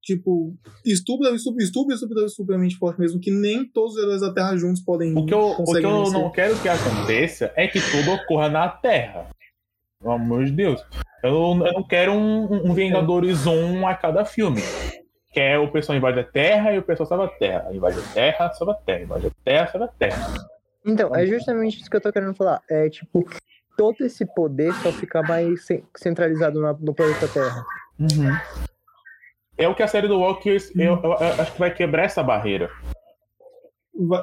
A: Tipo, estúpido, estúpido, estúpido, estúpido, estupidamente forte mesmo, que nem todos os heróis da Terra juntos podem.
B: O que eu, o que
A: conseguem
B: eu
A: vencer.
B: não quero que aconteça é que tudo ocorra na Terra. Pelo amor de Deus. Eu, eu não quero um, um Vingadores 1 a cada filme. Que é o pessoal invade a Terra e o pessoal salva a Terra. Invade a Terra, salva a Terra. Invade a Terra, salva a Terra.
F: Então, é justamente isso que eu tô querendo falar. É tipo, todo esse poder só fica mais ce- centralizado na- no planeta Terra.
B: É o que a série do Walkers, eu, eu- eu acho que vai quebrar essa barreira.
A: Vai...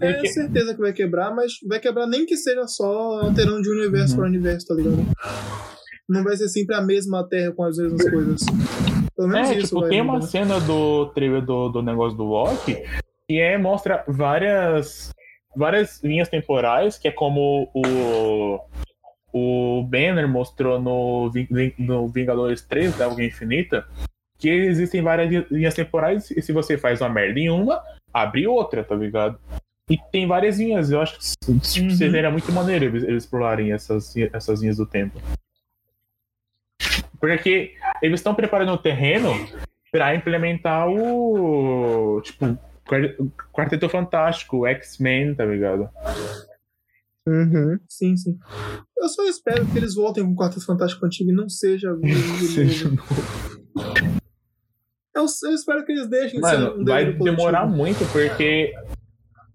B: Vai
A: É
B: que-
A: certeza que vai quebrar, mas vai quebrar nem que seja só alterando de universo
B: Uhum.
A: pra universo, tá ligado? Não vai ser sempre a mesma Terra com as mesmas coisas. Pelo menos
B: É,
A: isso
B: tipo,
A: vai
B: tem uma
A: mudar.
B: cena do trailer do, do negócio do Walk que é, mostra várias, várias linhas temporais, que é como o, o Banner mostrou no, Ving- Ving- no Vingadores 3 da Guerra Infinita, que existem várias li- linhas temporais, e se você faz uma merda em uma, abre outra, tá ligado? E tem várias linhas, eu acho que tipo,
A: Uhum.
B: seria muito maneiro eles, eles explorarem essas, essas linhas do tempo. Porque eles estão preparando o terreno pra implementar o. Tipo, Quar- Quarteto Fantástico, X-Men, tá ligado?
F: Uhum.
A: Sim, sim. Eu só espero que eles voltem com o Quarteto Fantástico antigo e não seja de
B: Seja
A: novo. Eu, eu espero que eles deixem de ser um
B: Mano, vai
A: delírio coletivo.
B: demorar muito, porque.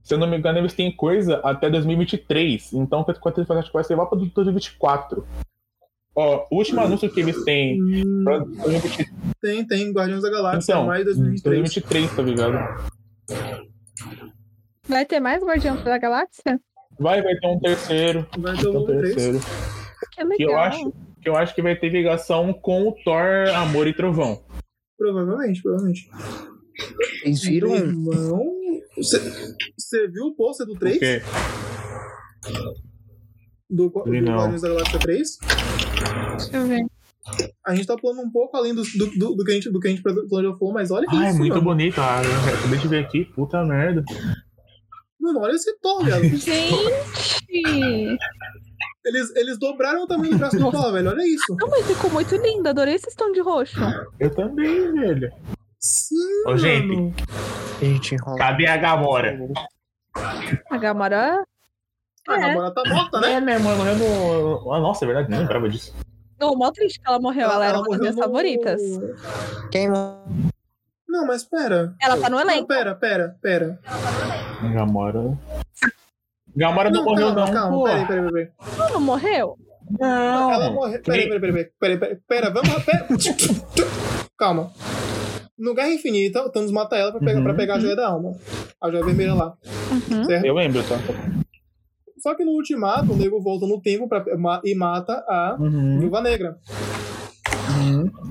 B: Se eu não me engano, eles têm coisa até 2023. Então, o Quarteto Fantástico vai ser lá pra 2024. Ó, o último anúncio que eles têm
A: Hum,
B: pra 2023.
A: tem, tem Guardiões da Galáxia,
B: Então,
A: mais 2023.
B: 2023, tá ligado?
E: Vai ter mais Guardião da Galáxia?
B: Vai, vai ter um terceiro.
A: Vai ter o
B: Um
A: volume 3.
B: terceiro.
E: Que legal.
B: Que eu acho que eu acho que vai ter ligação com o Thor Amor e Trovão.
A: Provavelmente, provavelmente.
F: Eles viram
A: Meu
F: um.
A: irmão. Você viu o pôster do 3?
B: Porque
A: Do, do
B: Vi não.
A: Guardiões da Galáxia 3?
E: Deixa eu ver.
A: A gente tá pulando um pouco além do, do, do, do que, a gente, do que a gente planejou, mas olha que
B: Ah, é
A: isso,
B: muito
A: mano.
B: bonito. Ah, eu acabei de ver aqui, puta merda.
A: Mano, olha esse Thor, velho.
E: Gente!
A: Eles, eles dobraram o tamanho do braço do Thor, velho. Olha isso.
E: Não, mas ficou muito lindo. Adorei esse tom de roxo.
B: Eu também, velho.
A: Sim,
B: Ô, gente,
A: mano.
F: Gente, enrola.
B: cadê a Gamora?
E: A Gamora.
A: A
E: É.
A: namorada tá morta, né?
B: É, né, mano? Eu não... Ah, nossa, é verdade, nem lembrava disso.
E: Oh, mó triste que ela morreu. Ela, era uma das
A: morreu
E: minhas
A: no-
E: favoritas.
F: Quem é
A: Não, mas pera.
E: Ela tá no
A: Não,
E: elenco.
A: pera, pera, pera.
B: Gamora. Gamora não, morreu,
A: calma,
B: não.
A: calma.
B: pô.
A: Peraí, peraí, peraí.
E: Ela não morreu?
B: Não.
A: Ela morreu. Pera, pera, pera, pera, pera, pera, pera, vamos. Pera. Calma. No Guerra Infinita, o Thanos mata ela pra pegar,
B: Uhum.
A: pra pegar a joia da alma. A joia vermelha lá. Certo?
B: Eu lembro, tá?
A: Só que no Ultimato, o nego volta no tempo pra, ma- e mata a
B: Uhum.
A: Viúva Negra.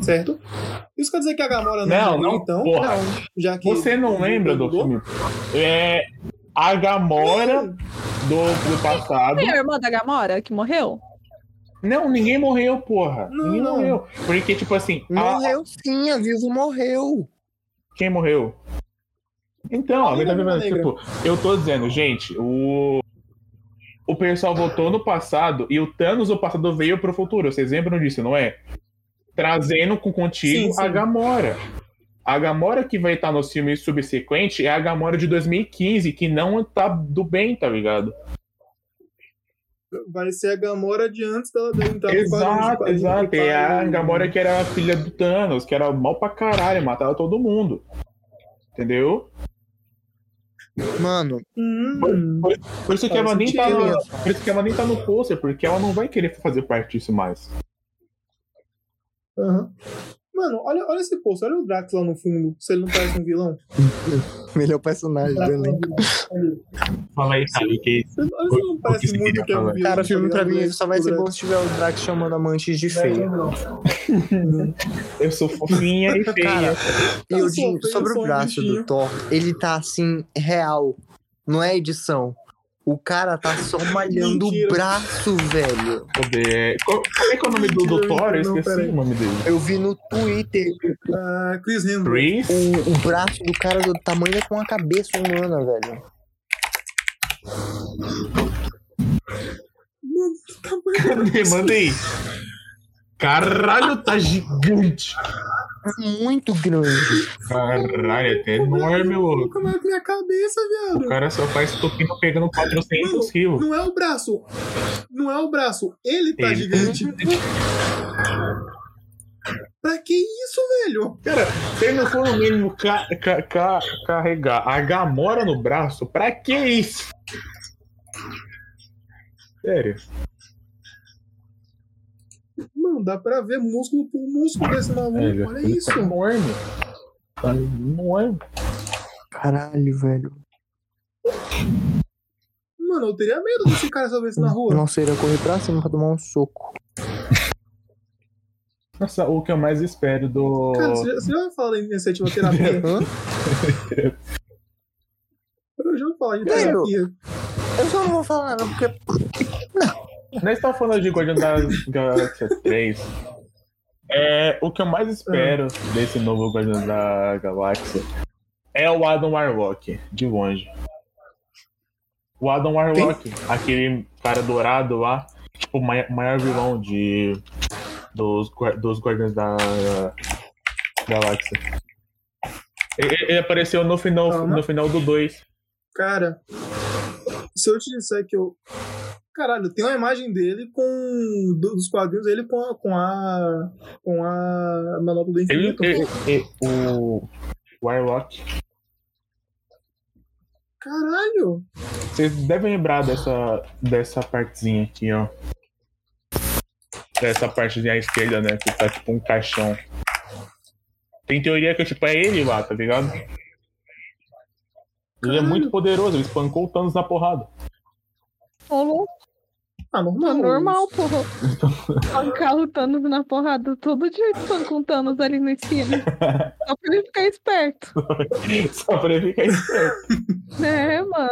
A: Certo? Isso quer dizer que a Gamora não,
B: Não,
A: morreu,
B: não,
A: então?
B: porra.
A: Não, já que
B: Você não lembra do filme? É. A Gamora do, do passado.
E: É a irmã da Gamora que morreu?
B: Não, ninguém morreu, porra.
A: Não,
B: ninguém
A: não.
B: morreu. Porque, tipo assim, a-
F: Morreu sim, a Vivo morreu.
B: Quem morreu? Então, a
A: Viúva
B: verdade é,
A: Negra.
B: tipo, eu tô dizendo, gente, o. O pessoal votou no passado e o Thanos do passado veio pro futuro. Vocês lembram disso, não é? Trazendo com contigo
A: Sim, sim.
B: a Gamora. A Gamora que vai estar nos filmes subsequentes é a Gamora de 2015, que não tá do bem, tá ligado?
A: Vai ser a Gamora de antes dela dela entrar no quadro de- né?
B: exato,
A: quadro Tá de-
B: exato. É a
A: quadro-
B: Gamora que era a filha do Thanos, que era mal pra caralho, matava todo mundo. Entendeu?
F: Mano,
A: Hum,
B: Por isso que
A: Faz
B: ela nem tá
A: sentido.
B: no, por isso que ela nem tá no pôster, porque ela não vai querer fazer parte disso mais.
A: aham. Mano, olha, olha esse poço, olha o Drax lá no fundo, se ele não parece um vilão.
F: melhor personagem do
A: Drax lá no
F: elenco.
A: fundo.
B: Fala aí, Thali, que
A: Olha se ele não
B: você
A: parece
B: queria
A: muito que é um
B: falar?
A: vilão.
F: Cara, o
A: tá
F: filme pra
A: ligado?
F: mim é só vai ser
A: O
F: bom
A: Drax.
F: se tiver o Drax chamando amantes de feia.
B: eu sou fofinha e feia.
F: E
A: Eu
F: o
A: sou
F: Jim,
A: feio,
F: sobre
A: sou
F: o
A: um
F: braço
A: bichinho.
F: do Thor, ele tá assim, real. Não é edição. O cara tá só malhando o
A: Mentira.
F: braço, velho.
B: Cadê? Qual, qual é, que é o nome do, do Thor? Eu
A: Não,
B: esqueci
A: peraí.
B: o nome dele.
F: Eu vi no Twitter
A: Ah, Chris Hemsworth.
B: Chris?
F: o, o braço do cara do tamanho da com a cabeça humana, velho.
A: Mano, é que tamanho
B: Cadê? Mandei. Caralho, tá gigante.
F: Muito grande.
B: Caralho, é até enorme, maluco.
A: Como é que minha cabeça,
B: O
A: viado?
B: cara só faz topinho pegando 400 rios.
A: Não é o braço. Não é o braço. Ele tá
B: Ele tá
A: gigante. Pra que isso, velho?
B: Cara, se ele não for no mínimo ca ca ca carregar a Gamora no braço, pra que isso? Sério.
A: Mano, dá pra ver músculo por músculo desse maluco.
B: velho,
A: Olha
B: ele
A: isso.
B: Tá enorme. Tá enorme.
F: Caralho, velho.
A: Mano, eu teria medo desse cara se eu visse na rua.
F: Nossa, ele ia correr pra cima pra tomar um soco.
B: Nossa, o que eu mais espero do.
A: Cara, você já, você já ouviu falar da iniciativa terapia?
F: Hã?
A: Eu já ouvi falar de
F: Velho.
A: terapia.
F: Eu só não vou falar nada, porque
B: Nós estamos tá falando de Guardião das Galáxia 3. É, o que eu mais espero desse novo Guardião da Galáxia é o Adam Warlock, de longe. O Adam Warlock, aquele cara dourado lá, tipo, o mai- maior vilão de, dos, gua- dos Guardiões da Galáxia. Ele, ele apareceu no final,
A: Calma.
B: no final do 2.
A: Cara, se eu te disser que eu. Caralho, tem uma imagem dele com. do- dos quadrinhos dele com a. com a. com a manopla do
B: Ele,
A: infinito.
B: ele- ele- o Warlock
A: Caralho!
B: Vocês devem lembrar dessa, dessa partezinha aqui, ó. Dessa partezinha à esquerda, né? Que tá tipo um caixão. Tem teoria que tipo, é ele lá, tá ligado? Ele é muito poderoso, ele espancou o Thanos na porrada.
E: Ô, louco,
A: Ah, normal.
E: É normal, porra. Arrancar o Thanos na porrada todo dia estão com o Thanos ali no espelho. Só pra ele ficar esperto.
B: Só pra ele ficar esperto.
E: É, mano.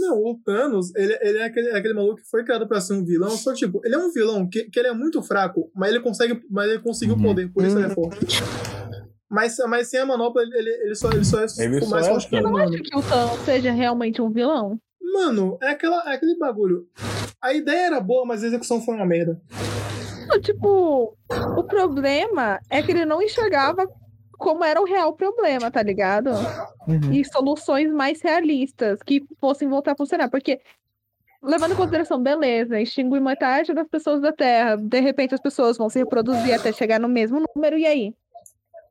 A: Não, o Thanos, ele, ele é, aquele, é aquele maluco que foi criado pra ser um vilão, só que, tipo, ele é um vilão que, que ele é muito fraco, mas ele consegue, mas ele conseguiu o
B: Uhum.
A: poder, por isso ele é forte. Mas, mas sem a manopla, ele, ele, ele só, ele só é
B: Ele
A: o
B: só
A: mais
B: é o
A: forte que ele,
B: Thanos.
A: mano.
E: Acho que o Thanos seja realmente um vilão.
A: Mano, é, aquela, é aquele bagulho. A ideia era boa, mas a execução foi uma merda.
E: Não, tipo, o problema é que ele não enxergava como era o real problema, tá ligado?
B: Uhum.
E: E soluções mais realistas que fossem voltar a funcionar. Porque, levando em consideração, beleza, extinguir metade das pessoas da Terra, de repente as pessoas vão se reproduzir até chegar no mesmo número, e aí?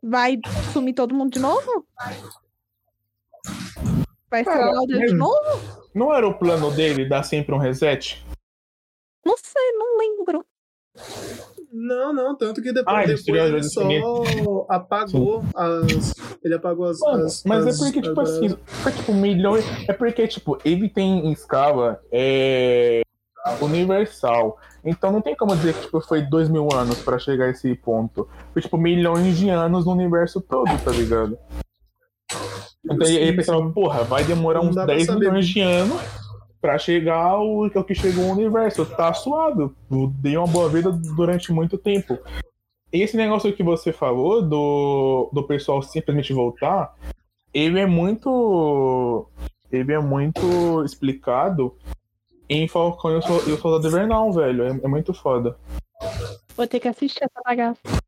E: Vai sumir todo mundo de novo? Vai ser
B: Cara,
E: Lauder de
B: hum.
E: novo?
B: Não era o plano dele dar sempre um reset?
E: Não sei, não lembro.
A: Não, não, tanto que depois,
B: Ah,
A: depois
B: ele destruiu as
A: ele
B: joias do
A: só apagou as. Ele apagou as.
B: Mano,
A: as-
B: mas
A: as-
B: é porque, tipo
A: as-
B: assim, é tipo milhões. É porque, tipo, ele tem escala é, universal. Então não tem como dizer que tipo, foi dois mil anos pra chegar a esse ponto. Foi, tipo, milhões de anos no universo todo, tá ligado? Então ele ele pensava, porra, vai demorar
A: Não
B: uns
A: dá pra
B: 10
A: saber.
B: milhões de anos pra chegar ao, ao que chegou o universo. Tá suado. Eu Dei uma boa vida durante muito tempo. Esse negócio que você falou do, do pessoal simplesmente voltar, ele é muito. Ele é muito explicado em Falcão e o Sol- e o Soldado Invernal, velho. É, é muito foda.
E: Vou ter que assistir essa bagaça.